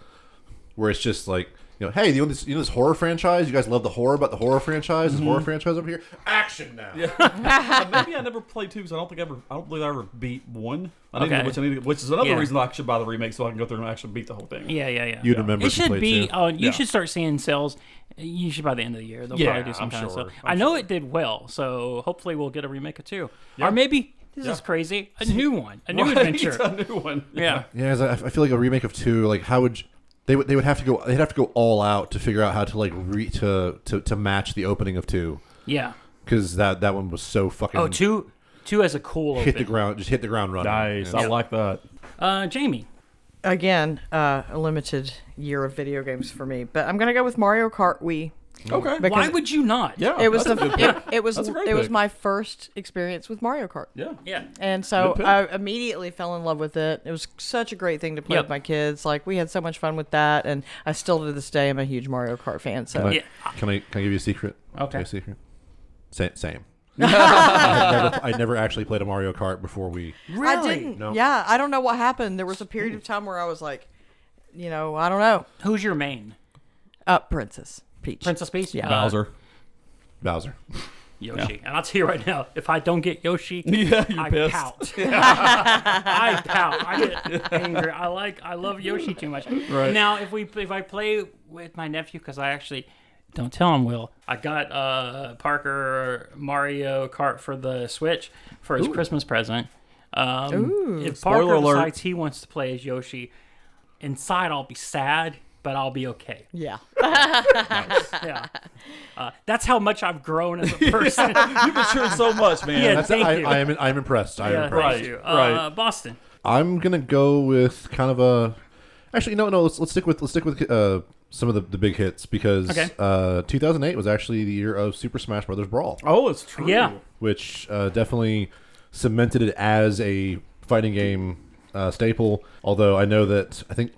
S1: where it's just like. You know, hey, you know this, you know this horror franchise? You guys love the horror about the horror franchise?
S3: Mm-hmm.
S1: This horror franchise over here? Action now.
S2: Uh, maybe I never played two because I don't think I ever. I don't believe I ever beat one. I didn't,
S3: Okay.
S2: which I need to, which is another
S3: Yeah.
S2: reason I should buy the remake so I can go through and actually beat the whole thing.
S3: Yeah, yeah, yeah.
S1: You'd remember
S3: It
S1: if you
S3: should
S1: played
S3: be.
S1: two.
S3: Uh, you
S2: Yeah.
S3: should start seeing sales. You should by the end of the year. They'll
S2: Yeah,
S3: probably do some
S2: I'm
S3: kind
S2: sure.
S3: of stuff.
S2: I'm
S3: i know
S2: sure.
S3: it did well, so hopefully we'll get a remake of two, or maybe this is crazy, a new one, a new
S2: Right?
S3: adventure.
S2: a new one.
S3: yeah.
S1: Yeah, 'cause I, I feel like a remake of two. Like, how would you, they would they would have to go? They'd have to go all out to figure out how to like re, to, to to match the opening of two
S3: yeah.
S1: because that that one was so fucking.
S3: Oh, two, two has a cool
S1: hit the
S3: open.
S1: ground, just hit the ground running.
S2: Nice.
S1: Yeah.
S2: I like that.
S3: Uh, Jamie.
S4: Again, uh, a limited year of video games for me, but I'm gonna go with Mario Kart Wii.
S2: Okay.
S4: Because
S3: Why would you not?
S2: yeah.
S4: it was
S2: Oh, that's
S4: the
S2: a good
S4: it,
S2: pick.
S4: it was
S2: That's a great
S4: it was
S2: pick.
S4: my first experience with Mario Kart.
S2: Yeah.
S3: Yeah.
S4: And so
S2: Good pick.
S4: I immediately fell in love with it. It was such a great thing to play
S3: Yep.
S4: with my kids. Like we had so much fun with that, and I still to this day am a huge Mario Kart fan. So
S1: Can I,
S3: Yeah.
S1: can I can I give you a secret?
S3: Okay.
S1: Can I give you a secret. Same. same. I, never, I never actually played a Mario Kart before we.
S5: Really?
S4: I didn't.
S1: No.
S4: Yeah, I don't know what happened. There was a period of time where I was like, you know, I don't know.
S3: Who's your main?
S4: Uh, Princess Peach.
S3: Princess Peach?
S4: Yeah.
S3: Uh,
S2: Bowser.
S1: Bowser.
S3: Yoshi. And I'll tell you right now, if I don't get Yoshi,
S2: Yeah, you're
S3: I
S2: pissed.
S3: pout. I pout. I get angry. I like. I love Yoshi too much.
S2: Right.
S3: Now, if we if I play with my nephew, because I actually don't tell him, Will. I got uh, Parker Mario Kart for the Switch for his Christmas present. Um, if Parker
S2: Spoiler alert.
S3: decides he wants to play as Yoshi, inside I'll be sad, but I'll be okay.
S4: Yeah.
S3: Yeah. Uh, that's how much I've grown as a person.
S2: You've matured so much, man.
S3: Yeah,
S1: That's,
S3: Thank
S1: I,
S3: you.
S1: I am. I'm impressed. I am
S3: Yeah,
S1: impressed.
S2: Right,
S3: thank you. Uh,
S2: right.
S3: Boston.
S1: I'm gonna go with kind of a. Actually, no, no. Let's let's stick with let's stick with uh, some of the, the big hits because
S3: Okay.
S1: uh, 2008 was actually the year of Super Smash Brothers Brawl,
S2: Oh, it's true.
S3: Yeah.
S1: which uh, definitely cemented it as a fighting game uh, staple. Although I know that I think.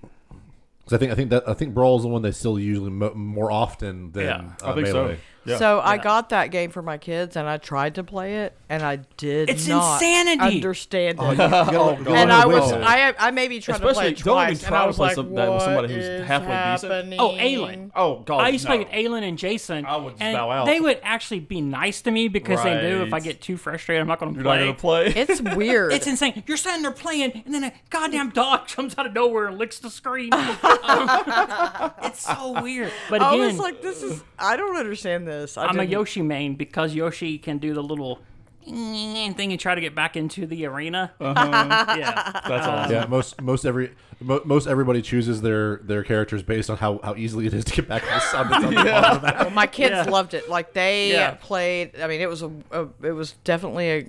S1: 'cause I think I think that I think Brawl is the one they still usually mo- more often than
S3: Yeah,
S1: uh,
S2: I think so.
S1: Melee.
S2: Yeah.
S4: So I got that game for my kids, and I tried to play it, and I did
S3: It's
S4: not
S3: insanity.
S4: understand
S2: Oh,
S4: it.
S1: You gotta- you gotta
S4: and
S1: let
S4: I
S1: it
S4: was,
S1: wait.
S4: I, I maybe tried to play
S2: Especially,
S4: it
S2: don't even
S4: twice, and
S2: try
S4: I
S2: to
S4: was
S2: play
S4: like,
S2: some, that with somebody who's
S4: "What is
S2: halfway decent.
S4: happening?"
S3: Oh, Aylin.
S2: Oh God,
S3: I used to
S2: no.
S3: play with Aylin and Jason.
S2: I would just
S3: and
S2: bow out.
S3: They would actually be nice to me because they knew if I
S2: Right.
S3: get too frustrated, I'm not going to
S2: You're not
S3: play.
S2: gonna play.
S4: It's weird.
S3: It's insane. You're sitting there playing, and then a goddamn dog comes out of nowhere and licks the screen. Um, it's so weird. But
S4: I
S3: again,
S4: was like, this is. I don't understand this. I
S3: I'm a
S4: didn't-
S3: Yoshi main because Yoshi can do the little thing and try to get back into the arena.
S2: Uh-huh.
S3: yeah.
S2: That's awesome.
S1: Yeah, most most every mo- most everybody chooses their their characters based on how, how easily it is to get back on the sub. on the bottom of that.
S4: Well, my kids
S3: Yeah.
S4: loved it. Like they
S3: Yeah.
S4: played. I mean, it was a, a it was definitely a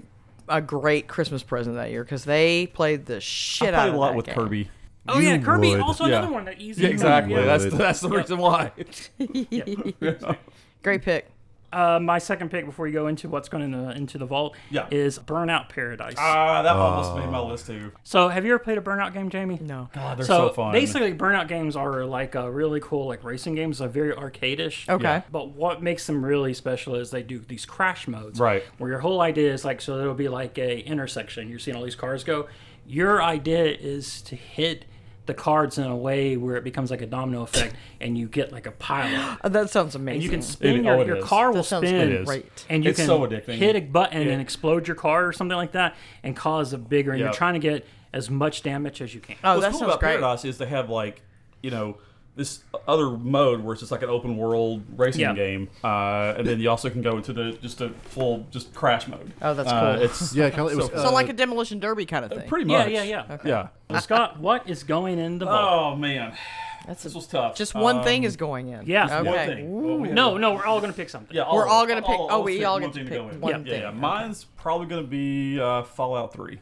S4: a great Christmas present that year because they played the shit
S2: I
S4: out
S2: played
S4: of
S2: a lot
S4: that
S2: with
S4: game.
S2: Kirby.
S3: Oh, yeah.
S1: You
S3: Kirby,
S1: would.
S3: also
S2: Yeah.
S3: another one that easy.
S2: Yeah, exactly.
S1: would.
S2: That's that's the reason why.
S4: Great pick.
S3: Uh, my second pick before you go into what's going into, into the vault
S2: Yeah.
S3: is Burnout Paradise.
S2: Ah, that almost made my list too.
S3: so, have you ever played a Burnout game, Jamie?
S4: No.
S2: God, Ah, they're
S3: so,
S2: so, fun.
S3: basically, Burnout games are like uh, really cool, like racing games. They're very arcade-ish.
S4: Okay. Yeah.
S3: But what makes them really special is they do these crash modes,
S2: Right.
S3: Where your whole idea is like, so there'll be like a intersection. You're seeing all these cars go. Your idea is to hit the cards in a way where it becomes like a domino effect, and you get like a pile.
S4: Uh, That sounds amazing.
S3: And you can spin
S2: It-
S3: your,
S2: oh, it
S3: your
S2: is.
S3: car will
S4: that sounds
S3: spin
S2: is.
S4: great.
S3: and you
S2: It's
S3: can
S2: so addicting.
S3: hit a button
S2: Yeah.
S3: and explode your car or something like that and cause a bigger and you're
S2: Yep.
S3: trying to get as much damage as you can
S4: Oh,
S2: What's
S4: that
S2: cool
S4: sounds
S2: about
S4: great.
S2: Paradise is they have like, you know, this other mode where it's just like an open world racing
S3: Yeah.
S2: game, uh, and then you also can go into the just a full just crash mode.
S4: Oh, that's
S2: Uh,
S4: cool.
S2: it's
S1: Yeah, kinda, it was
S2: So-
S1: uh,
S4: So like a demolition derby kind of thing.
S2: pretty
S3: yeah
S2: much.
S3: yeah yeah
S2: yeah.
S3: Well, scott what is going in the vault
S2: Oh man,
S4: That's
S2: this
S4: a,
S2: was tough.
S4: just one
S2: Um,
S4: thing is going in.
S3: yeah. Just
S2: One
S4: Okay.
S2: thing. Well, we had
S3: no
S2: to-
S3: no we're all gonna pick something
S2: Yeah,
S4: We're all gonna
S2: of-
S4: pick- oh,
S2: of
S4: we
S2: us
S4: all
S2: one
S4: gonna
S2: thing
S4: pick
S2: go in.
S4: one
S2: Yeah, yeah,
S4: thing.
S2: yeah.
S4: Okay.
S2: Mine's probably gonna be uh, Fallout Three.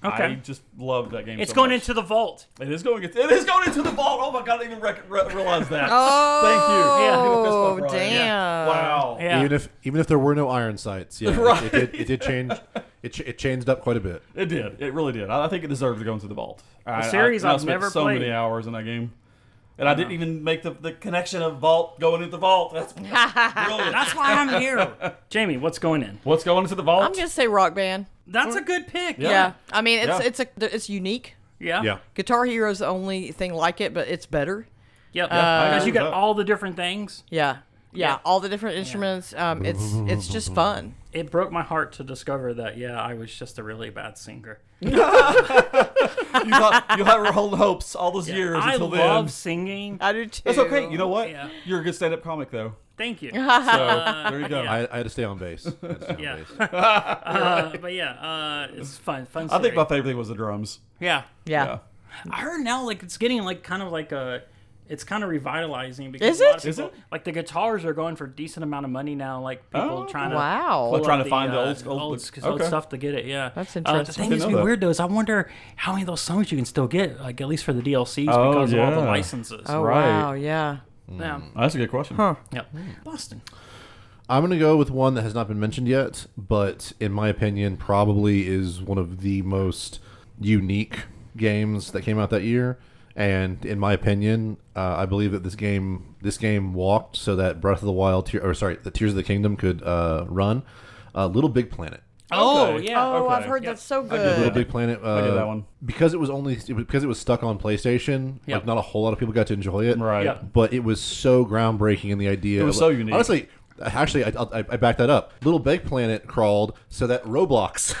S2: I
S3: okay
S2: just love that game.
S3: it's
S2: so
S3: going
S2: much.
S3: into the vault
S2: It is going. Into, it is going into the vault. Oh my god! I didn't even rec- re- realize that.
S4: Oh,
S2: Thank you. Yeah. Give a fist bump, Ryan.
S4: damn.
S2: Wow.
S3: yeah
S1: even if even if there were no iron sights, yeah,
S2: Right.
S1: it, did it did change. It, ch- it changed up quite a bit.
S2: It did. It really did. I, I think it deserved to go into the vault. I,
S3: series
S2: I, and I
S3: I've
S2: spent
S3: never
S2: so many
S3: played.
S2: hours in that game, and I didn't even make the, the connection of vault going into the vault. That's brilliant.
S3: that's why i'm here jamie what's going in
S2: What's going into the vault?
S4: I'm gonna say rock band.
S3: that's a good pick
S4: Yeah. I mean, it's
S2: Yeah.
S4: it's a it's unique.
S3: yeah
S1: Yeah,
S4: Guitar Hero is the only thing like it, but it's better.
S3: yep
S2: I
S4: Uh,
S3: because
S2: agree
S3: you
S2: with
S3: got
S2: that.
S3: all the different things
S4: Yeah. Yeah,
S3: Yeah.
S4: all the different instruments. Um, it's it's just fun.
S3: it broke my heart to discover that yeah i was just a really bad singer
S2: you thought you had were holding hopes all those years
S3: i
S2: until
S3: love
S2: then.
S3: singing
S4: I do too.
S2: That's okay. You know what?
S3: Yeah.
S2: You're a good stand-up comic, though.
S3: thank you
S4: uh,
S2: So there you go.
S1: I, I had to stay on base. I, had to stay on
S3: Yeah.
S1: base.
S3: Uh, but yeah, uh, it's fun. Fun.
S2: I think
S3: series.
S2: my favorite thing was the drums.
S3: yeah.
S4: Yeah.
S2: Yeah.
S3: I heard now like it's getting like kind of like a. It's kind of revitalizing because
S4: Is
S3: a lot of
S4: it?
S2: Is
S3: people-
S2: it?
S3: like the guitars are going for a decent amount of money now. Like
S2: Oh,
S3: people trying to
S4: Wow.
S3: pull
S2: Like trying
S3: up
S2: to find the
S3: uh,
S2: old- old-
S3: old, old
S2: okay.
S3: stuff to get it. Yeah,
S4: That's
S3: Uh, the
S4: interesting.
S3: thing
S2: Didn't
S3: is
S2: know
S3: be
S2: that.
S3: weird though is I wonder how many of those songs you can still get like at least for the DLCs
S2: Oh,
S3: because of all the
S2: yeah. Hmm.
S3: licenses.
S4: Oh
S2: Right.
S4: wow, yeah.
S3: yeah,
S2: That's a good question.
S3: yeah.
S2: Hmm.
S3: Boston.
S1: I'm gonna go with one that has not been mentioned yet, but in my opinion, probably is one of the most unique games that came out that year. And in my opinion, uh, I believe that this game this game walked so that Breath of the Wild, Tear- or sorry, the Tears of the Kingdom could uh, run. uh, Little Big Planet.
S3: Oh
S2: Okay.
S3: yeah.
S4: Oh, I've
S2: Okay.
S4: heard that's so
S2: did that.
S1: Little
S4: good.
S1: Big Planet. Uh,
S2: did that one.
S1: because it was only because it was stuck on PlayStation.
S3: Yep.
S1: Like not a whole lot of people got to enjoy it.
S2: Right.
S3: Yep.
S1: But it was so groundbreaking in the idea. It
S2: was so unique.
S1: Honestly, actually, I, I, I backed that up. Little Big Planet crawled so that Roblox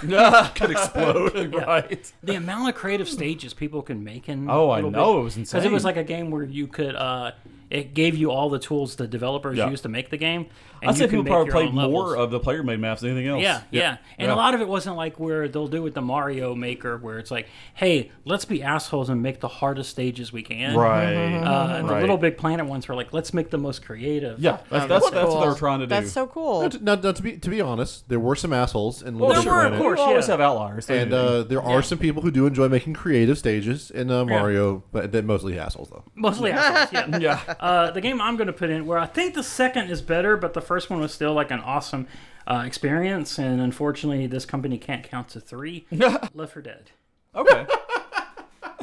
S1: could explode.
S2: right.
S3: The amount of creative stages people can make in
S2: Oh, I
S3: Little
S2: know,
S3: Big-
S2: it was
S3: it was
S2: insane.
S3: like a game where you could uh, it gave you all the tools the developers
S2: Yeah.
S3: use to make the game. And
S2: I'd say
S3: you
S2: people
S3: can make
S2: probably
S3: your
S2: played
S3: own
S2: more
S3: levels.
S2: of the player made maps than anything else.
S3: Yeah, yeah, And
S2: Yeah.
S3: a lot of it wasn't like where they'll do with the Mario Maker, where it's like, hey, let's be assholes and make the hardest stages we can.
S2: Right.
S3: Uh, and The
S2: Right.
S3: Little Big Planet ones were like, let's make the most creative.
S2: Yeah, that's that's, that's what
S4: Cool.
S2: they were trying to do.
S4: That's so cool.
S1: now, now, to be to be honest, there were some assholes in Little
S2: Well,
S1: Big
S2: there were,
S1: Planet.
S2: of course,
S3: yeah.
S2: always have outliers. don't
S1: And
S2: you?
S1: uh, there are some people who do enjoy making creative stages in uh, Mario, but they're mostly assholes though.
S3: Mostly assholes, yeah.
S2: yeah,
S3: Uh, the game I'm going to put in, where I think the second is better, but the first one was still like an awesome uh, experience, and unfortunately, this company can't count to three. Left for Dead.
S2: okay.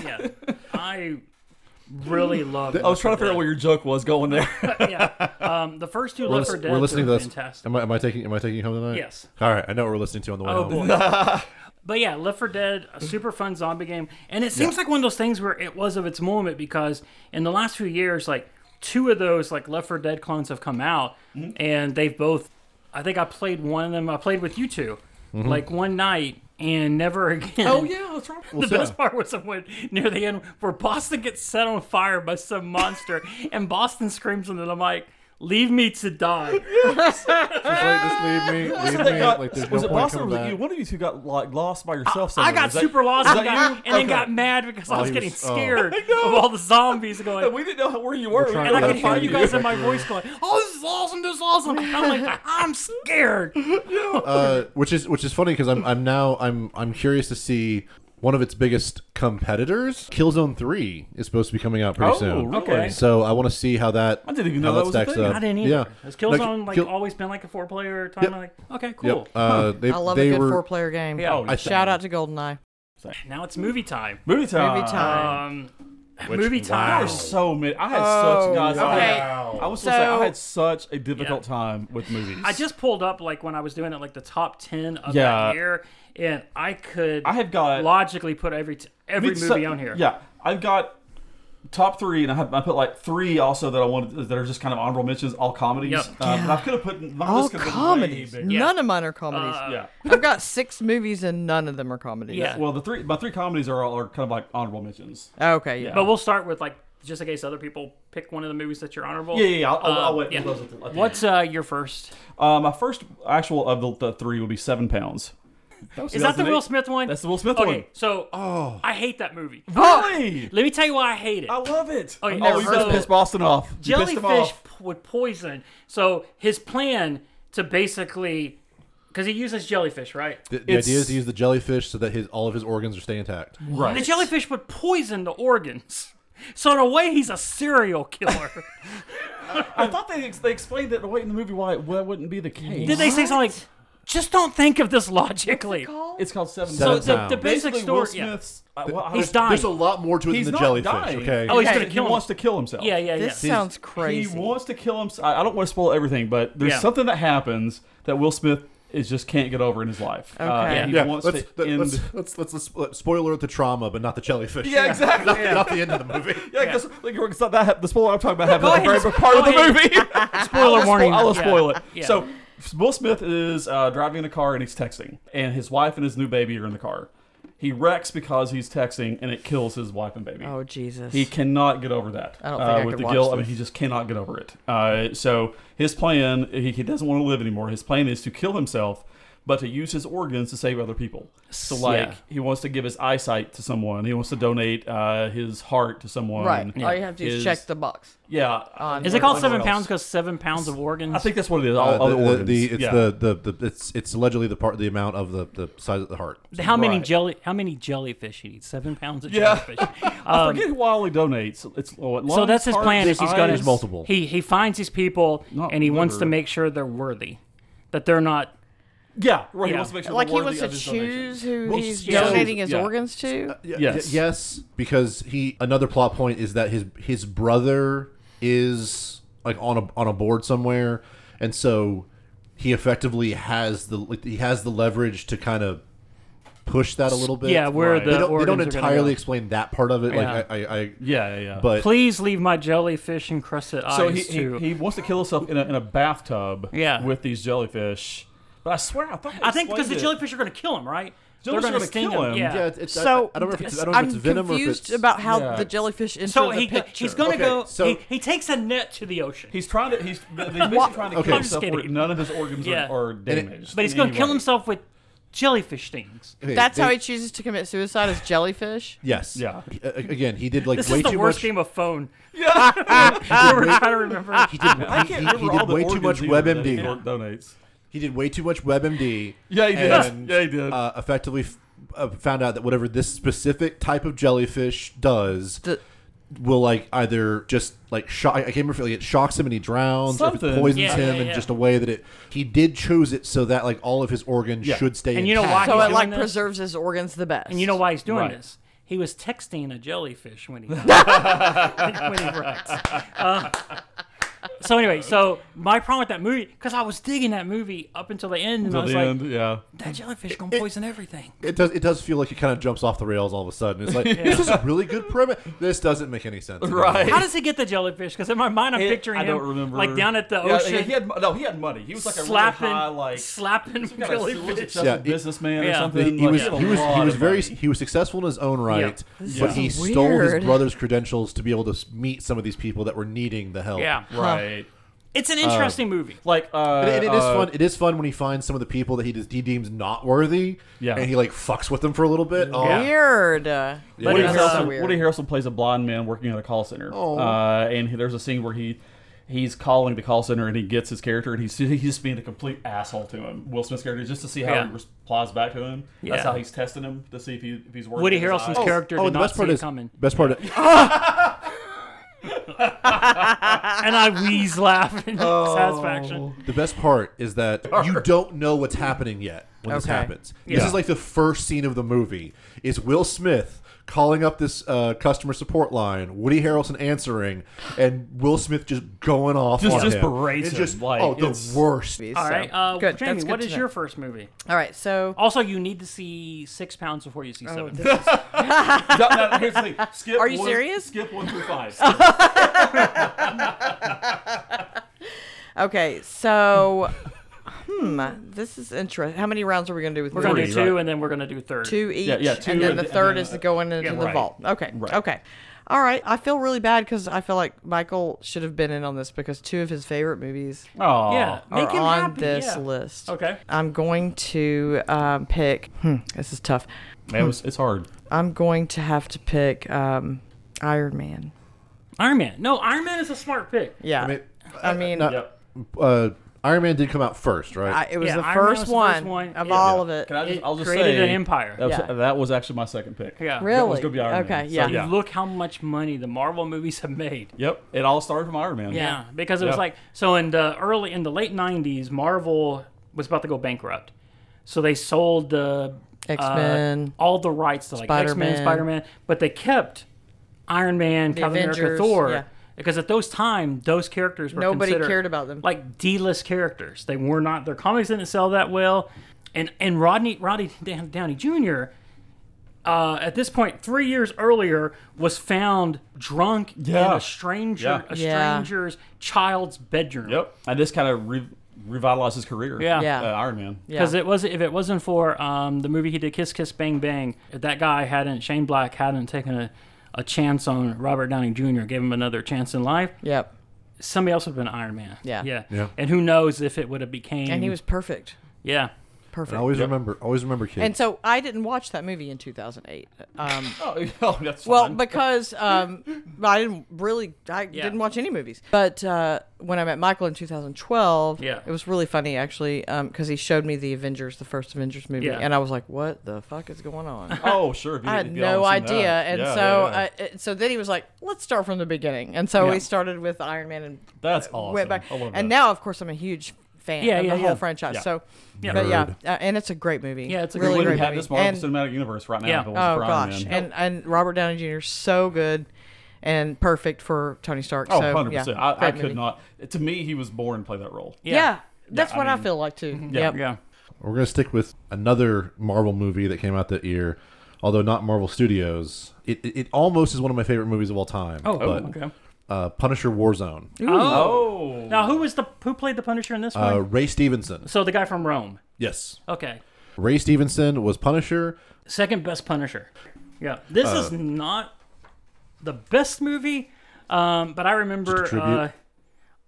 S3: Yeah, I really love.
S2: I was trying to figure out where your joke was going there.
S3: Yeah, um, the first two Left
S1: lis-
S3: for Dead
S1: we're listening to
S3: were
S1: this.
S3: fantastic.
S1: Am I, am I taking am I taking you home tonight?
S3: Yes.
S1: All right. I know what we're listening to on the way
S3: Oh
S1: home.
S3: boy. but yeah, Left 4 Dead, a super fun zombie game, and it seems like one of those things where it was of its moment because in the last few years, like two of those like Left 4 Dead clones have come out, and they've both. I think I played one of them. I played with you 2 like one night and never again.
S2: oh yeah, that's right.
S3: The best part was when near the end where Boston gets set on fire by some monster and Boston screams into the mic, Leave me to die.
S1: Just, like, just leave me. Leave
S2: They
S1: me.
S2: got-
S1: like,
S2: uh,
S1: there's
S2: was
S1: no
S2: it
S1: point
S2: Boston or
S1: coming
S2: was it
S1: back.
S2: you? One of you two got like, lost by yourself. Somewhere.
S3: I got
S2: Is that-
S3: super lost
S2: is
S3: and,
S2: that
S3: got-
S2: you?
S3: and then
S2: Okay.
S3: got mad because I
S1: Oh,
S3: was
S1: he
S3: getting
S1: was- oh.
S3: scared of all the zombies going.
S2: And we didn't know where you were.
S1: trying
S3: and I
S1: to
S3: could hear
S1: find
S3: you
S1: you.
S3: guys in my voice going, "Oh, this is awesome! This is awesome!" And I'm like, "I'm scared."
S1: Uh, which is which is funny because I'm I'm now I'm I'm curious to see one of its biggest competitors, Killzone Three, is supposed to be coming out pretty
S2: Oh,
S1: soon.
S2: really? Okay.
S1: So I want to see how that. I
S2: didn't even know
S1: how
S2: that was a
S1: stacks
S2: thing.
S1: up.
S3: I didn't either.
S1: Yeah.
S3: Has Killzone like
S1: Kill-
S3: always been like a four player time?
S1: Yep.
S3: I'm like, okay, cool.
S1: Yep. Uh, they,
S4: I love
S1: they
S4: a good
S1: were,
S4: four-player game.
S2: Yeah, oh,
S4: Shout out to GoldenEye.
S3: Now it's movie time.
S2: movie time.
S4: Movie time.
S3: Um, movie time.
S2: There were so many. I had
S4: Oh,
S2: such guys. I had-
S4: okay.
S2: I was supposed to say
S4: So-
S2: I had such a difficult time with movies.
S3: I just pulled up like when I was doing it, like the top ten of
S2: Yeah.
S3: that year, and I could
S2: I have
S1: uh,
S2: got-
S3: logically put every t- every
S2: It's
S3: movie
S2: so-
S3: on here.
S2: Yeah, I've got top three, and I have I put like three also that I wanted that are just kind of honorable mentions, all comedies.
S3: Yep.
S2: Um, and I could have put my
S4: All
S2: list could have been way
S4: comedies.
S2: bigger. Uh,
S4: None of mine are comedies.
S2: Yeah.
S4: I've got six movies and none of them are comedies.
S3: Yeah.
S2: Well, the three my three comedies are all are kind of like honorable mentions.
S4: Okay. Yeah.
S3: But we'll start with like just in case other people pick one of the movies that you're honorable.
S2: Yeah, yeah, yeah. I'll, I'll, I'll
S3: Uh,
S2: wait.
S3: yeah.
S2: for Those at the, at the
S3: What's uh, your first?
S2: end. Uh, my first actual of the, the three would be Seven Pounds.
S3: Is that the Will Smith one?
S2: That's the Will Smith
S3: okay,
S2: one.
S3: so I hate that movie.
S2: Really?
S3: Let me tell you why I hate it.
S2: I love it.
S3: Okay,
S2: oh,
S3: now,
S2: you just
S3: so-
S2: pissed Boston off. You pissed him
S3: Jellyfish
S2: off.
S3: p- would poison. So his plan to basically, because he uses jellyfish, right?
S1: The, the
S2: It's-
S1: idea is to use the jellyfish so that his all of his organs are stay intact.
S2: Right.
S3: The jellyfish would poison the organs. So in a way, he's a serial killer.
S2: I thought they, ex- they explained it away in the movie why it why it wouldn't be the case.
S3: Did they say something like, "Just don't think of this logically"?
S2: It's called Seven
S1: So
S3: So
S2: Pounds.
S3: the, the
S1: Basically,
S3: basic
S2: Basically,
S3: story.
S2: Will
S3: yeah.
S2: Smith's. uh, well, I
S3: He's
S2: was-
S3: dying.
S1: There's a lot more to it
S2: He's
S1: than the
S2: not
S1: jellyfish.
S2: dying.
S1: Okay.
S3: Oh, he's
S2: He-
S3: gonna kill
S2: He
S3: him.
S2: wants to kill himself.
S3: yeah, yeah, yeah.
S4: This sounds crazy.
S2: He wants to kill him. I I don't want to spoil everything, but there's
S3: Yeah.
S2: something that happens that Will Smith is just can't get over in his life. Okay.
S4: Yeah.
S2: he
S1: Yeah,
S2: wants
S1: let's,
S2: to
S1: let-
S2: end.
S1: let's, let's, let's, let's spoiler the trauma, but not the jellyfish.
S2: yeah, exactly.
S1: Not, not the end of the movie.
S2: Yeah, 'cause, like, it's not that, the spoiler I'm talking about happened at the
S3: ahead,
S2: very part of the
S3: go ahead.
S2: movie.
S3: Spoiler
S2: I'll
S3: warning.
S2: Spo- I'll
S3: Yeah.
S2: spoil it.
S3: Yeah.
S2: So Will Smith is uh, driving in a car and he's texting, and his wife and his new baby are in the car. He wrecks because he's texting, and it kills his wife and baby.
S4: Oh Jesus.
S2: He cannot get over that.
S4: I don't think I
S2: uh, with
S4: could
S2: the
S4: watch
S2: guilt. I mean,
S4: this.
S2: he just cannot get over it. Uh, so his plan, he, he doesn't want to live anymore. His plan is to kill himself, but to use his organs to save other people. So, like,
S3: Yeah.
S2: he wants to give his eyesight to someone. He wants to donate uh, his heart to someone.
S4: right. All you have to do is
S2: His-
S4: check the box.
S2: Yeah.
S3: Is it called
S2: Everyone
S3: seven
S2: else.
S3: pounds because seven pounds of organs?
S2: I think that's what it is. All,
S1: Uh,
S2: all the,
S1: the, the,
S2: organs.
S1: the- it's
S2: yeah.
S1: the, the, the it's it's allegedly the part the amount of the, the size of the heart.
S3: How many
S2: Right.
S3: jelly? How many jellyfish he needs? Seven pounds of
S2: Yeah.
S3: jellyfish.
S2: I
S3: Um,
S2: forget who all he donates. It's oh, it
S3: so
S2: lungs,
S3: that's his
S2: hearts,
S3: plan. Is he's gonna
S2: eyes.
S1: multiple.
S3: He he finds these people
S2: Not
S3: and he wants to
S2: liver.
S3: make sure they're worthy, that they're not.
S2: Yeah, right. He
S3: Yeah.
S2: wants to make sure
S4: Like
S2: the
S4: he
S2: worthy
S4: wants to
S2: of his donation.
S4: choose who
S1: Well,
S4: he's
S1: yeah.
S4: donating his
S2: Yeah.
S4: organs to.
S1: Y-
S2: Yes.
S1: y- yes, because he another plot point is that his his brother is like on a on a board somewhere, and so he effectively has the like, he has the leverage to kind of push that a little bit.
S8: Yeah, where
S1: they
S8: the
S1: don't, they don't
S8: organs are gonna
S1: entirely
S8: go.
S1: explain that part of it. Like I, I, I
S2: Yeah, yeah, yeah.
S1: but
S8: Please leave my jellyfish encrusted
S2: so he,
S8: eyes
S2: he,
S8: too.
S2: he wants to kill himself in a, in a bathtub
S8: Yeah.
S2: with these jellyfish. But I swear, I thought they
S3: I think because the
S2: explained it.
S3: jellyfish are going to kill him, right?
S2: Jellyfish are
S3: They're
S2: gonna
S3: gonna sting
S2: kill him.
S1: yeah,
S8: yeah.
S1: it's, it's-
S4: So
S1: I, I don't know if it's, I don't know if
S4: I'm
S1: it's venom or if
S4: confused
S1: it's
S4: about how
S2: Yeah.
S4: the jellyfish entered
S3: So
S4: the
S3: he
S4: picture.
S3: he's going
S1: Okay,
S3: to go.
S1: so-
S3: he, he takes a net to the ocean,
S2: He's trying to. He's he's basically trying to
S1: Okay.
S2: kill
S1: I'm just
S2: himself where
S3: kidding.
S2: none of his organs
S3: Yeah.
S2: are, are damaged.
S3: but he's
S2: in
S3: going to
S2: any
S3: kill
S2: way.
S3: himself with jellyfish stings.
S1: Okay,
S4: That's how
S1: they-
S4: he chooses to commit suicide is jellyfish.
S1: Yes.
S2: Yeah.
S1: A- a- again, he did like
S3: This
S1: way
S3: is the
S1: too
S3: worst
S1: much.
S3: game of phone.
S2: Ah,
S1: he
S3: We're
S1: did way-
S3: trying to remember.
S1: he did,
S2: I
S1: he-
S2: can't
S1: he-
S2: remember
S1: he
S2: all
S1: did
S2: the
S1: way too
S2: organs
S1: much
S2: either that he
S1: WebMD.
S2: don- donates.
S1: He did way too much WebMD.
S2: Yeah, he did.
S1: And,
S2: Yeah, he did.
S1: Uh, effectively f- uh, found out that whatever this specific type of jellyfish does
S4: The-
S1: will like either just like shock. I can't remember if it shocks him and he drowns, or if
S2: Something.
S1: it poisons
S3: Yeah,
S1: him
S3: yeah,
S1: in
S3: yeah.
S1: just a way that it. He did choose it so that like all of his organs
S2: Yeah.
S1: should stay.
S3: And you know
S1: intact.
S3: why?
S4: So
S3: he's
S4: it like
S3: doing this?
S4: preserves his organs the best.
S3: And you know why he's doing
S2: Right.
S3: this? He was texting a jellyfish when he when he writes. Uh, so anyway, so my problem with that movie because I was digging that movie up until the end, and I
S2: Till
S3: was
S2: the
S3: like,
S2: end, yeah.
S3: that jellyfish gonna poison everything.
S1: It does. It does feel like it kind of jumps off the rails all of a sudden. It's like this is a really good premise. This doesn't make any sense.
S2: Right.
S3: How does he get the jellyfish? Because in my mind, I'm picturing
S2: I
S3: him
S2: don't remember.
S3: like down at the
S2: Yeah,
S3: ocean,
S2: He, he had no, he had money. He was like a
S3: slapping,
S2: really high, like
S3: slapping
S2: kind of super
S3: jellyfish.
S2: successful
S1: Yeah, he-
S2: businessman or
S3: yeah.
S2: something.
S1: He, he
S2: like,
S1: was
S2: had a
S1: he was
S2: lot
S1: he was
S2: of
S1: very
S2: money.
S1: he was successful in his own right,
S4: This
S1: but
S4: is
S1: he stole his
S4: weird.
S1: brother's credentials to be able to s- meet some of these people that were needing the help.
S3: Yeah,
S2: right.
S3: it's an interesting movie.
S2: Like uh,
S1: And it- it is
S2: uh,
S1: fun. It is fun when he finds some of the people that he just he deems not worthy.
S2: Yeah.
S1: and he like fucks with them for a little bit. Oh,
S2: Yeah.
S4: Weird. Uh,
S1: Yeah.
S2: Woody
S1: But
S4: that's
S1: it's,
S4: so
S2: Harrelson,
S4: weird.
S2: Woody Harrelson plays a blind man working at a call center.
S1: Oh.
S2: Uh, and he- there's a scene where he he's calling the call center and he gets his character and he's he's just being a complete asshole to him. Will Smith's character just to see how
S3: Yeah.
S2: he replies back to him.
S3: Yeah.
S2: That's how he's testing him to see if, he, if he's worth
S3: Woody
S2: it in his
S3: Harrelson's
S2: eyes.
S3: character
S1: oh,
S3: did
S1: the
S3: not
S1: best part
S3: see
S1: is
S3: it coming,
S1: best part. Is,
S3: and I wheeze laugh in
S2: Oh.
S3: satisfaction.
S1: the best part is that you don't know what's happening yet when this
S4: Okay.
S1: happens.
S2: Yeah.
S1: This is like the first scene of the movie. Is Will Smith calling up this uh, customer support line, Woody Harrelson answering, and Will Smith just going off
S2: Just-
S1: on
S2: just
S1: him.
S2: berates
S1: It's
S2: him,
S1: just
S2: like,
S1: oh
S2: it's-
S1: the worst.
S4: So,
S3: All right, uh,
S4: good.
S3: Jamie,
S4: that's good
S3: what
S4: to
S3: is
S4: know.
S3: your first movie?
S4: All right, so
S3: Also, you need to see six pounds before you
S2: Oh,
S3: see seven.
S2: No, Oh, no, here's the thing. Skip
S4: Are you
S2: one-
S4: serious?
S2: Skip one through five.
S4: okay, so hmm, this is interesting. How many rounds are we gonna do with
S3: we're gonna
S4: three?
S3: do
S2: Three,
S3: two,
S2: right.
S3: and then we're gonna do third.
S4: two each,
S2: yeah, two
S4: and then
S2: and-
S4: the
S2: and
S4: third
S1: uh,
S2: then-
S4: is going into the
S2: right.
S4: vault. Okay,
S2: Right.
S4: okay, all right. I feel really bad because I feel like Michael should have been in on this because two of his favorite movies
S2: Oh,
S3: Yeah,
S4: are
S3: make him
S4: on
S3: happy,
S4: this
S3: yeah.
S4: list.
S3: Okay.
S4: I'm going to um, pick. Hmm, this is tough.
S2: it was, it's hard.
S4: I'm going to have to pick um, Iron Man.
S3: Iron Man. No, Iron Man is a smart pick.
S4: Yeah,
S1: I mean,
S4: I mean,
S1: no,
S2: Yep.
S1: uh, Iron Man did come out first, right?
S4: I, it was
S3: Yeah,
S4: the
S3: Iron Man
S4: first,
S3: was the
S4: one
S3: first one.
S4: of
S3: Yeah.
S4: all of it.
S1: uh,
S2: Can I just,
S3: It
S2: I'll just
S3: created
S2: say
S3: an empire.
S2: That was,
S4: Yeah.
S2: that was actually my second pick.
S3: Yeah.
S2: That was
S4: really?
S2: gonna be Iron
S4: okay,
S2: Man. So,
S4: yeah.
S2: yeah.
S3: Look how much money the Marvel movies have made.
S2: Yep. It all started from Iron Man.
S3: Yeah, because it was
S2: Yeah.
S3: like so in the early in the late '90s, Marvel was about to go bankrupt, so they sold the uh,
S4: X-Men.
S3: all the rights to like X-Men,
S4: Spider-Man.
S3: Spider-Man, but they kept Iron Man, Captain America,
S4: Avengers,
S3: Thor,
S4: yeah.
S3: because at those time those characters were
S4: Nobody
S3: considered
S4: cared about them.
S3: like D-list characters. They were not their comics didn't sell that well, and and Rodney Rodney Dan- Downey Jr. Uh, at this point, three years earlier, was found drunk in
S2: Yeah.
S3: a stranger,
S2: Yeah.
S3: a
S4: Yeah.
S3: stranger's child's bedroom.
S2: Yep. And this kind of re- revitalized his career.
S3: Yeah.
S4: Yeah.
S2: Uh, Iron Man.
S4: Yeah.
S3: Because it was if it wasn't for um, the movie he did, Kiss Kiss Bang Bang, if that guy hadn't Shane Black hadn't taken a, a chance on Robert Downey Jr. gave him another chance in life,
S4: Yep.
S3: somebody else would have been Iron Man.
S4: Yeah.
S3: yeah,
S1: Yeah.
S3: And who knows if it would have became?
S1: Mm.
S4: And he was perfect.
S3: yeah.
S1: And
S4: Perfect.
S1: always remember, always remember, kids.
S4: And so I didn't watch that movie in 2008. Um,
S2: Oh, oh, that's
S4: well,
S2: fine.
S4: because um, I didn't really, I didn't watch any movies. But uh, when I met Michael in 2012,
S3: Yeah.
S4: it was really funny actually because he showed me the Avengers, the first Avengers movie,
S3: Yeah.
S4: and I was like, "What the fuck is going on?"
S2: Oh, sure. if you
S4: I had
S2: didn't get on
S4: no
S2: and seen
S4: idea.
S2: that.
S4: And
S2: Yeah,
S4: so,
S2: yeah, yeah.
S4: I, it- so then he was like, "Let's start from the beginning." And so
S2: Yeah.
S4: we started with Iron Man and
S2: that's awesome.
S4: went back.
S2: I love
S4: And
S2: that.
S4: now, of course, I'm a huge fan
S3: Yeah,
S4: of
S3: yeah,
S4: the whole
S3: yeah.
S4: franchise.
S2: Yeah.
S4: So, but
S1: Nerd.
S4: yeah, uh, and it's a great movie.
S3: Yeah, it's a
S4: really
S2: we
S4: great
S2: wouldn't have
S4: movie.
S2: this Marvel
S4: And-
S2: Cinematic Universe right now.
S3: Yeah.
S2: If it wasn't
S4: Oh
S2: for Iron
S4: gosh,
S2: Man.
S4: and and Robert Downey Jr. is so good and perfect for Tony Stark.
S2: Oh,
S4: so,
S2: 100
S4: yeah,
S2: percent. I, I
S4: great
S2: could
S4: movie.
S2: not. To me, he was born to play that role.
S4: Yeah, That's
S2: I
S4: what I
S2: mean-
S4: feel like too.
S2: Yeah.
S4: Yep.
S3: Yeah.
S1: We're going to stick with another Marvel movie that came out that year, although not Marvel Studios. It, it, it almost is one of my favorite movies of all time. Oh, but,
S2: okay.
S1: uh, Punisher Warzone.
S2: Oh,
S3: Now, who was the who played the Punisher in this
S1: Uh,
S3: one?
S1: Ray Stevenson.
S3: So the guy from Rome.
S1: Yes.
S3: Okay.
S1: Ray Stevenson was Punisher.
S3: Second best Punisher. Yeah. This is
S1: Uh,
S3: not the best movie, um, but I remember
S1: Just a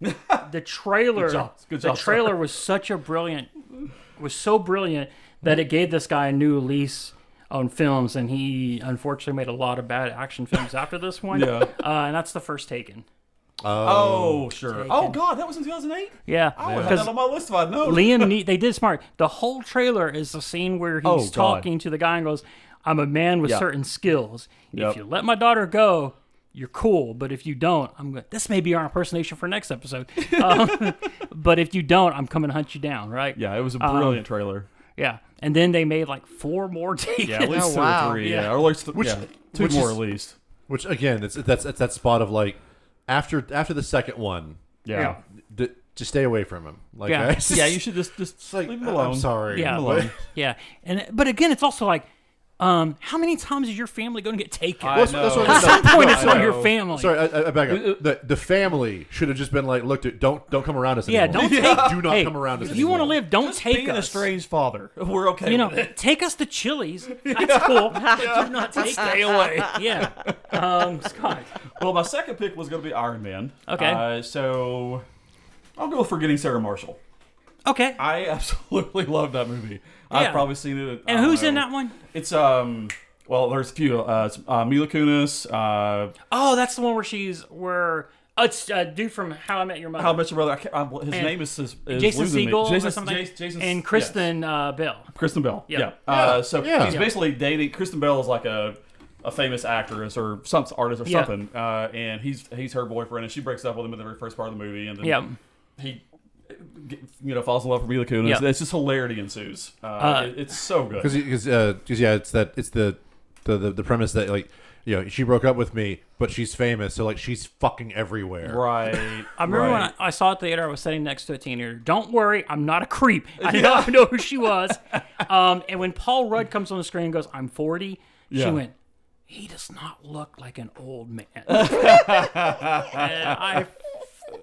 S1: tribute.
S3: uh, the trailer.
S2: Good job. Good
S3: the
S2: job, sir.
S3: trailer was such a brilliant, was so brilliant that it gave this guy a new lease on films, and he unfortunately made a lot of bad action films after this one.
S2: Yeah.
S3: Uh, and that's the first Taken.
S2: oh, sure. Oh God, that was in 2008.
S3: Yeah.
S2: I would have had
S3: Because
S2: that on my list if I'd known.
S3: Liam, ne- they did smart. The whole trailer is the scene where he's
S2: Oh, God.
S3: talking to the guy and goes, "I'm a man with
S2: Yeah.
S3: certain skills.
S2: Yep.
S3: If you let my daughter go, you're cool. But if you don't, I'm going. to This may be our impersonation for next episode. Um, but if you don't, I'm coming to hunt you down. Right?
S2: yeah, it was a
S4: Um,
S2: brilliant trailer.
S3: Yeah. And then they made like four more takes.
S2: Yeah, at least
S4: Oh,
S2: two
S4: wow.
S2: or three. Yeah, or at least th-
S1: Which-
S2: yeah, two
S1: which
S2: more
S1: is-
S2: at least.
S1: Which again, it's that's that's that spot of like after after the second one,
S2: Yeah.
S3: Yeah.
S2: yeah.
S1: d- just stay away from him. Like,
S3: Yeah.
S1: I- it's
S2: you should just just
S1: it's like,
S2: leave him
S1: I-
S2: alone.
S1: I'm sorry.
S2: Leave
S3: Yeah.
S2: him
S1: But-
S2: alone.
S3: Yeah. And but again, it's also like, um, how many times is your family going to get taken?
S2: I
S1: That's- that's
S2: know.
S1: what I'm saying.
S3: At some point,
S2: I
S3: it's on your
S2: know.
S3: family. Uh,
S1: Sorry, I, I I back up. The, the family should have just been like, look, dude, don't don't come around us
S3: Yeah,
S1: anymore.
S3: don't take.
S1: do not
S3: hey,
S1: come around us.
S3: If you
S1: anymore.
S3: want to live, don't
S2: Just
S3: take
S2: being
S3: us.
S2: an estranged father. We're okay.
S3: you know,
S2: with it.
S3: take us to Chili's. That's cool. Do not take
S2: stay
S3: us.
S2: away.
S3: Yeah. Um, Scott.
S2: Well, my second pick was going to be Iron Man.
S3: Okay.
S2: Uh, so I'll go with Forgetting Sarah Marshall.
S3: Okay.
S2: I absolutely love that movie.
S3: Yeah.
S2: I've probably seen it. I
S3: and
S2: don't
S3: who's in
S2: know.
S3: that one?
S2: It's um. Well, there's a few. Uh, it's, uh, Mila Kunis, uh,
S3: Oh, that's the one where she's where. Oh, it's uh, dude from How I Met Your Mother.
S2: How much your brother? I can't, I, his
S3: And
S2: name is, is is
S3: Jason
S2: losing me.
S3: Segel
S2: Jason,
S3: or something.
S2: Jas- Jason,
S3: and
S2: yes.
S3: Kristen uh, Bell.
S2: Kristen Bell.
S3: Yeah.
S2: Yeah. Uh, so
S1: Yeah.
S2: he's
S1: Yeah.
S2: basically dating. Kristen Bell is like a, a famous actress or some artist or
S3: Yeah.
S2: something, uh, and he's he's her boyfriend, and she breaks up with him in the very first part of the movie, and then
S3: Yeah.
S2: he. get- You know, falls in love with Mila Kunis.
S3: Yeah.
S2: It's just hilarity ensues. Uh, it- it's so good.
S1: because because uh, 'cause, yeah, it's that it's the, the the the premise that like you know she broke up with me, but she's famous, so like she's fucking everywhere.
S2: Right.
S3: I remember
S2: right.
S3: when I, I saw it at the theater, I was sitting next to a teenager. Don't worry, I'm not a creep. I know, I know who she was. Um, and when Paul Rudd comes on the screen and goes, I'm 40, she
S2: Yeah.
S3: went, he does not look like an old man. And I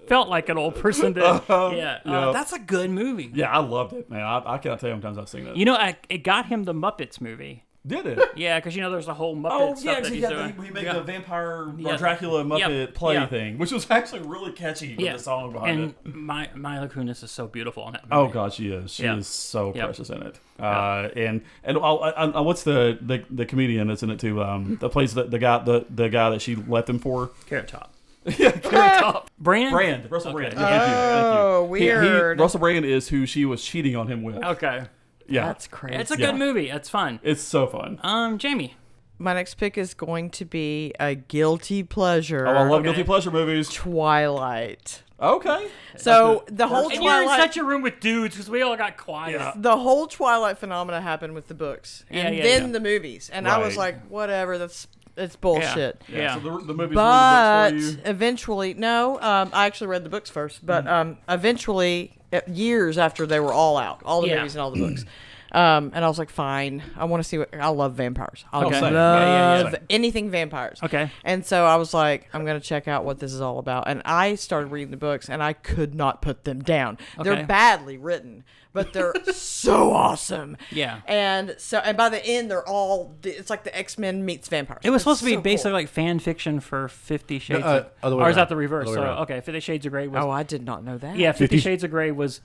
S3: felt like an old person. Then. yeah, uh,
S2: Oh, yeah.
S3: that's a good movmovie.
S2: Yeah, I loved it, man. I, I cannot tell you how many times I've seen that.
S3: You know, I, it got him the Muppets movie.
S2: did it?
S3: Yeah, because you know there's the whole Muppet
S2: Oh
S3: stuff
S2: yeah,
S3: that
S2: he,
S3: he's
S2: yeah,
S3: doing.
S2: he, he made the vampire
S3: Yeah.
S2: or Dracula Muppet play
S3: Yeah.
S2: thing, which was actually really catchy with
S3: yeah.
S2: the song behind
S3: and
S2: it.
S3: My, Mila Kunis is so beautiful in that movie.
S2: Oh god, she is. She
S3: Yeah.
S2: is so
S3: Yeah.
S2: precious in it. Uh, and and I'll, I, I, what's the, the the comedian that's in it too? Um, that plays the, the guy the, the guy that she left him for.
S3: Carrot Top.
S2: yeah, Carrot Top.
S3: Brand?
S2: Brand Russell Brand. Yeah,
S4: Oh,
S2: thank you, thank you. He- he-
S4: weird.
S2: Russell Brand is who she was cheating on him with.
S3: Okay.
S2: Yeah,
S4: That's Uh, crazy.
S3: It's a
S2: Yeah.
S3: good movie. It's fun.
S2: it's so fun.
S3: Um, Jamie.
S4: My next pick is going to be a guilty pleasure.
S2: Oh, I love guilty pleasure movies.
S4: Twilight.
S2: Okay,
S4: So the whole
S3: And you're in
S4: Twilight,
S3: such a room with dudes because we all got quiet.
S2: Yeah.
S4: the whole Twilight phenomena happened with the books,
S3: Yeah,
S4: and
S3: yeah,
S4: then
S3: yeah.
S4: the movies, and I was
S2: Right.
S4: like, whatever, that's it's bullshit.
S3: Yeah.
S2: So the, the movies were
S4: But
S2: the books for you. Mm-hmm.
S4: eventually, no, um, I actually read the books first, but um, eventually, uh, years after they were all out, all the
S3: Yeah.
S4: movies and all the books. Um, and I was like, fine. I want to see what I love vampires. I
S2: Okay.
S4: love
S2: Yeah, yeah, yeah.
S4: anything vampires.
S3: Okay.
S4: And so I was like, I'm going to check out what this is all about. And I started reading the books and I could not put them down.
S3: Okay.
S4: They're badly written, but they're so awesome.
S3: Yeah.
S4: And so, and by the end, they're all, it's like the X Men meets vampires.
S3: It was
S4: It's
S3: supposed to be
S4: so cool.
S3: basically like fan fiction for Fifty Shades.
S1: uh,
S3: of,
S1: other way
S3: or is that
S1: around.
S3: the reverse?
S1: Other
S3: So
S1: way around.
S3: okay, Fifty Shades of Grey was.
S4: Oh, I did not know that.
S3: yeah, Fifty
S1: 50
S3: Shades of Grey was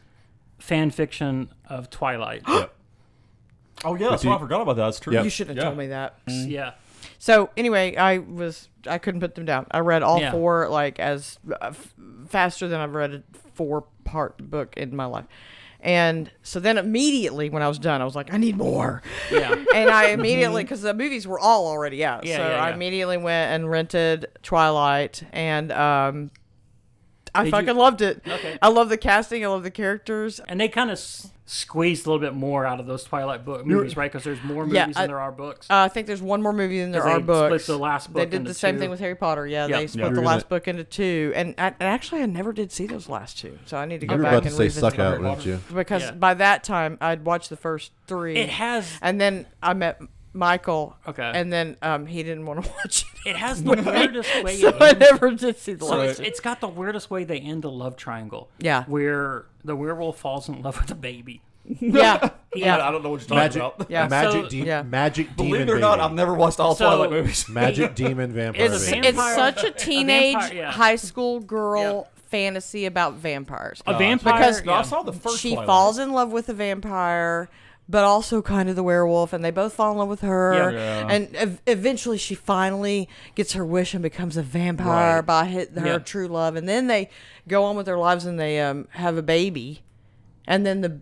S3: fan fiction of Twilight.
S2: Oh yeah, that's
S1: you-
S2: why I forgot about that. That's true.
S1: Yeah.
S4: You
S3: Oh,
S4: should have told me that.
S3: yeah.
S4: So anyway, I was I couldn't put them down. I read all
S3: Yeah.
S4: four like as uh, f- faster than I've read a four part book in my life. And so then immediately when I was done, I was like, I need more.
S3: Yeah.
S4: and I immediately because the movies were all already out,
S3: Yeah,
S4: so
S3: yeah,
S4: I
S3: yeah.
S4: immediately went and rented Twilight and um. I
S3: Did
S4: fucking
S3: you-
S4: loved it.
S3: Okay.
S4: I love the casting. I love the characters.
S3: And they kind of s- squeezed a little bit more out of those Twilight book movies, right? Because there's more movies
S4: Yeah, I-
S3: than there are books.
S4: Uh, I think there's one more movie than there
S3: 'Cause they
S4: are books.
S3: split the last
S4: They
S3: book
S4: did
S3: into
S4: the same
S3: two.
S4: thing with Harry Potter. Yeah,
S3: Yeah.
S4: they split
S2: You're
S4: the
S2: gonna-
S4: last book into two, and, I, and actually I never did see those last two, so I need to go
S1: You were
S4: back
S1: about
S4: and
S1: to say
S4: revisit
S1: suck
S4: them.
S1: out, weren't you?
S4: because
S3: Yeah.
S4: by that time I'd watched the first three.
S3: it has
S4: and then I met Michael.
S3: Okay.
S4: and then um, he didn't want to watch it,
S3: it has the weirdest way.
S4: so
S3: it
S4: I
S3: ends.
S4: never did see the
S3: So
S4: last.
S3: it's, it's got the weirdest way they end the love triangle.
S4: Yeah.
S3: Where the werewolf falls in love with a baby.
S4: Yeah, yeah.
S2: I don't know what you're
S1: Magic,
S2: talking about.
S4: Yeah.
S1: magic,
S3: So-
S1: de-
S4: Yeah.
S1: magic demon.
S2: Believe it or not,
S1: baby.
S2: I've never watched all
S3: So-
S2: Twilight movies.
S1: Magic demon vampire.
S4: It's,
S1: baby.
S4: it's
S3: vampire-
S4: such a
S3: a
S4: teenage
S3: vampire, yeah.
S4: high school girl fantasy about vampires.
S3: A vampire.
S4: Because-
S2: No, I saw the first
S4: she
S2: Twilight.
S4: falls in love with the vampire but also kind of the werewolf and they both fall in love with her
S3: Yeah.
S2: Yeah.
S4: and ev- eventually she finally gets her wish and becomes a vampire
S2: Right.
S4: by hit her
S3: Yeah.
S4: true love and then they go on with their lives and they um, have a baby and then the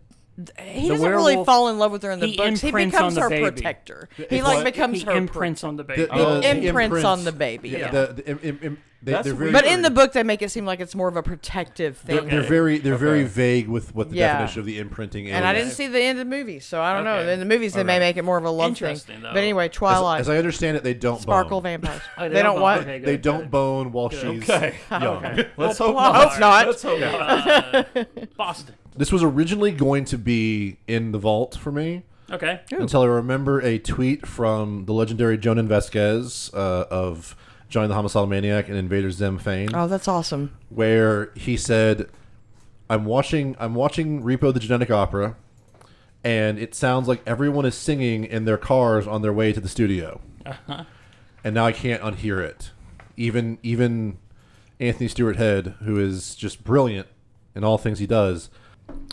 S4: he doesn't really
S3: werewolf-
S4: fall in love with her in the
S3: he
S4: books. He
S3: imprints
S4: becomes
S3: on the
S4: her
S3: baby.
S4: protector. He
S1: It's
S4: like
S1: what?
S4: becomes
S3: he
S4: her
S3: imprints on the baby. Oh,
S1: The- the- the
S4: imprints on the baby,
S1: Yeah,
S4: yeah.
S1: The, the im- im- im- they,
S2: That's
S1: are very,
S2: weird.
S4: But in the book, they make it seem like it's more of a protective
S1: they're,
S4: thing.
S1: they're very they're very vague with what the
S4: Yeah.
S1: definition of the imprinting is.
S4: And I didn't see the end of the movie, so I don't know.
S3: Okay.
S4: In the movies, they may make it more of a love thing.
S3: Interesting, though.
S4: But anyway,
S1: As,
S4: Twilight,
S1: as I understand it, they don't
S4: Sparkle
S1: bone.
S4: vampires.
S3: Oh,
S4: they don't
S3: bone-
S4: what?
S3: okay, good,
S1: They
S3: good.
S1: don't bone while she's
S2: Okay.
S1: young.
S2: Let's hope
S4: I
S2: not.
S4: hope not.
S2: Let's hope not.
S3: Boston.
S1: This was originally going to be in the vault for me
S3: Okay.
S1: until I remember a tweet from the legendary Jonan Vasquez uh, of Johnny the Homicidal Maniac and Invader Zim fame.
S4: Oh, that's awesome.
S1: where he said, "I'm watching I'm watching Repo the Genetic Opera, and it sounds like everyone is singing in their cars on their way to the studio, and now I can't unhear it. Even even Anthony Stewart Head, who is just brilliant in all things he does."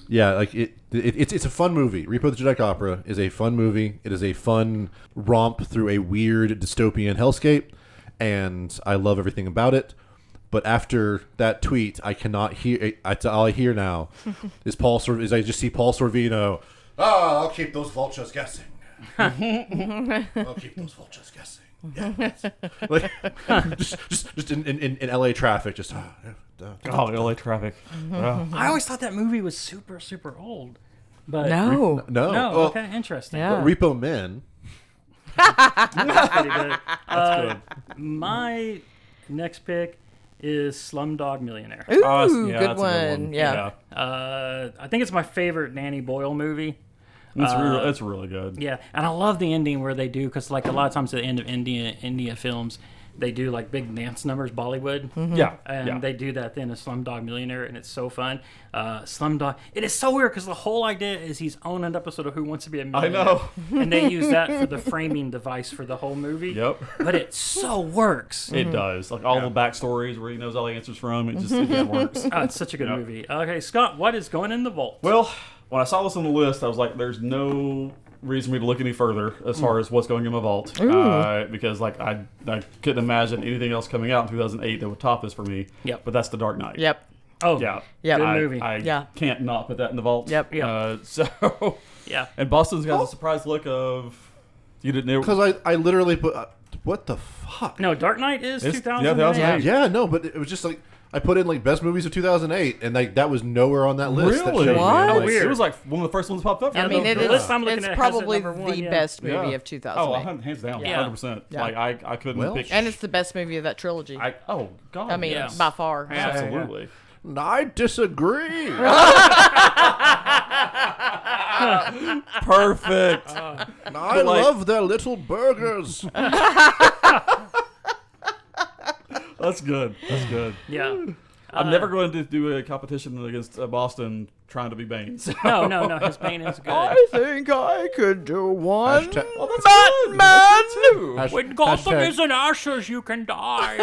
S1: Yeah, like it, it, it's it's a fun movie. Repo the Genetic Opera is a fun movie. It is a fun romp through a weird dystopian hellscape, and I love everything about it. But after that tweet, I cannot hear. I, all I hear now is Paul. Sor- Is I just see Paul Sorvino. Ah, I'll keep those vultures guessing. I'll keep those vultures guessing. Yeah, yes." like just just, just in, in, in- in LA traffic, just ah, yeah, duh.
S2: Oh, LA traffic. Yeah.
S3: I always thought that movie was super, super old. But
S4: No.
S1: no.
S3: No,
S1: Oh, Well,
S3: okay, interesting.
S4: Yeah.
S1: Repo Men.
S3: Pretty good. Uh, My next pick is Slumdog Millionaire.
S4: Ooh,
S2: Oh, that's-
S4: good,
S2: yeah,
S4: one.
S2: that's a good one.
S4: Yeah.
S3: Uh, I think it's my favorite Nanny Boyle movie.
S2: It's, real, it's really good.
S3: Yeah, and I love the ending where they do because like a lot of times at the end of India India films, they do like big dance numbers Bollywood,
S4: Mm-hmm.
S2: Yeah.
S3: and
S2: yeah.
S3: they do that then in Slumdog Millionaire, and it's so fun. Uh, Slumdog, it is so weird because the whole idea is he's on an episode of Who Wants to Be a Millionaire,
S2: know.
S3: and they use that for the framing device for the whole movie.
S2: Yep.
S3: but it so works.
S4: Mm-hmm.
S2: It does. Like all the backstories where he knows all the answers from. It just, it just works.
S3: Oh, it's such a good movie. Okay, Scott, what is going in the vault?
S2: Well, when I saw this on the list, I was like, "There's no reason for me to look any further as far as what's going in my vault," uh, because like I, I couldn't imagine anything else coming out in 2008 that would top this for me.
S3: Yep.
S2: But that's The Dark Knight.
S4: Yep.
S3: Oh,
S2: Yeah.
S4: Yep.
S3: good
S2: I,
S3: movie.
S2: I
S4: Yeah.
S2: can't not put that in the vault.
S4: Yep.
S3: Yep.
S2: Uh, so,
S3: yeah.
S2: and Boston's got a surprised look of you didn't know
S1: Because I, I literally put. Uh, what the fuck?
S3: No, Dark Knight is
S2: It's-
S3: 2008.
S2: yeah, 2008.
S1: Yeah, no, but it was just like. I put in like best movies of 2008, and like that was nowhere on that list. that
S2: Really?
S1: showed me.
S4: What?
S1: Like,
S4: Oh,
S3: weird.
S2: It was like one of the first ones that popped up.
S4: I mean, it
S3: the
S4: is.
S3: list I'm looking
S4: it's
S3: at has it
S4: probably
S3: number one,
S4: the
S3: yeah.
S4: best
S2: Yeah.
S4: movie of
S2: Oh,
S4: 2008,
S2: hun- hands down,
S3: Yeah.
S2: 100%. Like I, I couldn't
S1: Well-
S2: pick.
S4: and it's Um, the best movie of that trilogy. I,
S2: I, oh God.
S4: mean,
S3: yes.
S4: by far.
S2: absolutely.
S1: I disagree.
S2: Perfect.
S1: I
S2: like-
S1: love their little burgers.
S2: That's good.
S3: Uh,
S2: That's good.
S3: Yeah. uh,
S2: I'm never going to do a competition against uh, Boston trying to be Bane. So-
S3: No, no, no. His pain is good.
S4: I think I could do one.
S1: Hashtag-
S3: Oh,
S4: Batman.
S1: Hash-
S9: When Gotham
S1: hashtag,
S9: is in ashes, you can die.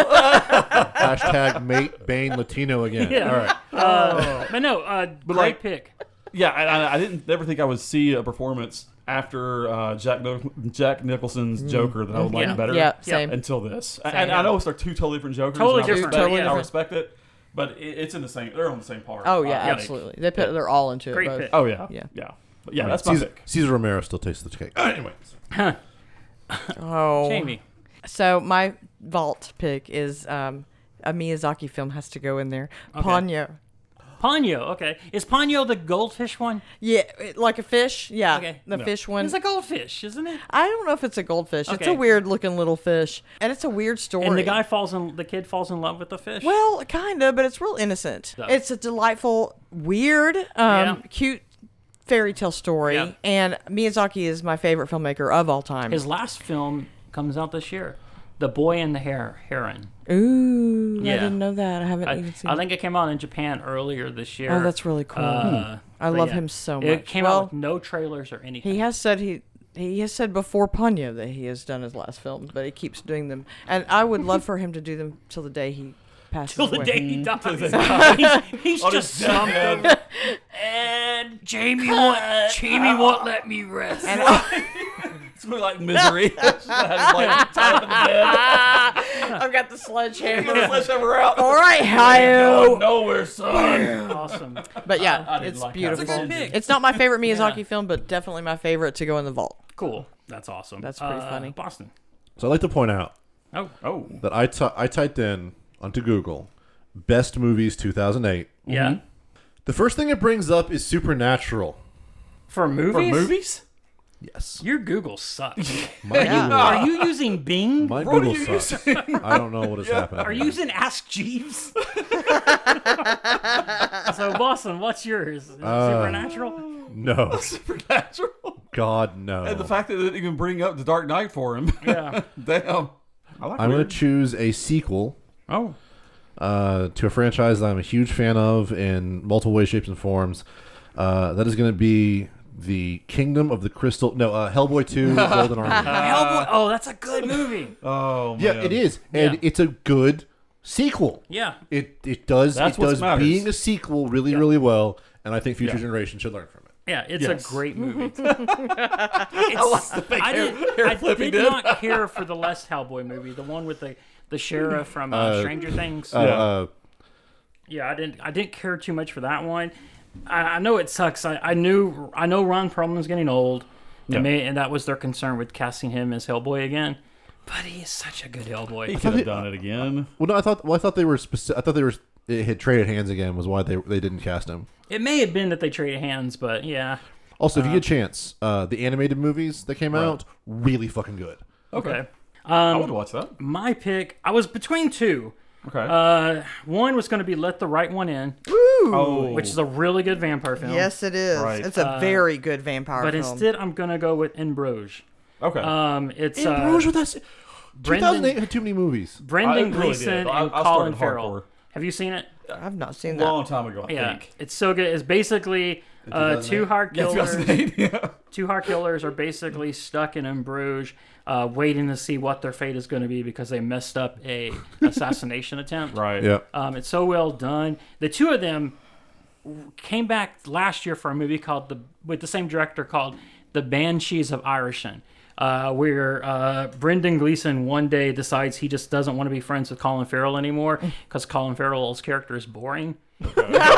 S1: hashtag mate Bane Latino again.
S3: Yeah.
S1: All right.
S3: Uh, but no, uh, great
S2: like-
S3: pick.
S2: yeah, I, I- I didn't never think I would see a performance after uh, Jack Nich- Jack Nicholson's Joker that I would like
S3: Yeah.
S2: better.
S4: Mm. Yeah, same.
S2: Until this, A- and I know it's like two totally different Jokers.
S3: Totally
S2: and I
S3: different.
S2: respect
S3: Totally
S2: it, I
S3: different.
S2: respect it, but it, it's in the same. They're on the same par.
S4: Oh yeah,
S2: Uh, like-
S4: absolutely. They put, they're all into
S3: Great
S4: it. Both.
S3: pick.
S2: Oh yeah.
S4: Yeah.
S2: Yeah. But yeah, that's my
S1: Caesar,
S2: pick.
S1: Caesar Romero still tastes the cake. Uh, anyway,
S4: Oh.
S3: Jamie.
S4: So my vault pick is um, a Miyazaki film has to go in there. Ponyo.
S3: Ponyo, okay. Is Ponyo the goldfish one?
S4: Yeah, it- like a fish. Yeah,
S3: Okay.
S4: the fish one.
S3: It's a goldfish, isn't it?
S4: I don't know if it's a goldfish. It's
S3: Okay.
S4: a weird looking little fish, and it's a weird story.
S3: And the guy falls in, the kid falls in love with the fish.
S4: Well, kind of, but it's real innocent.
S3: Yeah.
S4: It's a delightful, weird, um,
S3: Yeah.
S4: cute fairy tale story.
S3: Yeah.
S4: And Miyazaki is my favorite filmmaker of all time.
S3: His last film comes out this year, The Boy and the Hare, Heron.
S4: Ooh,
S3: Yeah.
S4: I didn't know that. I haven't
S3: I,
S4: even seen.
S3: I think it came out in Japan earlier this year.
S4: Oh, that's really cool. Hmm.
S3: Uh,
S4: I
S3: but
S4: love him so
S3: It
S4: much.
S3: came
S4: Well-
S3: out with no trailers or anything.
S4: He has said he. He has said before Ponyo that he has done his last films, but he keeps doing them, and I would love for him to do them till the day he passes
S3: Till the
S4: away.
S3: day
S2: Mhm.
S3: he dies. He's just something. And
S10: Jamie won't. Jamie won't let me rest.
S4: Uh, And I,
S2: It's really like misery. She's like, tied up in the bed.
S4: have got the sledgehammer.
S2: Put a sledgehammer out.
S4: All right, Hayo.
S2: Going nowhere, son.
S3: Oh. awesome.
S4: But yeah,
S2: didn't
S4: it's
S2: like that
S4: beautiful.
S2: film. It's a good
S4: It's not my favorite Miyazaki film, but definitely my favorite to go in the vault.
S3: Cool. That's awesome.
S4: That's pretty
S3: Uh,
S4: funny.
S3: Boston.
S1: So I'd like to point out
S3: Oh,
S2: Oh,
S1: that I ty- I typed in onto Google best movies 2008.
S3: yeah.
S1: The first thing it brings up is Supernatural.
S3: For movies?
S2: for movies?
S1: Yes.
S3: Your Google sucks.
S1: My Google,
S3: Are you using Bing?
S1: my
S2: What are
S1: Google
S2: you
S1: sucks. I don't know what is happening.
S3: Are you using Ask Jeeves? so, Boston, what's yours? Is it supernatural?
S1: No.
S2: Supernatural.
S1: God no.
S2: And the fact that they even bring up the Dark Knight for him.
S3: Yeah.
S2: Damn. I like
S1: I'm going
S2: weird.
S1: to choose a sequel
S2: Oh.
S1: uh, to a franchise that I'm a huge fan of in multiple ways, shapes, and forms. Uh, that is going to be the Kingdom of the Crystal. No, uh, Hellboy 2 Golden Army.
S3: Hellboy. Oh, that's a good movie.
S2: Oh,
S1: Yeah,
S2: man.
S1: it is. And
S3: Yeah.
S1: it's a good sequel.
S3: Yeah.
S1: It, it does,
S2: That's
S1: it
S2: what
S1: does
S2: matters.
S1: being a sequel really, really well. And I think future
S2: Yeah.
S1: generations should learn from it.
S3: Yeah, it's
S2: Yes.
S3: a great movie. It's- I
S2: hair-
S3: did,
S2: hair
S3: I
S2: flipping
S3: did
S2: did.
S3: not care for the less Hellboy movie, the one with the, the sheriff from uh, Stranger Things.
S1: Uh,
S2: Yeah.
S1: uh,
S3: yeah, I didn't I didn't care too much for that one. I, I know it sucks. I, I knew I know Ron Perlman's getting old, and,
S2: Yeah.
S3: may, and that was their concern with casting him as Hellboy again. But he is such a good
S2: He
S3: Hellboy.
S2: could
S1: they-
S2: have done it again.
S1: well, no, I thought. Well, I thought they were. Speci- I thought they were. It had traded hands again. Was why they they didn't cast him.
S3: It may have been that they traded hands, but yeah.
S1: Also, if you get a
S2: Um,
S1: chance, uh, the animated movies that came out really fucking good.
S3: Okay.
S2: I would watch that.
S3: My pick. I was between two.
S2: Okay.
S3: Uh, one was going to be Let the Right One In,
S2: oh,
S3: which is a really good vampire film.
S4: Yes, it is.
S2: Right. Uh,
S4: It's a very good vampire
S3: But
S4: film.
S3: instead, I'm going to go with Ambrosia.
S2: okay.
S3: Um, it's
S1: And
S3: uh,
S1: Bruges with us-
S3: Brendan-
S1: 2008 had too many movies.
S2: I
S3: Brendan
S2: really did.
S3: Gleeson and
S2: I- I started
S3: Colin Farrell.
S2: hardcore.
S3: Have you seen it?
S4: I've not seen that.
S2: Long time ago, I
S3: Yeah,
S2: think.
S3: it's so good. It's basically uh, two hard
S2: Yeah,
S3: killers.
S2: 2008, yeah.
S3: two hard killers are basically stuck in Bruges, uh, waiting to see what their fate is going to be because they messed up a assassination attempt.
S2: Right.
S1: Yeah.
S3: Um, it's so well done. The two of them came back last year for a movie called the with the same director called The Banshees of Irishin, uh, where uh, Brendan Gleeson one day decides he just doesn't want to be friends with Colin Farrell anymore because Colin Farrell's character is boring.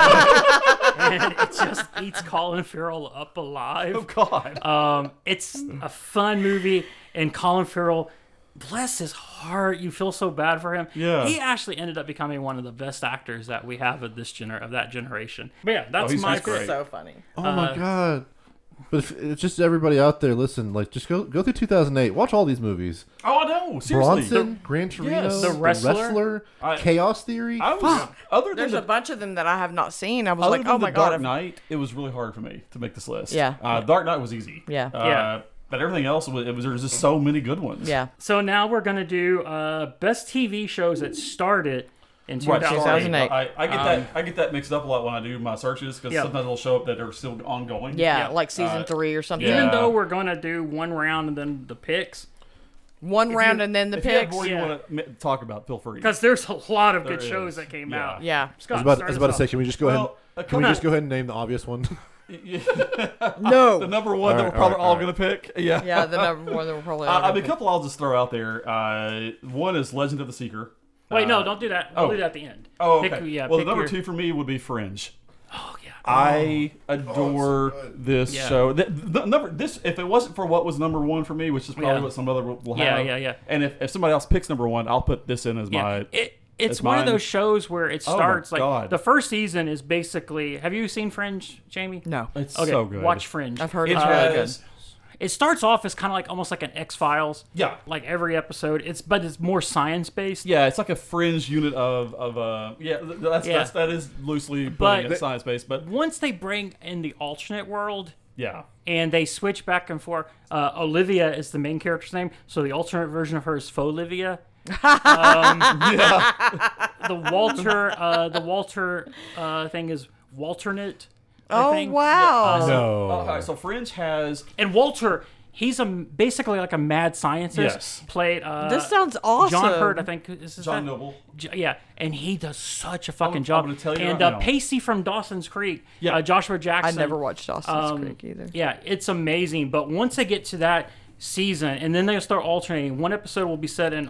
S3: and it just eats Colin Farrell up alive.
S2: Oh God.
S3: Um, it's a fun movie, and Colin Farrell, bless his heart, you feel so bad for him.
S2: Yeah.
S3: he actually ended up becoming one of the best actors that we have of this gener of that generation. But yeah, that's
S2: Oh, he's-
S3: my
S2: he's great.
S4: So funny.
S1: Oh
S2: Uh,
S1: my god. But if, it's just everybody out there, listen. Like, just go go through 2008. Watch all these movies:
S2: oh, I know. Seriously.
S1: Bronson, Gran Torino,
S2: yes. The
S1: The Wrestler,
S3: Wrestler.
S2: I-
S1: Chaos Theory.
S2: I was, other than
S4: There's
S2: the,
S4: a bunch of them that I have not seen. I was
S2: other
S4: like,
S2: than
S4: oh
S2: the
S4: my
S2: Dark
S4: god. I've-
S2: Knight, it was really hard for me to make this list.
S4: Yeah.
S2: Uh, Dark Knight was easy.
S4: Yeah.
S2: Uh,
S3: Yeah.
S2: But everything else was, it was there was just so many good ones.
S4: Yeah.
S3: So now we're gonna do uh, best TV shows that started in
S2: Right,
S3: 2008.
S2: sorry. I, I get that I get that mixed up a lot when I do my searches because
S3: Yeah.
S2: sometimes it'll show up that are still ongoing.
S4: Yeah,
S3: Yeah.
S4: like season
S2: Uh,
S4: three or something.
S2: yeah.
S3: Even though we're gonna do one round and then the picks,
S4: One round and then the
S2: If you have
S4: picks.
S2: more you
S3: yeah.
S2: want to talk about, feel free.
S3: because there's a lot of
S2: There
S3: good
S2: is,
S3: shows that came
S2: yeah.
S3: out.
S4: Yeah.
S1: I
S3: Scott,
S1: was about, I
S3: start
S1: was
S3: us
S1: about to
S3: off.
S1: say, can we just go
S2: Well, a
S1: ahead? Can we
S2: couple-
S1: just go ahead and name the obvious one?
S2: the
S4: No.
S2: number one
S1: All
S2: that we're
S1: right,
S2: probably
S1: all
S2: all,
S1: right,
S2: going to pick. Yeah.
S4: yeah, the number one that we're probably. all
S2: Uh, I
S4: gonna
S2: mean, a
S4: pick.
S2: couple I'll just throw out there. Uh, one is Legend of the Seeker.
S3: Wait, no, don't do that. We'll
S2: oh.
S3: do that at the end.
S2: Oh,
S3: Pick,
S2: okay.
S3: yeah,
S2: well, the
S3: pick
S2: number
S3: your-
S2: two for me would be Fringe.
S3: Oh, yeah.
S2: I adore this
S3: Yeah.
S2: show. Th the number this if it wasn't for what was number one for me, which is probably
S3: Yeah.
S2: what some other will will
S3: Yeah,
S2: have.
S3: yeah, yeah.
S2: And if, if somebody else picks number one, I'll put this in as
S3: Yeah.
S2: my.
S3: It, it's
S2: That's
S3: one of
S2: mine. Oh,
S3: those shows where it
S2: my
S3: starts like
S2: God.
S3: the first season is basically. Have you seen Fringe, Jamie?
S4: No.
S2: It's
S3: Okay,
S2: so good.
S3: watch Fringe.
S4: I've heard
S3: it.
S4: it's really good.
S2: has-
S3: It starts off as kind of like almost like an X Files.
S2: Yeah.
S3: Like every episode, it's but it's more science based.
S2: Yeah, it's like a fringe unit of of uh yeah th- that's,
S3: Yeah.
S2: that's that is loosely
S3: But-
S2: putting it science based, but
S3: Once they bring in the alternate world,
S2: yeah,
S3: and they switch back and forth. Uh, Olivia is the main character's name, so the alternate version of her is Folivia. um, The Walter, uh, the Walter uh, thing is Walternate. I
S4: Oh
S3: think.
S2: Uh,
S4: wow!
S2: no. all right, so Fringe has
S3: And Walter, he's a basically like a mad scientist.
S2: Yes.
S3: Played. Uh,
S4: This sounds awesome.
S3: John Hurt, I think. Is his
S2: John
S3: name?
S2: Noble.
S3: J- yeah, and he does such a fucking
S2: I'm
S3: job.
S2: gonna tell you
S3: and
S2: right
S3: uh,
S2: now.
S3: Pacey from Dawson's Creek.
S2: Yeah.
S3: uh, Joshua
S4: I
S3: Jackson.
S4: never watched Dawson's
S3: Um,
S4: Creek either.
S3: Yeah, it's amazing. But once they get to that season, and then they'll start alternating. One episode will be set in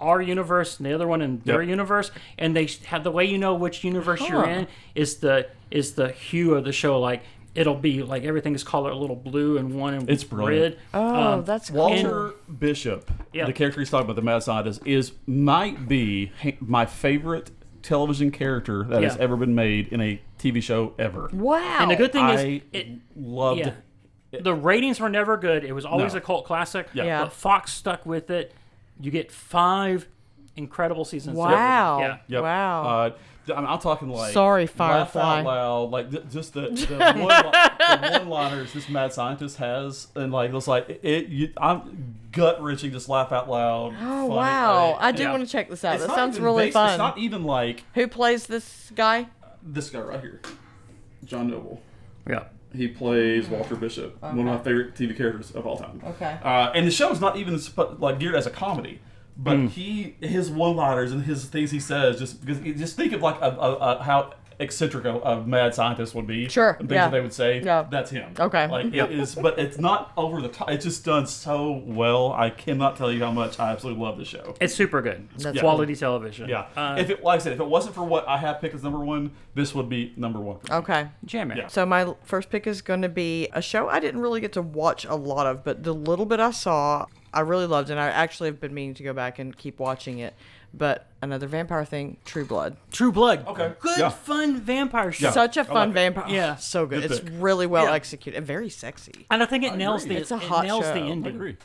S3: our universe, and the other one in their
S2: Yep.
S3: universe. And they have the way you know which universe you're in is the is the hue of the show. Like it'll be like everything is colored a little blue and one and
S2: It's brilliant.
S3: red.
S4: Oh, that's cool.
S2: Um, Walter Bishop,
S3: Yeah.
S2: the character he's talking about, the mad scientist, is might be ha- my favorite television character that has
S3: Yeah.
S2: ever been made in a TV show ever.
S4: wow.
S3: And the good thing
S2: I
S3: is, it
S2: loved.
S3: yeah. The ratings were never good. It was always
S2: No.
S3: a cult classic.
S4: Yeah.
S3: But Fox stuck with it. You get five incredible seasons.
S4: Wow.
S3: Yeah.
S2: Yep.
S4: Wow.
S2: Uh, th- I mean, I'm talking like
S4: Sorry,
S2: Laugh
S4: Firefly.
S2: out loud, like th- just the, the, one, the one-liners this mad scientist has, and like it's like it. it you, I'm gut-wrenching. Just laugh out loud.
S4: oh wow! I, do
S2: yeah.
S4: want to check this out.
S2: It's
S4: that
S2: not
S4: sounds
S2: even
S4: really
S2: based-
S4: fun.
S2: It's not even like
S4: Who plays this guy?
S2: this guy right here, John Noble.
S3: Yeah.
S2: He plays Walter Bishop, one of my favorite TV characters of all time.
S4: Mm-hmm. Okay.
S2: Uh, and the show is not even suppo- like geared as a comedy, but he his one-liners and his things he says just because just think of like a, a, a, how eccentric a, a mad scientist would be.
S4: Sure,
S2: And things
S4: yeah.
S2: that they would say.
S4: Yeah.
S2: That's him.
S4: Okay.
S2: Like it is, but it's not over the top. It's just done so well. I cannot tell you how much I absolutely love the show.
S3: It's super good.
S4: That's
S3: It's quality television.
S2: Yeah.
S3: Uh,
S2: if it like I said, if it wasn't for what I have picked as number one, this would be number one. for me.
S4: Okay.
S3: jam it.
S2: Yeah.
S4: So my l- first pick is going to be a show I didn't really get to watch a lot of, but the little bit I saw, I really loved, and I actually have been meaning to go back and keep watching it. But another vampire thing, True Blood.
S3: True Blood.
S2: Okay.
S3: Good
S2: Yeah.
S3: fun vampire show.
S4: Such a fun
S2: Oh, like it.
S4: vampire.
S3: Yeah.
S4: so good.
S2: Good
S4: it's
S2: pick.
S4: really well
S3: Yeah.
S4: executed and very sexy.
S3: And I think it nails
S2: agree.
S3: the
S4: It's a
S3: it
S4: hot
S3: nails the
S4: show. I
S3: ending.
S2: I agree.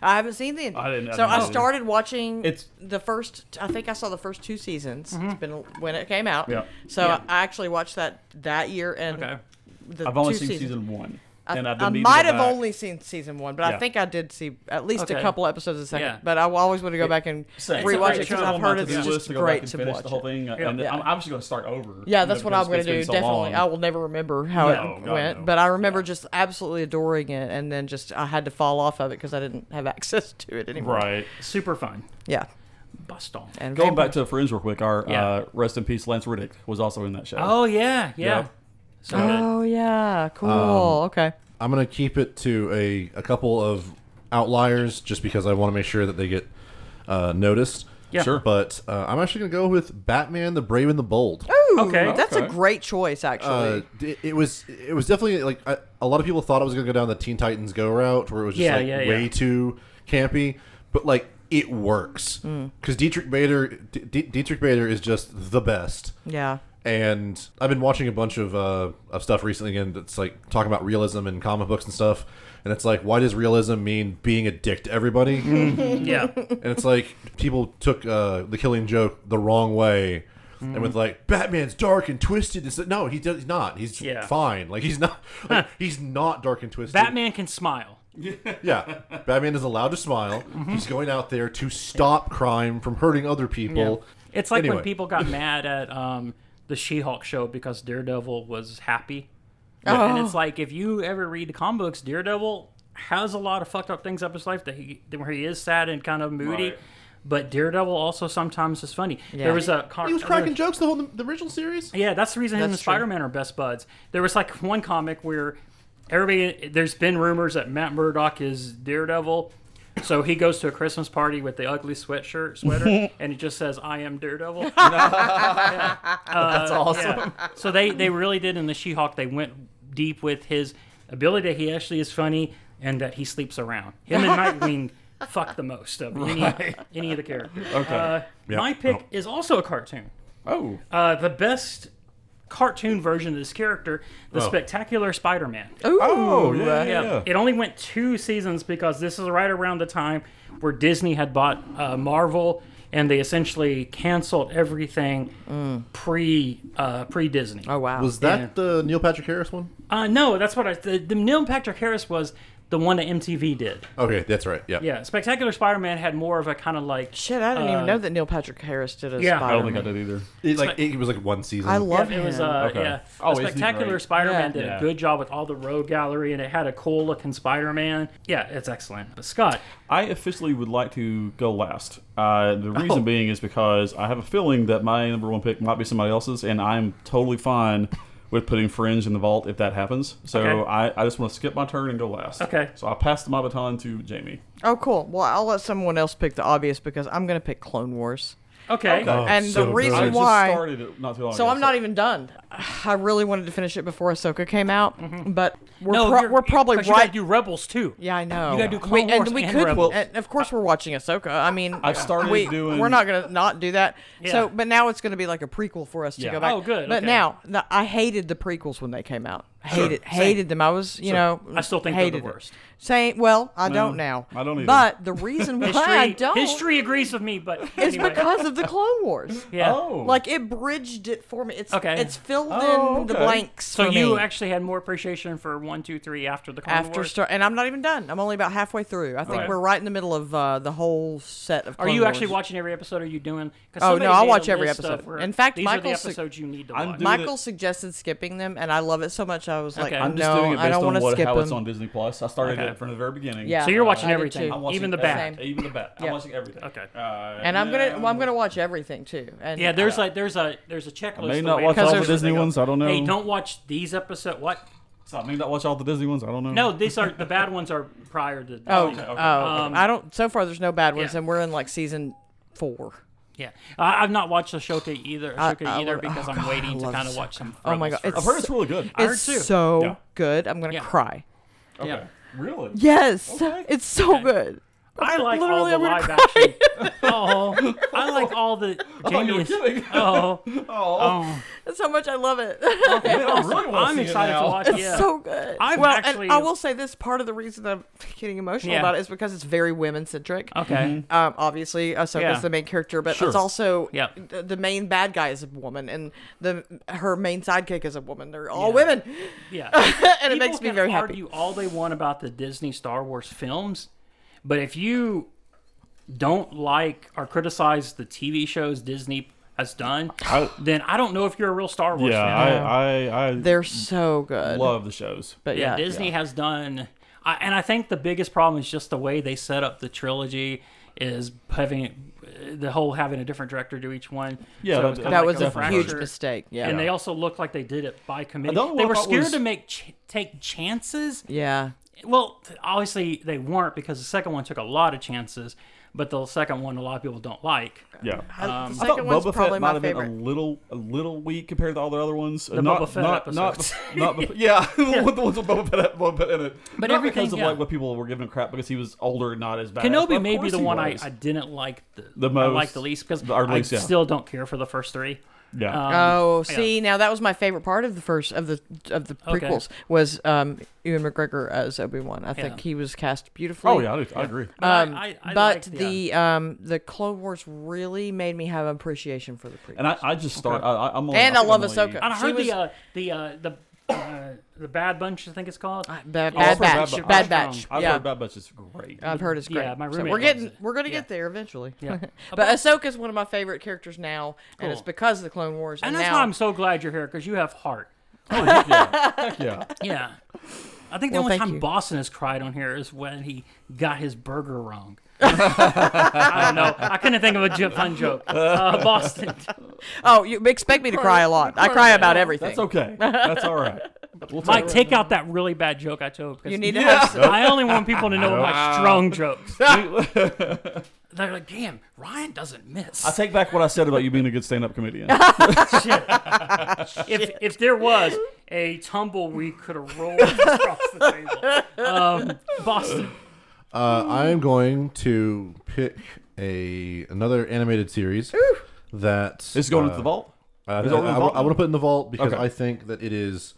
S4: I haven't seen the ending.
S2: I didn't- I
S4: so
S2: didn't
S4: I
S2: either.
S4: started watching
S2: It's-
S4: the first. I think I saw the first two seasons.
S3: Mm-hmm.
S4: It's been when it came out.
S2: Yeah.
S4: So I actually watched that that year and
S3: Okay.
S4: the
S2: I've only
S4: two
S2: seen
S4: seasons.
S2: season one,
S4: I,
S2: and I've been
S4: I
S2: meaning to
S4: might
S2: go
S4: have
S2: back.
S4: only seen season one, but I
S2: Yeah.
S4: think I did see at least a
S3: Okay.
S4: couple episodes of second.
S3: Yeah.
S4: But I always want to go back and
S2: Same.
S4: rewatch it
S3: It's
S4: because
S3: on
S4: I've
S2: my
S4: heard it's
S2: to-do
S4: just
S2: list to go
S4: great
S2: back and
S4: to
S2: finish
S4: watch.
S2: the whole
S4: it.
S2: thing.
S3: Yeah.
S2: And I'm obviously going to start over.
S4: Yeah, that's what I'm going
S2: Because
S4: to do.
S2: it's been so
S4: Definitely,
S2: long.
S4: I will never remember how
S3: Yeah.
S2: Oh,
S4: it
S2: God,
S4: went,
S2: no.
S4: but I remember just absolutely adoring it, and then just I had to fall off of it because I didn't have access to it anymore.
S2: Right.
S3: Super fun.
S4: Yeah.
S3: Bust on.
S4: And
S2: Going
S4: Vampire-
S2: back to Fringe real quick, our
S3: Yeah.
S2: uh, rest in peace, Lance Riddick was also in that show.
S3: Oh yeah, yeah.
S2: Yeah.
S3: So
S4: Oh yeah, cool. okay.
S1: I'm gonna keep it to a, a couple of outliers just because I want to make sure that they get uh, noticed.
S3: Yeah. Sure.
S1: But uh, I'm actually gonna go with Batman: The Brave and the Bold.
S3: Oh! Okay.
S4: that's a
S2: Okay.
S4: great choice,
S1: Uh,
S4: actually.
S1: it, it was it was definitely like I, a lot of people thought I was gonna go down the Teen Titans Go route where it was just
S3: Yeah,
S1: like
S3: yeah,
S1: way
S3: yeah.
S1: too campy, but like it works
S3: Mm.
S1: because Dietrich Bader D- D- Dietrich Bader is just the best.
S4: yeah.
S1: and I've been watching a bunch of uh, of stuff recently, and it's like talking about realism and comic books and stuff. And it's like, why does realism mean being a dick to everybody? and
S3: good. yeah.
S1: it's like people took uh, the Killing Joke the wrong way, and with like Batman's dark and twisted. It's like, no, he does, he's not. He's
S3: Yeah.
S1: fine. Like he's not. Like, he's not dark and twisted.
S3: Batman can smile.
S1: Yeah, Batman is allowed to smile.
S3: Mm-hmm.
S1: He's going out there to stop crime from hurting other people.
S3: It's like
S1: Anyway.
S3: when people got mad at um, the She-Hulk show because Daredevil was happy.
S4: Oh.
S3: And it's like if you ever read the comic books, Daredevil has a lot of fucked up things up his life that he that where he is sad and kind of moody.
S2: Right.
S3: But Daredevil also sometimes is funny.
S4: Yeah.
S3: There was a car-
S1: He was cracking jokes the whole the original series.
S3: Yeah, that's the reason him and
S4: That's true.
S3: Spider Man are best buds. There was like one comic where everybody, there's been rumors that Matt Murdock is Daredevil. So he goes to a Christmas party with the ugly sweatshirt sweater, and it just says "I am Daredevil." That's
S2: Uh,
S3: awesome. So they they really did in the She-Hulk. They went deep with his ability that he actually is funny and that he sleeps around. Him and Nightwing fuck the most of any, any of the characters.
S2: Okay.
S3: Uh, My pick is also a cartoon.
S2: oh,
S3: Uh, the best cartoon version of this character, the Spectacular Spider-Man.
S2: oh, yeah, yeah,
S3: Yeah.
S2: yeah.
S3: It only went two seasons because this is right around the time where Disney had bought uh, Marvel and they essentially canceled everything
S2: Mm.
S3: pre uh, pre Disney.
S4: Oh wow.
S1: Was that the Neil Patrick Harris one?
S3: Uh, no, that's what I. The, the Neil Patrick Harris was the one that MTV did.
S1: Okay, that's right. Yeah.
S3: Yeah, Spectacular Spider-Man had more of a kind of like
S4: Shit, I didn't
S3: Uh,
S4: even know that Neil Patrick Harris did a
S3: yeah. I
S4: Spider-Man.
S2: I don't think I did either.
S1: It, like it was like one season.
S4: I
S3: Yep,
S4: love him.
S3: it was uh,
S2: Okay.
S3: yeah.
S2: Oh,
S3: The
S2: isn't he
S3: Spectacular
S2: great?
S3: Spider-Man
S4: Yeah.
S3: did
S2: Yeah.
S3: a good job with all the rogue gallery, and it had a cool looking Spider-Man. Yeah, it's excellent. But Scott,
S2: I officially would like to go last. Uh,
S4: Oh.
S2: the reason being is because I have a feeling that my number one pick might be somebody else's, and I'm totally fine with putting Fringe in the vault if that happens. So
S3: Okay.
S2: I, I just want to skip my turn and go last.
S3: Okay.
S2: So I'll pass my baton to Jamie.
S4: Oh, cool. Well, I'll let someone else pick the obvious because I'm going to pick Clone Wars.
S3: okay,
S2: Uh,
S1: Oh,
S4: and
S1: so
S4: the
S1: good.
S4: reason
S2: I just
S4: why.
S2: started it not
S3: Oh,
S2: too long
S4: so
S2: ago,
S4: I'm not even done. I really wanted to finish it before Ahsoka came out, but we're,
S3: Mm-hmm. No,
S4: pro-
S3: you're-
S4: we're probably
S3: 'cause
S4: right.
S3: you gotta do Rebels too.
S4: yeah, I know.
S3: you gotta do Clone
S4: we,
S3: Wars
S4: and we
S3: and
S4: could,
S3: Rebels.
S4: and of course, we're watching Ahsoka. I mean,
S2: I've started
S4: we,
S2: doing-
S4: We're not gonna not do that.
S3: Yeah.
S4: So, but now it's gonna be like a prequel for us to
S2: Yeah.
S4: go back.
S3: Oh, good,
S4: But
S3: okay.
S4: now, the, I hated the prequels when they came out. Hated, hated them. I was, you know,
S3: I still think they're the
S4: hated it.
S3: worst.
S4: Saying, well, I
S2: No,
S4: don't now.
S2: I don't either.
S4: But the reason why
S3: History,
S4: I don't
S3: history agrees with me, but
S4: is
S3: anyway.
S4: because of the Clone Wars.
S3: yeah.
S2: Oh.
S4: Like it bridged it for me. It's
S3: Okay.
S4: It's filled
S2: Oh,
S4: in the
S2: okay.
S4: blanks.
S3: So
S4: for
S3: you
S4: me
S3: actually had more appreciation for one, two, three after the Clone
S4: after
S3: Wars?
S4: start, and I'm not even done. I'm only about halfway through. I think
S3: Okay.
S4: we're right in the middle of uh, the whole set of.
S3: are
S4: Clone
S3: you actually
S4: Wars.
S3: watching every episode? Are you doing? 'cause
S4: Oh,
S3: somebody
S4: no, I'll
S3: made a
S4: watch every
S3: list of
S4: episode.
S3: where
S4: in fact,
S3: these are the
S4: Michael su-
S3: episodes you need to
S2: I'm
S3: watch.
S2: doing-
S4: Michael suggested skipping them, and I love it so much. I was like,
S3: Okay.
S2: I'm just
S4: no,
S2: doing it
S4: I
S2: based
S4: don't
S2: on
S4: want to
S2: what,
S4: skip
S2: how
S4: them.
S2: it's on Disney Plus. I started
S3: Okay.
S2: it from the very beginning.
S4: Yeah.
S3: so you're watching
S4: I did
S3: everything,
S4: too.
S2: I'm watching
S3: even the
S2: everything.
S3: bad.
S2: Even the bad. I'm
S4: Yeah.
S2: watching everything.
S3: Okay.
S2: Uh,
S4: and I'm
S2: yeah.
S4: gonna, well, I'm gonna watch everything too. And
S3: Yeah, there's like there's a there's a checklist.
S2: may
S3: the
S2: not
S3: way
S2: watch
S3: it
S4: all
S3: goes.
S4: the
S2: Disney
S3: They go,
S2: ones, I don't know.
S3: Hey, don't watch these episodes. What?
S2: So I may not watch all the Disney ones. I don't know.
S3: No, uh, these are the bad ones are prior to.
S4: oh,
S3: Disney.
S4: oh, I don't. So far, there's no bad ones,
S3: um, Yeah.
S4: and we're in like season four.
S3: yeah. I, I've not watched Ashoka either. Ashoka
S4: I
S3: either
S4: love it.
S3: because
S4: Oh,
S3: I'm
S4: God, I
S3: waiting to
S4: love
S3: kind of
S4: Ahsoka.
S3: watch some.
S4: Oh my
S3: Rebels
S4: God,
S3: first.
S2: I've heard it's really good.
S3: heard
S4: It's
S3: too.
S4: so
S2: Yeah.
S4: good. I'm gonna
S3: Yeah.
S4: cry.
S2: Okay. Really?
S4: Yes, it's so good.
S3: I like all
S4: Literally,
S3: the
S4: I'm gonna
S3: live
S4: cry.
S3: action. oh, I like all the.
S2: you
S3: Jamie
S2: were
S3: is-
S2: kidding.
S3: Oh,
S2: Oh,
S4: That's how much I love it.
S2: man, I really wanna
S3: I'm
S2: see it
S3: excited to
S2: now.
S3: watch.
S4: It's
S3: Yeah.
S4: so good.
S3: I've
S4: well,
S3: actually-
S4: and I will say this: part of the reason I'm getting emotional
S3: Yeah. Uh-huh.
S4: about it is because it's very women centric.
S3: okay.
S4: Um, obviously, Ahsoka's
S3: Yeah.
S4: the main character, but
S2: Sure.
S4: it's also
S3: Yeah.
S4: th- the main bad guy is a woman, and the her main sidekick is a woman. They're all women,
S3: Yeah.
S4: and it makes me very happy.
S3: argue all they want about the Disney Star Wars films, but if you don't like or criticize the TV shows Disney has done,
S2: I-
S3: then I don't know if you're a real Star Wars
S2: Yeah,
S3: fan.
S2: I, I, I
S4: They're so good.
S2: love the shows.
S4: but
S3: yeah,
S4: yeah,
S3: Disney has done, I, and I think the biggest problem is just the way they set up the trilogy is having the whole having a different director do each one.
S2: Yeah,
S3: So it was
S2: that-
S3: kinda
S4: that
S3: like
S4: was a
S2: Definitely.
S4: huge
S3: fracture.
S4: mistake. Yeah,
S3: And they also looked like they did it by committee.
S2: Another one
S3: They
S2: I
S3: were
S2: thought
S3: scared
S2: was-
S3: to make ch- take chances
S4: yeah.
S3: Well, th- obviously they weren't because the second one took a lot of chances, but the second one a lot of people don't like.
S4: Uh,
S2: Yeah.
S4: the
S2: Um, I thought
S4: second one's
S2: Boba Fett
S4: probably
S2: might
S4: my
S2: have
S4: favorite.
S2: been a little, a little weak compared to all the other ones. The not,
S3: Boba Fett
S2: not, not,
S3: episodes.
S2: bef- not bef- yeah, with the ones with Boba Fett, Boba Fett in it.
S3: But
S2: not
S3: everything,
S2: because of
S3: yeah.
S2: like what people were giving crap because he was older and not as bad.
S3: Kenobi may be the one I, I didn't like the,
S2: The
S3: I like
S2: most.
S3: the least Uh, because
S2: The- or
S3: I
S2: least, yeah.
S3: still don't care for the first three. Um,
S2: yeah.
S4: Oh, see, now that was my favorite part of the first of the of the
S3: Okay.
S4: prequels was um, Ewan McGregor as Obi Wan. I think
S3: Yeah.
S4: he was cast beautifully.
S2: oh yeah, I, do- I agree.
S3: But
S4: Um,
S3: I, I, I
S4: but
S3: liked
S4: the um, the Clone Wars really made me have appreciation for the prequels.
S2: and I, I just start. I, I- I'm only,
S4: And
S2: I
S4: I
S2: think
S4: love
S2: I'm only-
S4: Ahsoka.
S3: and I
S4: she
S3: heard
S4: was-
S3: the uh, the uh, the uh, the Bad Bunch, I think it's called.
S4: Bad,
S3: I've
S4: bad
S3: heard
S4: batch,
S2: Bad Bu-
S4: bad
S3: I've
S4: batch.
S2: I've
S4: yeah, Uh,
S2: heard Bad Batch is great.
S4: I've heard it's great.
S3: Yeah, my
S4: So
S3: roommate
S4: we're getting
S3: loves it.
S4: we're gonna
S3: Yeah.
S4: get there eventually.
S3: Yeah.
S4: but Ahsoka is one of my favorite characters now, and it's because of the Clone Wars.
S3: and
S4: And,
S3: that's
S4: now,
S3: why I'm so glad you're here because you have heart.
S2: oh, heck yeah. Heck yeah.
S3: Yeah. I think the
S4: Well,
S3: only
S4: thank
S3: time
S4: you.
S3: Boston has cried on here is when he got his burger wrong. I don't know. I couldn't think of a j- fun joke. Uh, Boston.
S4: oh, you expect me to cry a lot. I cry about everything.
S2: That's okay. That's all right. We'll
S3: Mike,
S2: take it.
S3: take out that really bad joke I told. because
S4: You need to
S2: Yeah.
S4: have. Some,
S3: I only want people to know my strong jokes. They're like, damn, Ryan doesn't miss.
S2: I take back what I said about you being a good stand-up comedian.
S3: if if there was a tumble, we could have rolled across the table. Um, Boston.
S1: Uh, I am going to pick a another animated series that
S2: Is it going
S1: uh,
S2: into the vault?
S1: I,
S2: Is it going in the vault?
S1: want to put it in the vault because
S2: Okay.
S1: I think that it is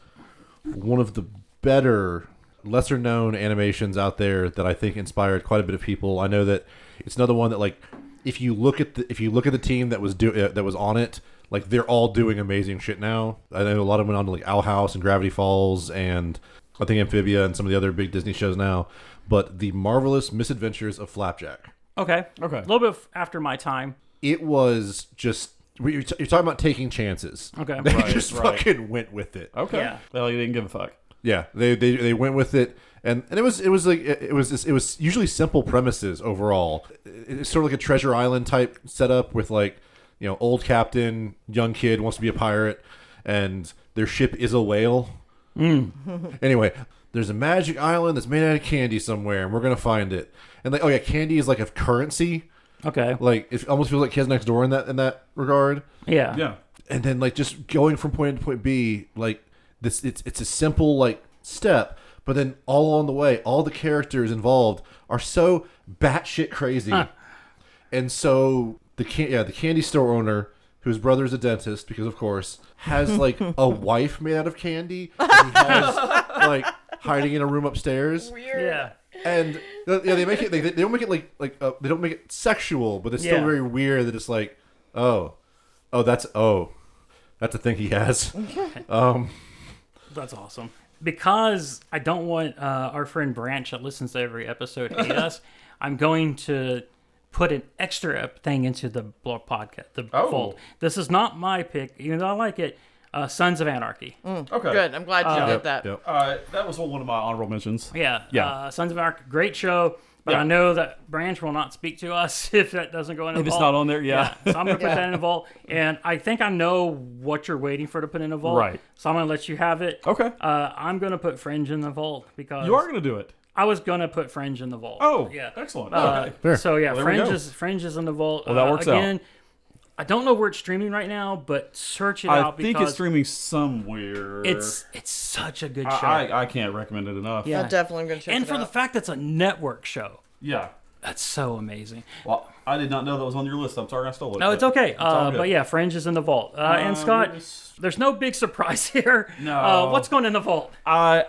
S1: one of the better, lesser known animations out there that I think inspired quite a bit of people. I know that it's another one that like if you look at the if you look at the team that was do uh, that was on it, like they're all doing amazing shit now. I know a lot of them went on to like Owl House and Gravity Falls and I think Amphibia and some of the other big Disney shows now. But the marvelous misadventures of Flapjack.
S3: Okay.
S2: Okay.
S3: A little bit f- after my time.
S1: It was just. You're, t- you're talking about taking chances.
S3: Okay.
S1: They
S3: Right,
S1: just
S2: right. Oh.
S1: fucking went with it.
S2: Okay.
S3: Yeah.
S2: Well, you didn't give a fuck.
S1: Yeah, they they, they went with it, and, and it was it was like it it was this, it was usually simple premises overall. It- It's sort of like a Treasure Island type setup with like you know old captain, young kid wants to be a pirate, and their ship is a whale. anyway, there's a magic island that's made out of candy somewhere, and we're gonna find it. And like, oh yeah, candy is like a currency.
S3: Okay.
S1: Like it almost feels like Kids Next Door in that in that regard
S3: Yeah.
S2: Yeah.
S1: and then like just going from point A to point B, like this, it's it's a simple like step, but then all along the way, all the characters involved are so batshit crazy, and so the can- yeah the candy store owner. Whose brother's a dentist, because of course, has like a wife made out of candy. And he has like hiding in a room upstairs
S3: Yeah.
S1: and uh, yeah, they make it. They, they don't make it like like uh, they don't make it sexual, but it's still
S3: Yeah.
S1: very weird that it's like, oh, oh, that's oh, that's a thing he has.
S3: That's awesome. Because I don't want uh, our friend Branch that listens to every episode to hate us, I'm going to put an extra ep- thing into the blog podcast. The
S2: Oh.
S3: fold. This is not my pick, even though I like it. Uh, Sons of Anarchy.
S2: Okay.
S4: Good. I'm glad you did that.
S1: Yep.
S2: Uh, that was one of my honorable mentions.
S3: Yeah.
S2: Yeah.
S3: Uh, Sons of Anarchy. Great show. But
S2: Yeah.
S3: I know that Branch will not speak to us if that doesn't go in.
S2: If it's not on there, Oh, yeah.
S3: So I'm gonna put that in a vault, and I think I know what you're waiting for to put in a vault.
S2: Right.
S3: So I'm gonna let you have it.
S2: Okay.
S3: Uh, I'm gonna put Fringe in the vault because
S2: You are going to do it.
S3: I was gonna put Fringe in the vault.
S2: Oh,
S3: yeah.
S2: Excellent.
S3: Uh,
S2: okay.
S3: So yeah,
S2: we
S3: Fringe
S2: go.
S3: is Fringe is in the vault.
S2: Well, that
S3: Uh,
S2: works out.
S3: again, I don't know where it's streaming right now, but search it
S2: I
S3: out
S2: think
S3: because
S2: it's streaming somewhere.
S3: it's it's such a good
S2: I,
S3: show.
S2: I, I can't recommend it enough.
S3: yeah.
S4: I'm definitely going to check
S3: and
S4: it
S3: for the
S4: out.
S3: fact that's a network show,
S2: Yeah.
S3: that's so amazing.
S2: Well, I did not know that was on your list. I'm sorry I stole it.
S3: No,
S2: but
S3: it's okay.
S2: all
S3: uh,
S2: good.
S3: but yeah, Fringe is in the vault. Uh, and
S2: Uh,
S3: Scott,
S2: what is-
S3: there's no big surprise here.
S2: No.
S3: Uh, what's going in the vault?
S2: I,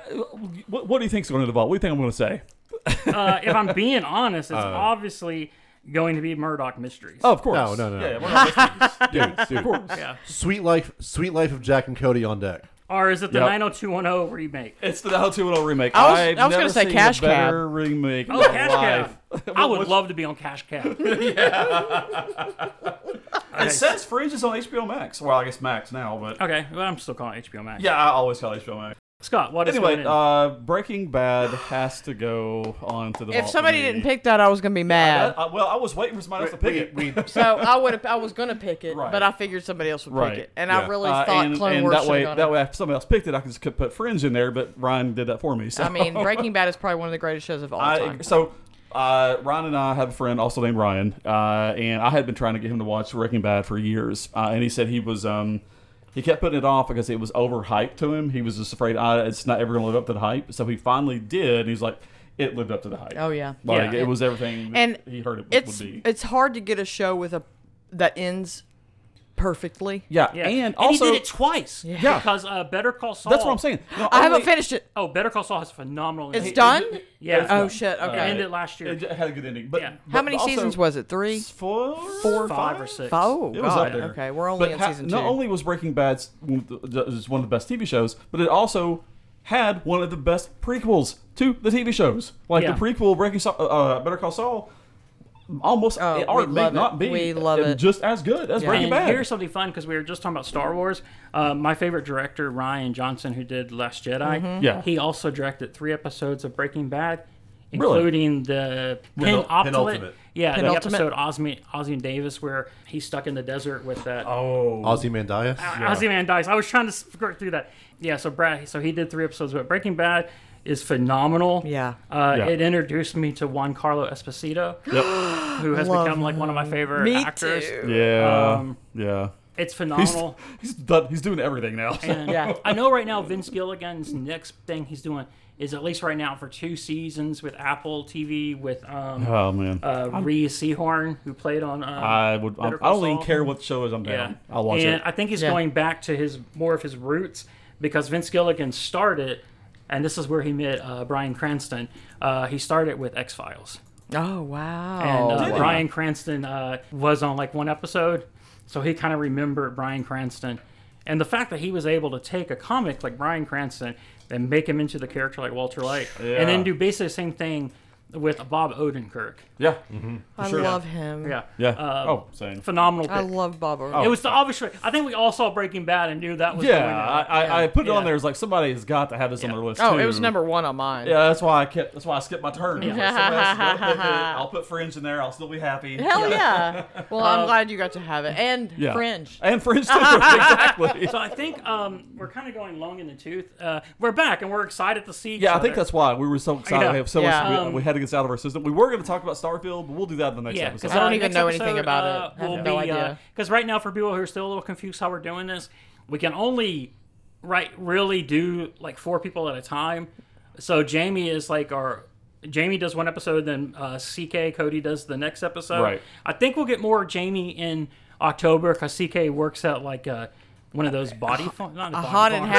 S2: what, what do you think's going to develop? What do you think I'm going to say?
S3: Uh, if I'm being honest,
S2: uh.
S3: it's obviously going to be Murdoch Mysteries.
S2: Oh, of course.
S1: No, no, no,
S2: Yeah,
S1: no.
S2: we're not listening. dude, dude.
S1: Sweet life, sweet life of Jack and Cody on deck.
S3: Or is it the
S2: Yep.
S3: 90210 remake?
S2: It's the How 2 remake.
S4: I was-
S2: I've
S4: I was gonna
S2: never
S4: say
S2: seen
S4: Cash
S2: a
S4: Cab.
S2: better remake.
S3: Oh, Cash Cab. I would love to be on Cash Cab.
S2: It says Fringe is on HBO Max. Well, I guess Max now, but
S3: okay, well, I'm still calling it HBO Max.
S2: yeah, I always call it HBO Max.
S3: Scott, what is
S2: Anyway,
S3: going in?
S2: uh, Breaking Bad has to go on to the. vault
S4: If
S2: for
S4: somebody
S2: me.
S4: didn't pick that, I was going to be
S2: I,
S4: mad.
S2: I- uh, well, I was waiting for somebody else to pick it.
S1: We,
S4: So I would have. I was going to pick it,
S2: Right.
S4: but I figured somebody else would
S2: Right,
S4: pick it, and I
S1: yeah.
S4: really
S2: Uh,
S4: thought
S2: and,
S4: Clone
S2: and
S4: Wars
S2: that
S4: should
S2: way,
S4: have
S2: that
S4: gone.
S2: way, if somebody else picked it, I could just put Fringe in there. But Ryan did that for me. So
S4: I mean, Breaking Bad is probably one of the greatest shows of all
S2: I-
S4: time.
S2: so uh, Ryan and I have a friend also named Ryan, uh, and I had been trying to get him to watch Breaking Bad for years, uh, and he said he was um, he kept putting it off because it was overhyped to him. He was just afraid I, it's not ever going to live up to the hype. So he finally did, and he's like, it lived up to the hype.
S4: Oh, yeah.
S2: like
S3: Yeah.
S2: it was everything that
S4: And
S2: he heard it
S4: it's
S2: would be.
S4: it's hard to get a show with a that ends perfectly.
S2: yeah.
S3: yeah.
S2: and also
S3: he did it twice.
S2: Yeah.
S3: Because uh, Better Call Saul.
S2: that's what I'm saying. Not
S4: I haven't
S2: only-
S4: finished it.
S3: Oh, Better Call Saul has phenomenal.
S4: It's done.
S3: Yeah. Uh,
S4: Oh shit.
S3: It
S4: Okay.
S3: ended last year.
S2: It had a good ending, but
S3: Yeah.
S4: How many seasons was it? Three.
S2: Four,
S3: four, five, or six.
S4: Oh
S2: It was
S4: god.
S2: up there.
S4: Okay, we're only
S2: But
S4: in
S2: ha-
S4: season two.
S2: Not only was Breaking Bad s- one of the- is one of the best TV shows, but it also had one of the best prequels to the TV shows. Like
S3: Yeah.
S2: the prequel Breaking Saul, uh, Better Call Saul, almost
S4: Oh,
S2: it- or
S4: we
S2: it may
S4: love it.
S2: not be
S4: We love
S2: uh,
S4: it.
S2: just as good as
S4: Yeah.
S2: Breaking
S3: And
S2: Bad.
S3: here's something fun because we were just talking about Star Wars. Uh, my favorite director, Ryan Johnson, who did Last Jedi,
S2: Yeah.
S3: he also directed three episodes of Breaking Bad,
S2: Really?
S3: including the
S1: Penul-
S3: penultimate,
S1: penultimate.
S3: yeah, the
S4: Penultimate.
S3: episode Ozzy, Ozzy and Davis where he's stuck in the desert with that. Oh,
S1: Ozzy Mandias.
S3: Ozzy Man dies. I was trying to skirt through that. Yeah, so Brad, so he did three episodes, but Breaking Bad is phenomenal.
S4: Yeah.
S3: Uh,
S2: Yeah.
S3: It introduced me to Juan Carlo Esposito, who has
S4: Love
S3: become like one of my favorite
S4: Me
S3: actors.
S4: too.
S2: yeah,
S3: Um,
S2: yeah.
S3: It's
S2: He's,
S3: phenomenal.
S2: he's done. He's doing everything now.
S3: And
S4: Yeah.
S3: I know right now Vince Gilligan's next thing he's doing is at least right now for two seasons with Apple TV with um
S2: oh man,
S3: uh, Rhea Seahorn who played on. Uh,
S2: I would. um, I, I
S3: Better Call
S2: don't even
S3: Saul.
S2: care what show is. I'm
S3: Yeah,
S2: down. Um, I'll watch
S3: and
S2: it.
S3: I think he's
S4: Yeah.
S3: going back to his more of his roots because Vince Gilligan started, and this is where he met uh, Brian Cranston. Uh, he started with X Files,
S4: Oh wow.
S3: and uh,
S2: wow.
S3: Brian Cranston uh, was on like one episode, so he kind of remembered Brian Cranston, and the fact that he was able to take a comic like Brian Cranston and make him into the character like Walter Light, and
S2: Yeah.
S3: then do basically the same thing with Bob Odenkirk.
S2: yeah. Mm-hmm.
S4: I
S2: sure.
S4: love him.
S3: Yeah,
S2: Yeah.
S3: Uh,
S2: oh, same.
S3: phenomenal.
S4: I
S3: pick.
S4: love Bob Orr.
S3: It was the obvious. choice. I think we all saw Breaking Bad and knew that was.
S2: Yeah,
S3: the winner.
S2: I, I, I put it on
S3: Yeah.
S2: there. It's like somebody has got to have this on
S3: Yeah.
S2: their list.
S4: Oh,
S2: too.
S4: it was number one on mine.
S2: Yeah, that's why I kept. That's why I skipped my turn. I was like, somebody else is gonna pick it. I'll put Fringe in there. I'll still be happy.
S4: Hell yeah. well, I'm glad you got to have it. And
S2: Um, Yeah.
S4: Fringe.
S2: and Fringe too. exactly.
S3: So I think um, we're kind of going long in the tooth. Uh, we're back and we're excited to see. Each
S2: Yeah, I
S3: other.
S2: think that's why we were so excited.
S3: Yeah.
S2: We have so
S4: Yeah.
S2: much.
S3: Um,
S2: we, we had to get this out of our system. We were going to talk about Starfield, but we'll do that in the next
S3: Yeah,
S2: episode.
S4: I don't even know anything about
S3: uh,
S4: it. I have no idea.
S3: Because uh, right now, for people who are still a little confused how we're doing this, we can only right really do like four people at a time. So Jamie is like our. Jamie does one episode, then uh, CK Cody does the next episode.
S2: Right.
S3: I think we'll get more Jamie in October because CK works at like uh, one of those body farm, not a,
S4: A
S3: body
S4: haunted
S3: farm.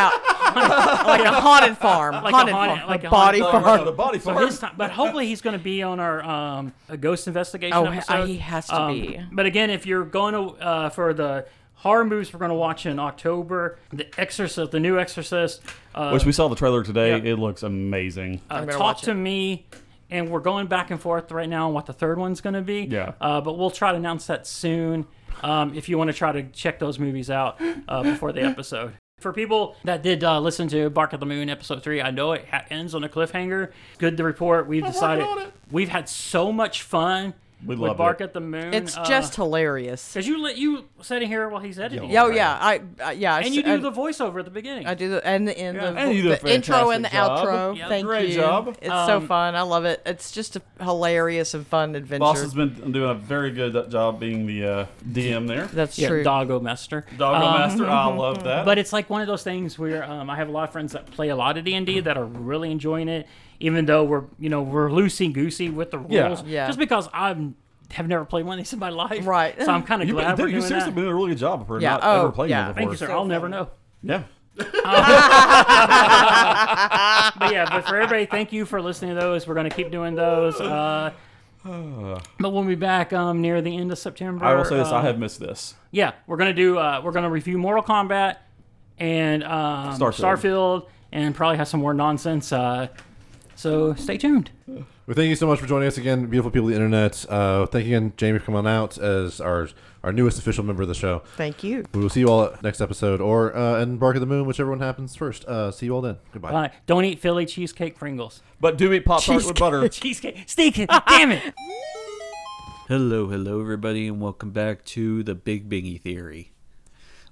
S4: house. like a haunted farm.
S3: Like a
S4: haunted,
S3: haunted-
S4: farm.
S3: like
S4: a
S3: a
S4: body
S3: haunted
S2: Oh,
S4: farm.
S2: right, the body
S3: So
S2: farm.
S3: his time, but hopefully he's going to be on our um, a ghost investigation.
S4: Oh, he-
S3: episode.
S4: he has to
S3: Um,
S4: be.
S3: But again, if you're going to uh, for the horror movies we're going to watch in October, The Exorcist, the new Exorcist, uh,
S2: Which we saw the trailer today.
S3: Yeah.
S2: It looks amazing.
S3: uh,
S4: gonna
S3: Talk
S4: watch
S3: to
S4: it.
S3: Me, and we're going back and forth right now on what the third one's going to be.
S2: Yeah.
S3: Uh, but we'll try to announce that soon. Um, if you want to try to check those movies out uh, before the episode. For people that did uh, listen to Bark at the Moon episode three, I know it ha- ends on a cliffhanger. Good to report. We've decided we've had so much fun
S2: We
S3: with
S2: loved
S3: Bark
S2: it.
S3: at the Moon.
S2: Uh,
S4: It's just hilarious.
S3: because you let you sitting here while he's editing,
S4: Oh yeah, I uh, yeah. I
S3: and
S4: s-
S3: you do
S4: I,
S3: the voiceover at the beginning.
S4: I do the and the end, the,
S2: And you do a
S4: the intro and the
S2: fantastic job.
S4: outro.
S2: Yeah,
S4: Thank
S2: great
S4: you.
S2: job. Um,
S4: It's so fun. I love it. It's just a hilarious and fun adventure.
S2: Boss has been doing a very good job being the uh, DM there.
S4: That's
S3: yeah,
S4: true.
S3: Doggo Master.
S2: Doggo Master, I love that.
S3: uh, mm-hmm. but it's like one of those things where um, I have a lot of friends that play a lot of D and
S2: Mm-hmm.
S3: D that are really enjoying it, even though we're you know we're loosey goosey with the rules.
S2: Yeah.
S4: Yeah.
S3: Just because I'm have never played one of these in my life,
S4: Right.
S3: So I'm kind of
S2: You've
S3: glad
S2: been,
S3: we're
S2: dude, you
S3: doing
S2: seriously
S3: that.
S2: been doing a really good job for
S4: Yeah,
S2: not
S4: oh,
S2: ever playing
S4: yeah.
S2: it before.
S3: Thank you, sir. I'll never know.
S2: Yeah.
S3: But yeah, but for everybody, thank you for listening to those. We're gonna keep doing those. Uh, but we'll be back um, near the end of September.
S2: I will say this.
S3: um,
S2: I have missed this.
S3: yeah, we're gonna do. Uh, we're gonna review Mortal Kombat and um,
S2: Starfield.
S3: Starfield, and probably have some more nonsense. Uh, so stay tuned.
S1: Well, thank you so much for joining us again, beautiful people of the internet. Uh, thank you again, Jamie, for coming on out as our our newest official member of the show.
S4: Thank you.
S1: We will see you all at next episode or uh, in Bark of the Moon, whichever one happens first. Uh, see you all then. Goodbye.
S3: Bye. Don't eat Philly cheesecake Pringles.
S2: But do eat Pop Tart with butter.
S3: Cheesecake, steak it. Damn it.
S11: Hello, hello, everybody, and welcome back to the Big Bingy Theory.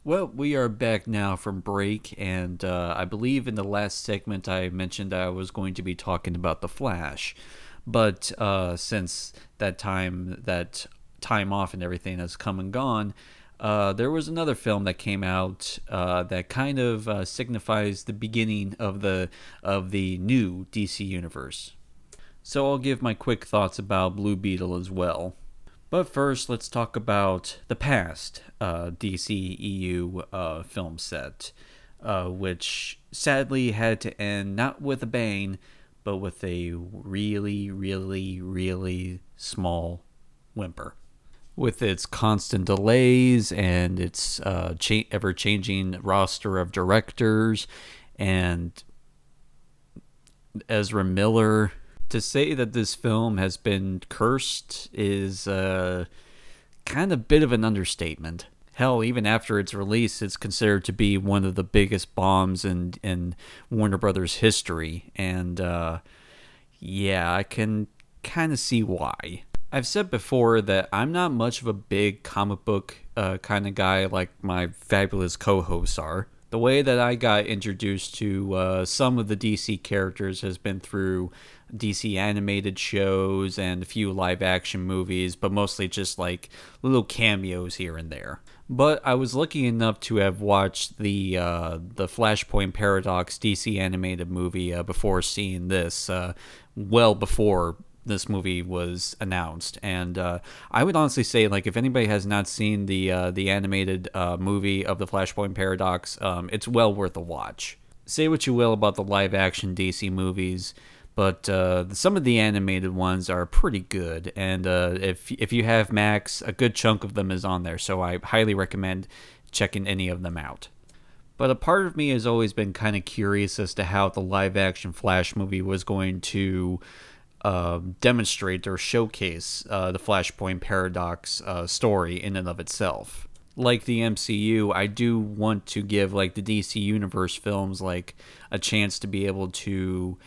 S11: Well, we are back now from break, and uh, I believe in the last segment I mentioned I was going to be talking about the Flash, but uh, since that time, that time off and everything has come and gone, uh, there was another film that came out uh, that kind of uh, signifies the beginning of the of the new DC universe. So I'll give my quick thoughts about Blue Beetle as well. But first, let's talk about the past uh, DCEU uh, film set, uh, which sadly had to end not with a bang, but with a really, really, really small whimper. With its constant delays and its uh, cha- ever changing roster of directors and Ezra Miller. To say that this film has been cursed is uh, kind of bit of an understatement. Hell, even after its release, it's considered to be one of the biggest bombs in, in Warner Brothers history. And uh, yeah, I can kind of see why. I've said before that I'm not much of a big comic book uh, kind of guy like my fabulous co hosts are. The way that I got introduced to uh, some of the DC characters has been through DC animated shows and a few live action movies, but mostly just like little cameos here and there. But I was lucky enough to have watched the uh, the Flashpoint Paradox DC animated movie uh, before seeing this, uh, well before this movie was announced. And uh, I would honestly say, like, if anybody has not seen the uh, the animated uh, movie of the Flashpoint Paradox, um, it's well worth a watch. Say what you will about the live action DC movies but uh, some of the animated ones are pretty good. And uh, if if you have Max, a good chunk of them is on there. So I highly recommend checking any of them out. But a part of me has always been kind of curious as to how the live action Flash movie was going to uh, demonstrate or showcase uh, the Flashpoint paradox uh, story in and of itself. Like the MCU, I do want to give like the DC Universe films like a chance to be able to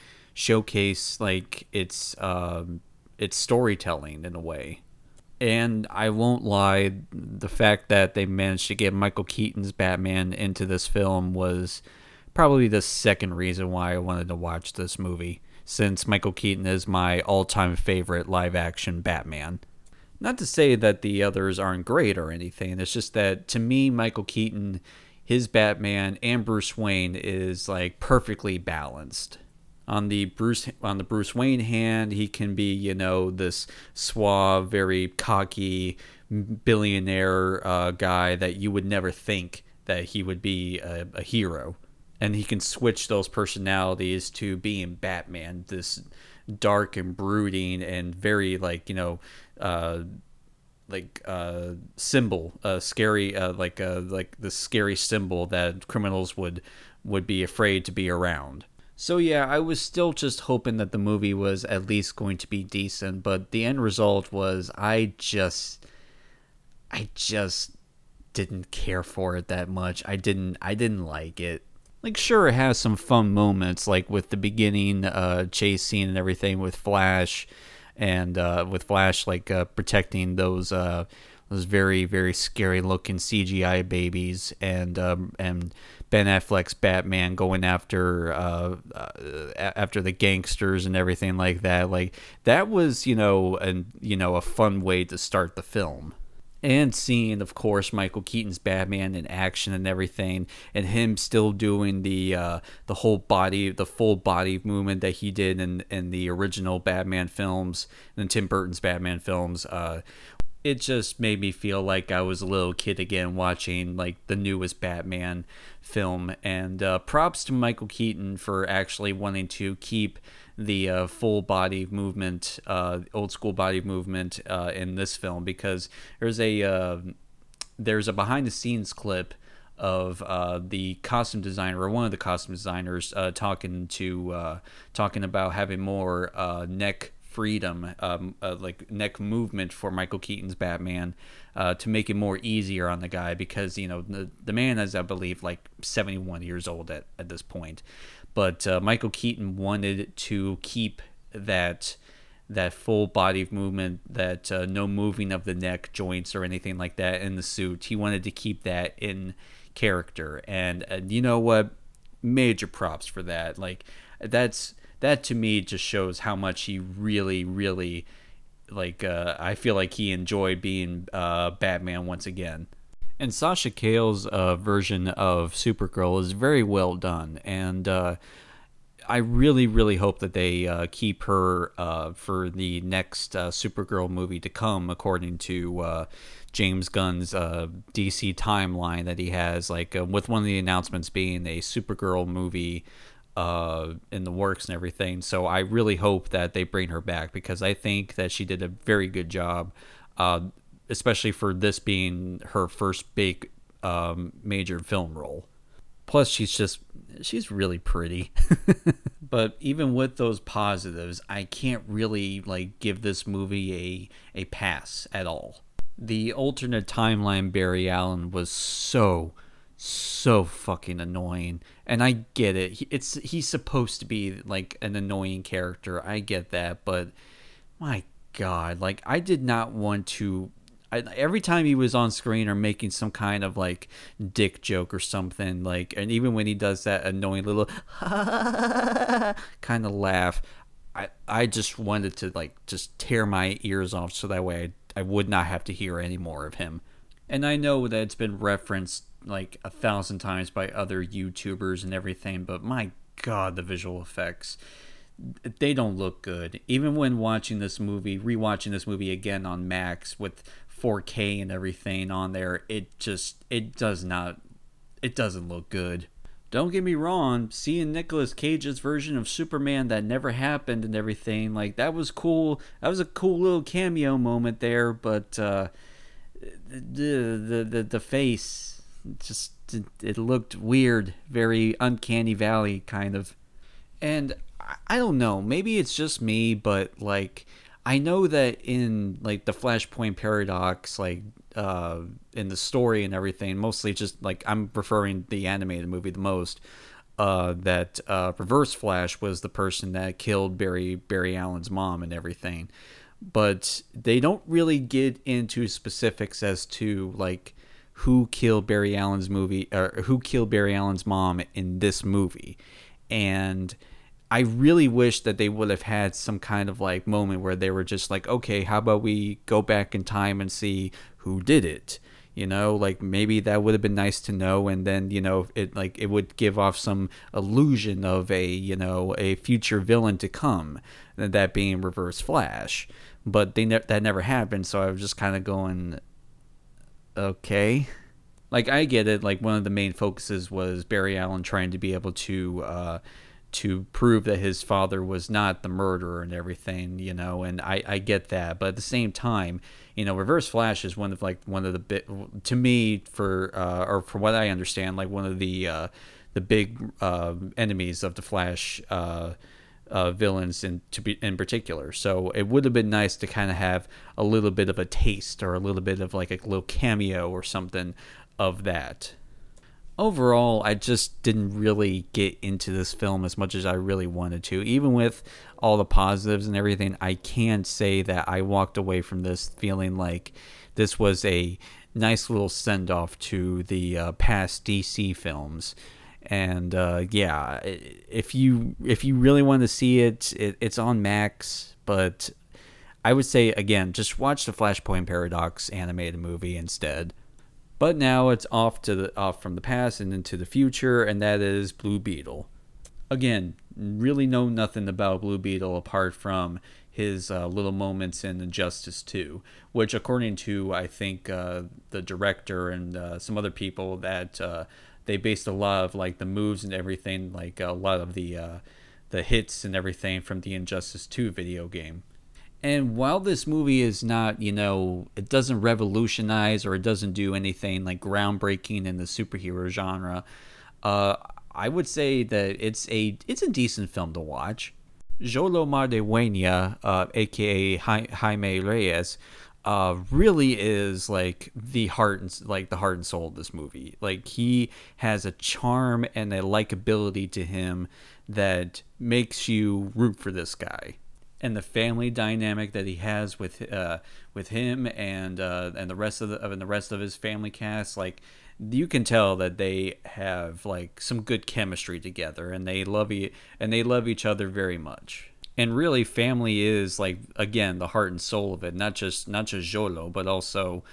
S11: showcase like its um, its storytelling in a way. And I won't lie, the fact that they managed to get Michael Keaton's Batman into this film was probably the second reason why I wanted to watch this movie, since Michael Keaton is my all time favorite live action Batman. Not to say that the others aren't great or anything, it's just that to me, Michael Keaton, his Batman, and Bruce Wayne is like perfectly balanced on the Bruce on the Bruce Wayne hand, he can be you know this suave, very cocky billionaire uh, guy that you would never think that he would be a, a hero, and he can switch those personalities to being Batman, this dark and brooding and very like you know. Uh, like uh symbol uh scary uh like uh like the scary symbol that criminals would would be afraid to be around so yeah, I was still just hoping that the movie was at least going to be decent, but the end result was I just I just didn't care for it that much. I didn't I didn't like it. Like sure it has some fun moments like with the beginning uh chase scene and everything with Flash and uh with Flash like uh protecting those uh those very very scary looking CGI babies and um, and Ben Affleck's Batman going after uh, uh, a- after the gangsters and everything like that like that was you know and you know a fun way to start the film and seeing of course Michael Keaton's Batman in action and everything and him still doing the uh, the whole body the full body movement that he did in in the original Batman films and Tim Burton's Batman films uh it just made me feel like I was a little kid again watching like the newest Batman film. And uh, props to Michael Keaton for actually wanting to keep the uh, full body movement, uh, old school body movement uh, in this film because there's a uh, there's a behind the scenes clip of uh, the costume designer or one of the costume designers uh, talking to uh, talking about having more uh, neck freedom, um, uh, like neck movement for Michael Keaton's Batman, uh, to make it more easier on the guy because you know the, the man is I believe like 71 years old at at this point, but uh, Michael Keaton wanted to keep that that full body movement, that uh, no moving of the neck joints or anything like that in the suit. He wanted to keep that in character, and uh, you know what? Major props for that. Like that's that to me just shows how much he really, really like. Uh, I feel like he enjoyed being uh, Batman once again. And Sasha Cale's uh, version of Supergirl is very well done, and uh, I really, really hope that they uh, keep her uh, for the next uh, Supergirl movie to come, according to uh, James Gunn's uh, DC timeline that he has. Like, uh, with one of the announcements being a Supergirl movie uh, in the works and everything. So I really hope that they bring her back because I think that she did a very good job, uh, especially for this being her first big um, major film role plus she's just she's really pretty but even with those positives i can't really like give this movie a a pass at all the alternate timeline barry allen was so so fucking annoying and i get it He- it's he's supposed to be like an annoying character i get that but my god like i did not want to I, every time he was on screen or making some kind of like dick joke or something like and even when he does that annoying little kind of laugh I, I just wanted to like just tear my ears off so that way I, I would not have to hear any more of him And I know that it's been referenced like a thousand times by other YouTubers and everything, but my god, the visual effects. They don't look good. Even when watching this movie, rewatching this movie again on Max with 4K and everything on there, it just it does not it doesn't look good. Don't get me wrong, seeing Nicolas Cage's version of Superman that never happened and everything, like that was cool. That was a cool little cameo moment there, but uh the the the, the face just it, it looked weird, very uncanny valley kind of. And I- I don't know, maybe it's just me, but like I know that in like the Flashpoint paradox, like uh in the story and everything, mostly just like I'm referring the animated movie the most. Uh, that uh, Reverse Flash was the person that killed Barry Barry Allen's mom and everything, but they don't really get into specifics as to like who killed Barry Allen's movie or who killed Barry Allen's mom in this movie. And I really wish that they would have had some kind of like moment where they were just like, okay, how about we go back in time and see who did it? You know, like maybe that would have been nice to know, and then you know it like it would give off some illusion of a you know a future villain to come, and that being Reverse Flash. But they ne- that never happened, so I was just kind of going, okay. Like I get it. Like one of the main focuses was Barry Allen trying to be able to uh, to prove that his father was not the murderer and everything, you know. And I I get that, but at the same time, you know, Reverse Flash is one of like one of the bit to me for uh, or from what I understand, like one of the uh, the big uh, enemies of the Flash. Uh, uh, villains in to be in particular. So it would have been nice to kind of have a little bit of a taste or a little bit of like a little cameo or something of that. Overall, I just didn't really get into this film as much as I really wanted to. Even with all the positives and everything, I can say that I walked away from this feeling like this was a nice little send off to the uh, past DC films and uh, yeah, i- if you if you really want to see it, it, it's on Max. But I would say again, just watch the Flashpoint Paradox animated movie instead. But now it's off to the off from the past and into the future, and that is Blue Beetle. Again, really know nothing about Blue Beetle apart from his uh, little moments in Injustice 2, which, according to I think uh, the director and uh, some other people, that uh, they based a lot of like the moves and everything, like a lot of the uh, the hits and everything from the Injustice 2 video game. And while this movie is not, you know, it doesn't revolutionize or it doesn't do anything like groundbreaking in the superhero genre, uh, I would say that it's a it's a decent film to watch. Jolo Mardewenia, uh, aka Hi- Jaime Reyes, uh, really is like the heart and like the heart and soul of this movie. Like he has a charm and a likability to him that makes you root for this guy and the family dynamic that he has with uh, with him and uh, and the rest of the and the rest of his family cast, like you can tell that they have like some good chemistry together, and they love e- and they love each other very much. And really, family is like again the heart and soul of it, not just not just Jolo, but also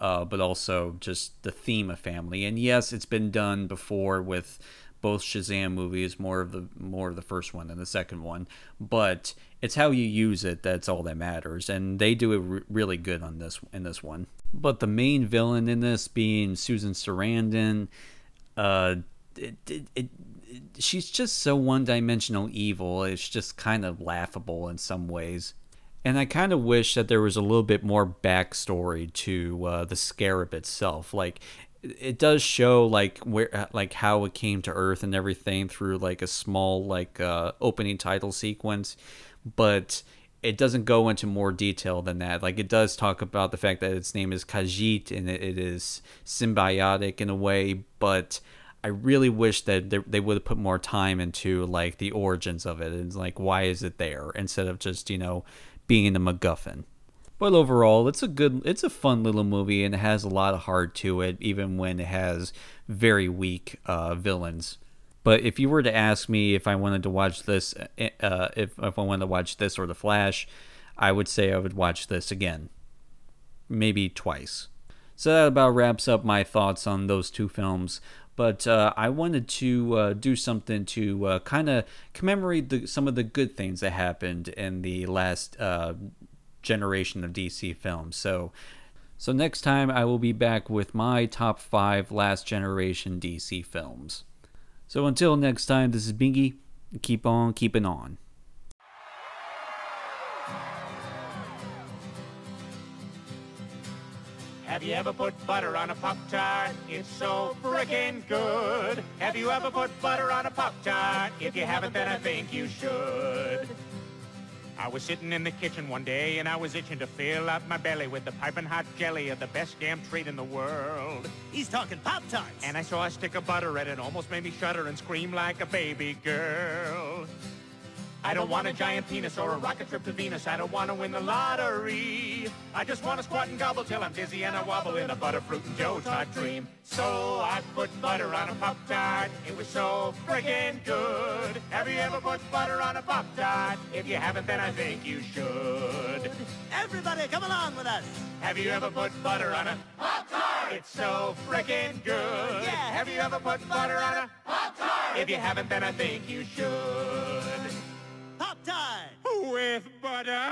S11: uh, but also just the theme of family. And yes, it's been done before with both Shazam movies, more of the more of the first one than the second one, but it's how you use it that's all that matters, and they do it re- really good on this in this one. But the main villain in this being Susan Sarandon, uh, it, it, it, it- she's just so one-dimensional evil. It's just kind of laughable in some ways. And I kind of wish that there was a little bit more backstory to uh, the scarab itself. Like, it does show like where uh, like how it came to Earth and everything through like a small like uh, opening title sequence, but it doesn't go into more detail than that. Like, it does talk about the fact that its name is Khajiit and it, it is symbiotic in a way, but I really wish that they, they would have put more time into like the origins of it and like why is it there instead of just you know being the MacGuffin. But overall, it's a good, it's a fun little movie and it has a lot of heart to it, even when it has very weak uh, villains. But if you were to ask me if I wanted to watch this, uh, if if I wanted to watch this or The Flash, I would say I would watch this again, maybe twice. So that about wraps up my thoughts on those two films. But uh, I wanted to uh, do something to uh, kind of commemorate the, some of the good things that happened in the last uh, generation of DC films. So, so next time I will be back with my top five last generation DC films. So until next time, this is Bingy. Keep on keeping on.
S6: Have you ever put butter on a Pop Tart? It's so frickin' good. Have you ever put butter on a Pop Tart? If you haven't, then I think you should. I was sitting in the kitchen one day and I was itching to fill up my belly with the piping hot jelly of the best damn treat in the world.
S7: He's talking Pop Tarts.
S6: And I saw a stick of butter and it almost made me shudder and scream like a baby girl. I don't want a giant penis or a rocket trip to Venus. I don't want to win the lottery. I just want to squat and gobble till I'm dizzy and I wobble in a butterfruit and dough tart dream. So I put butter on a Pop Tart. It was so friggin' good. Have you ever put butter on a Pop Tart? If you haven't, then I think you should.
S7: Everybody come along with us.
S6: Have you ever put butter on a Pop Tart? It's so frickin' good.
S7: Yeah.
S6: Have you ever put butter on a Pop Tart? If you haven't, then I think you should.
S7: Pop Tarts.
S6: With butter?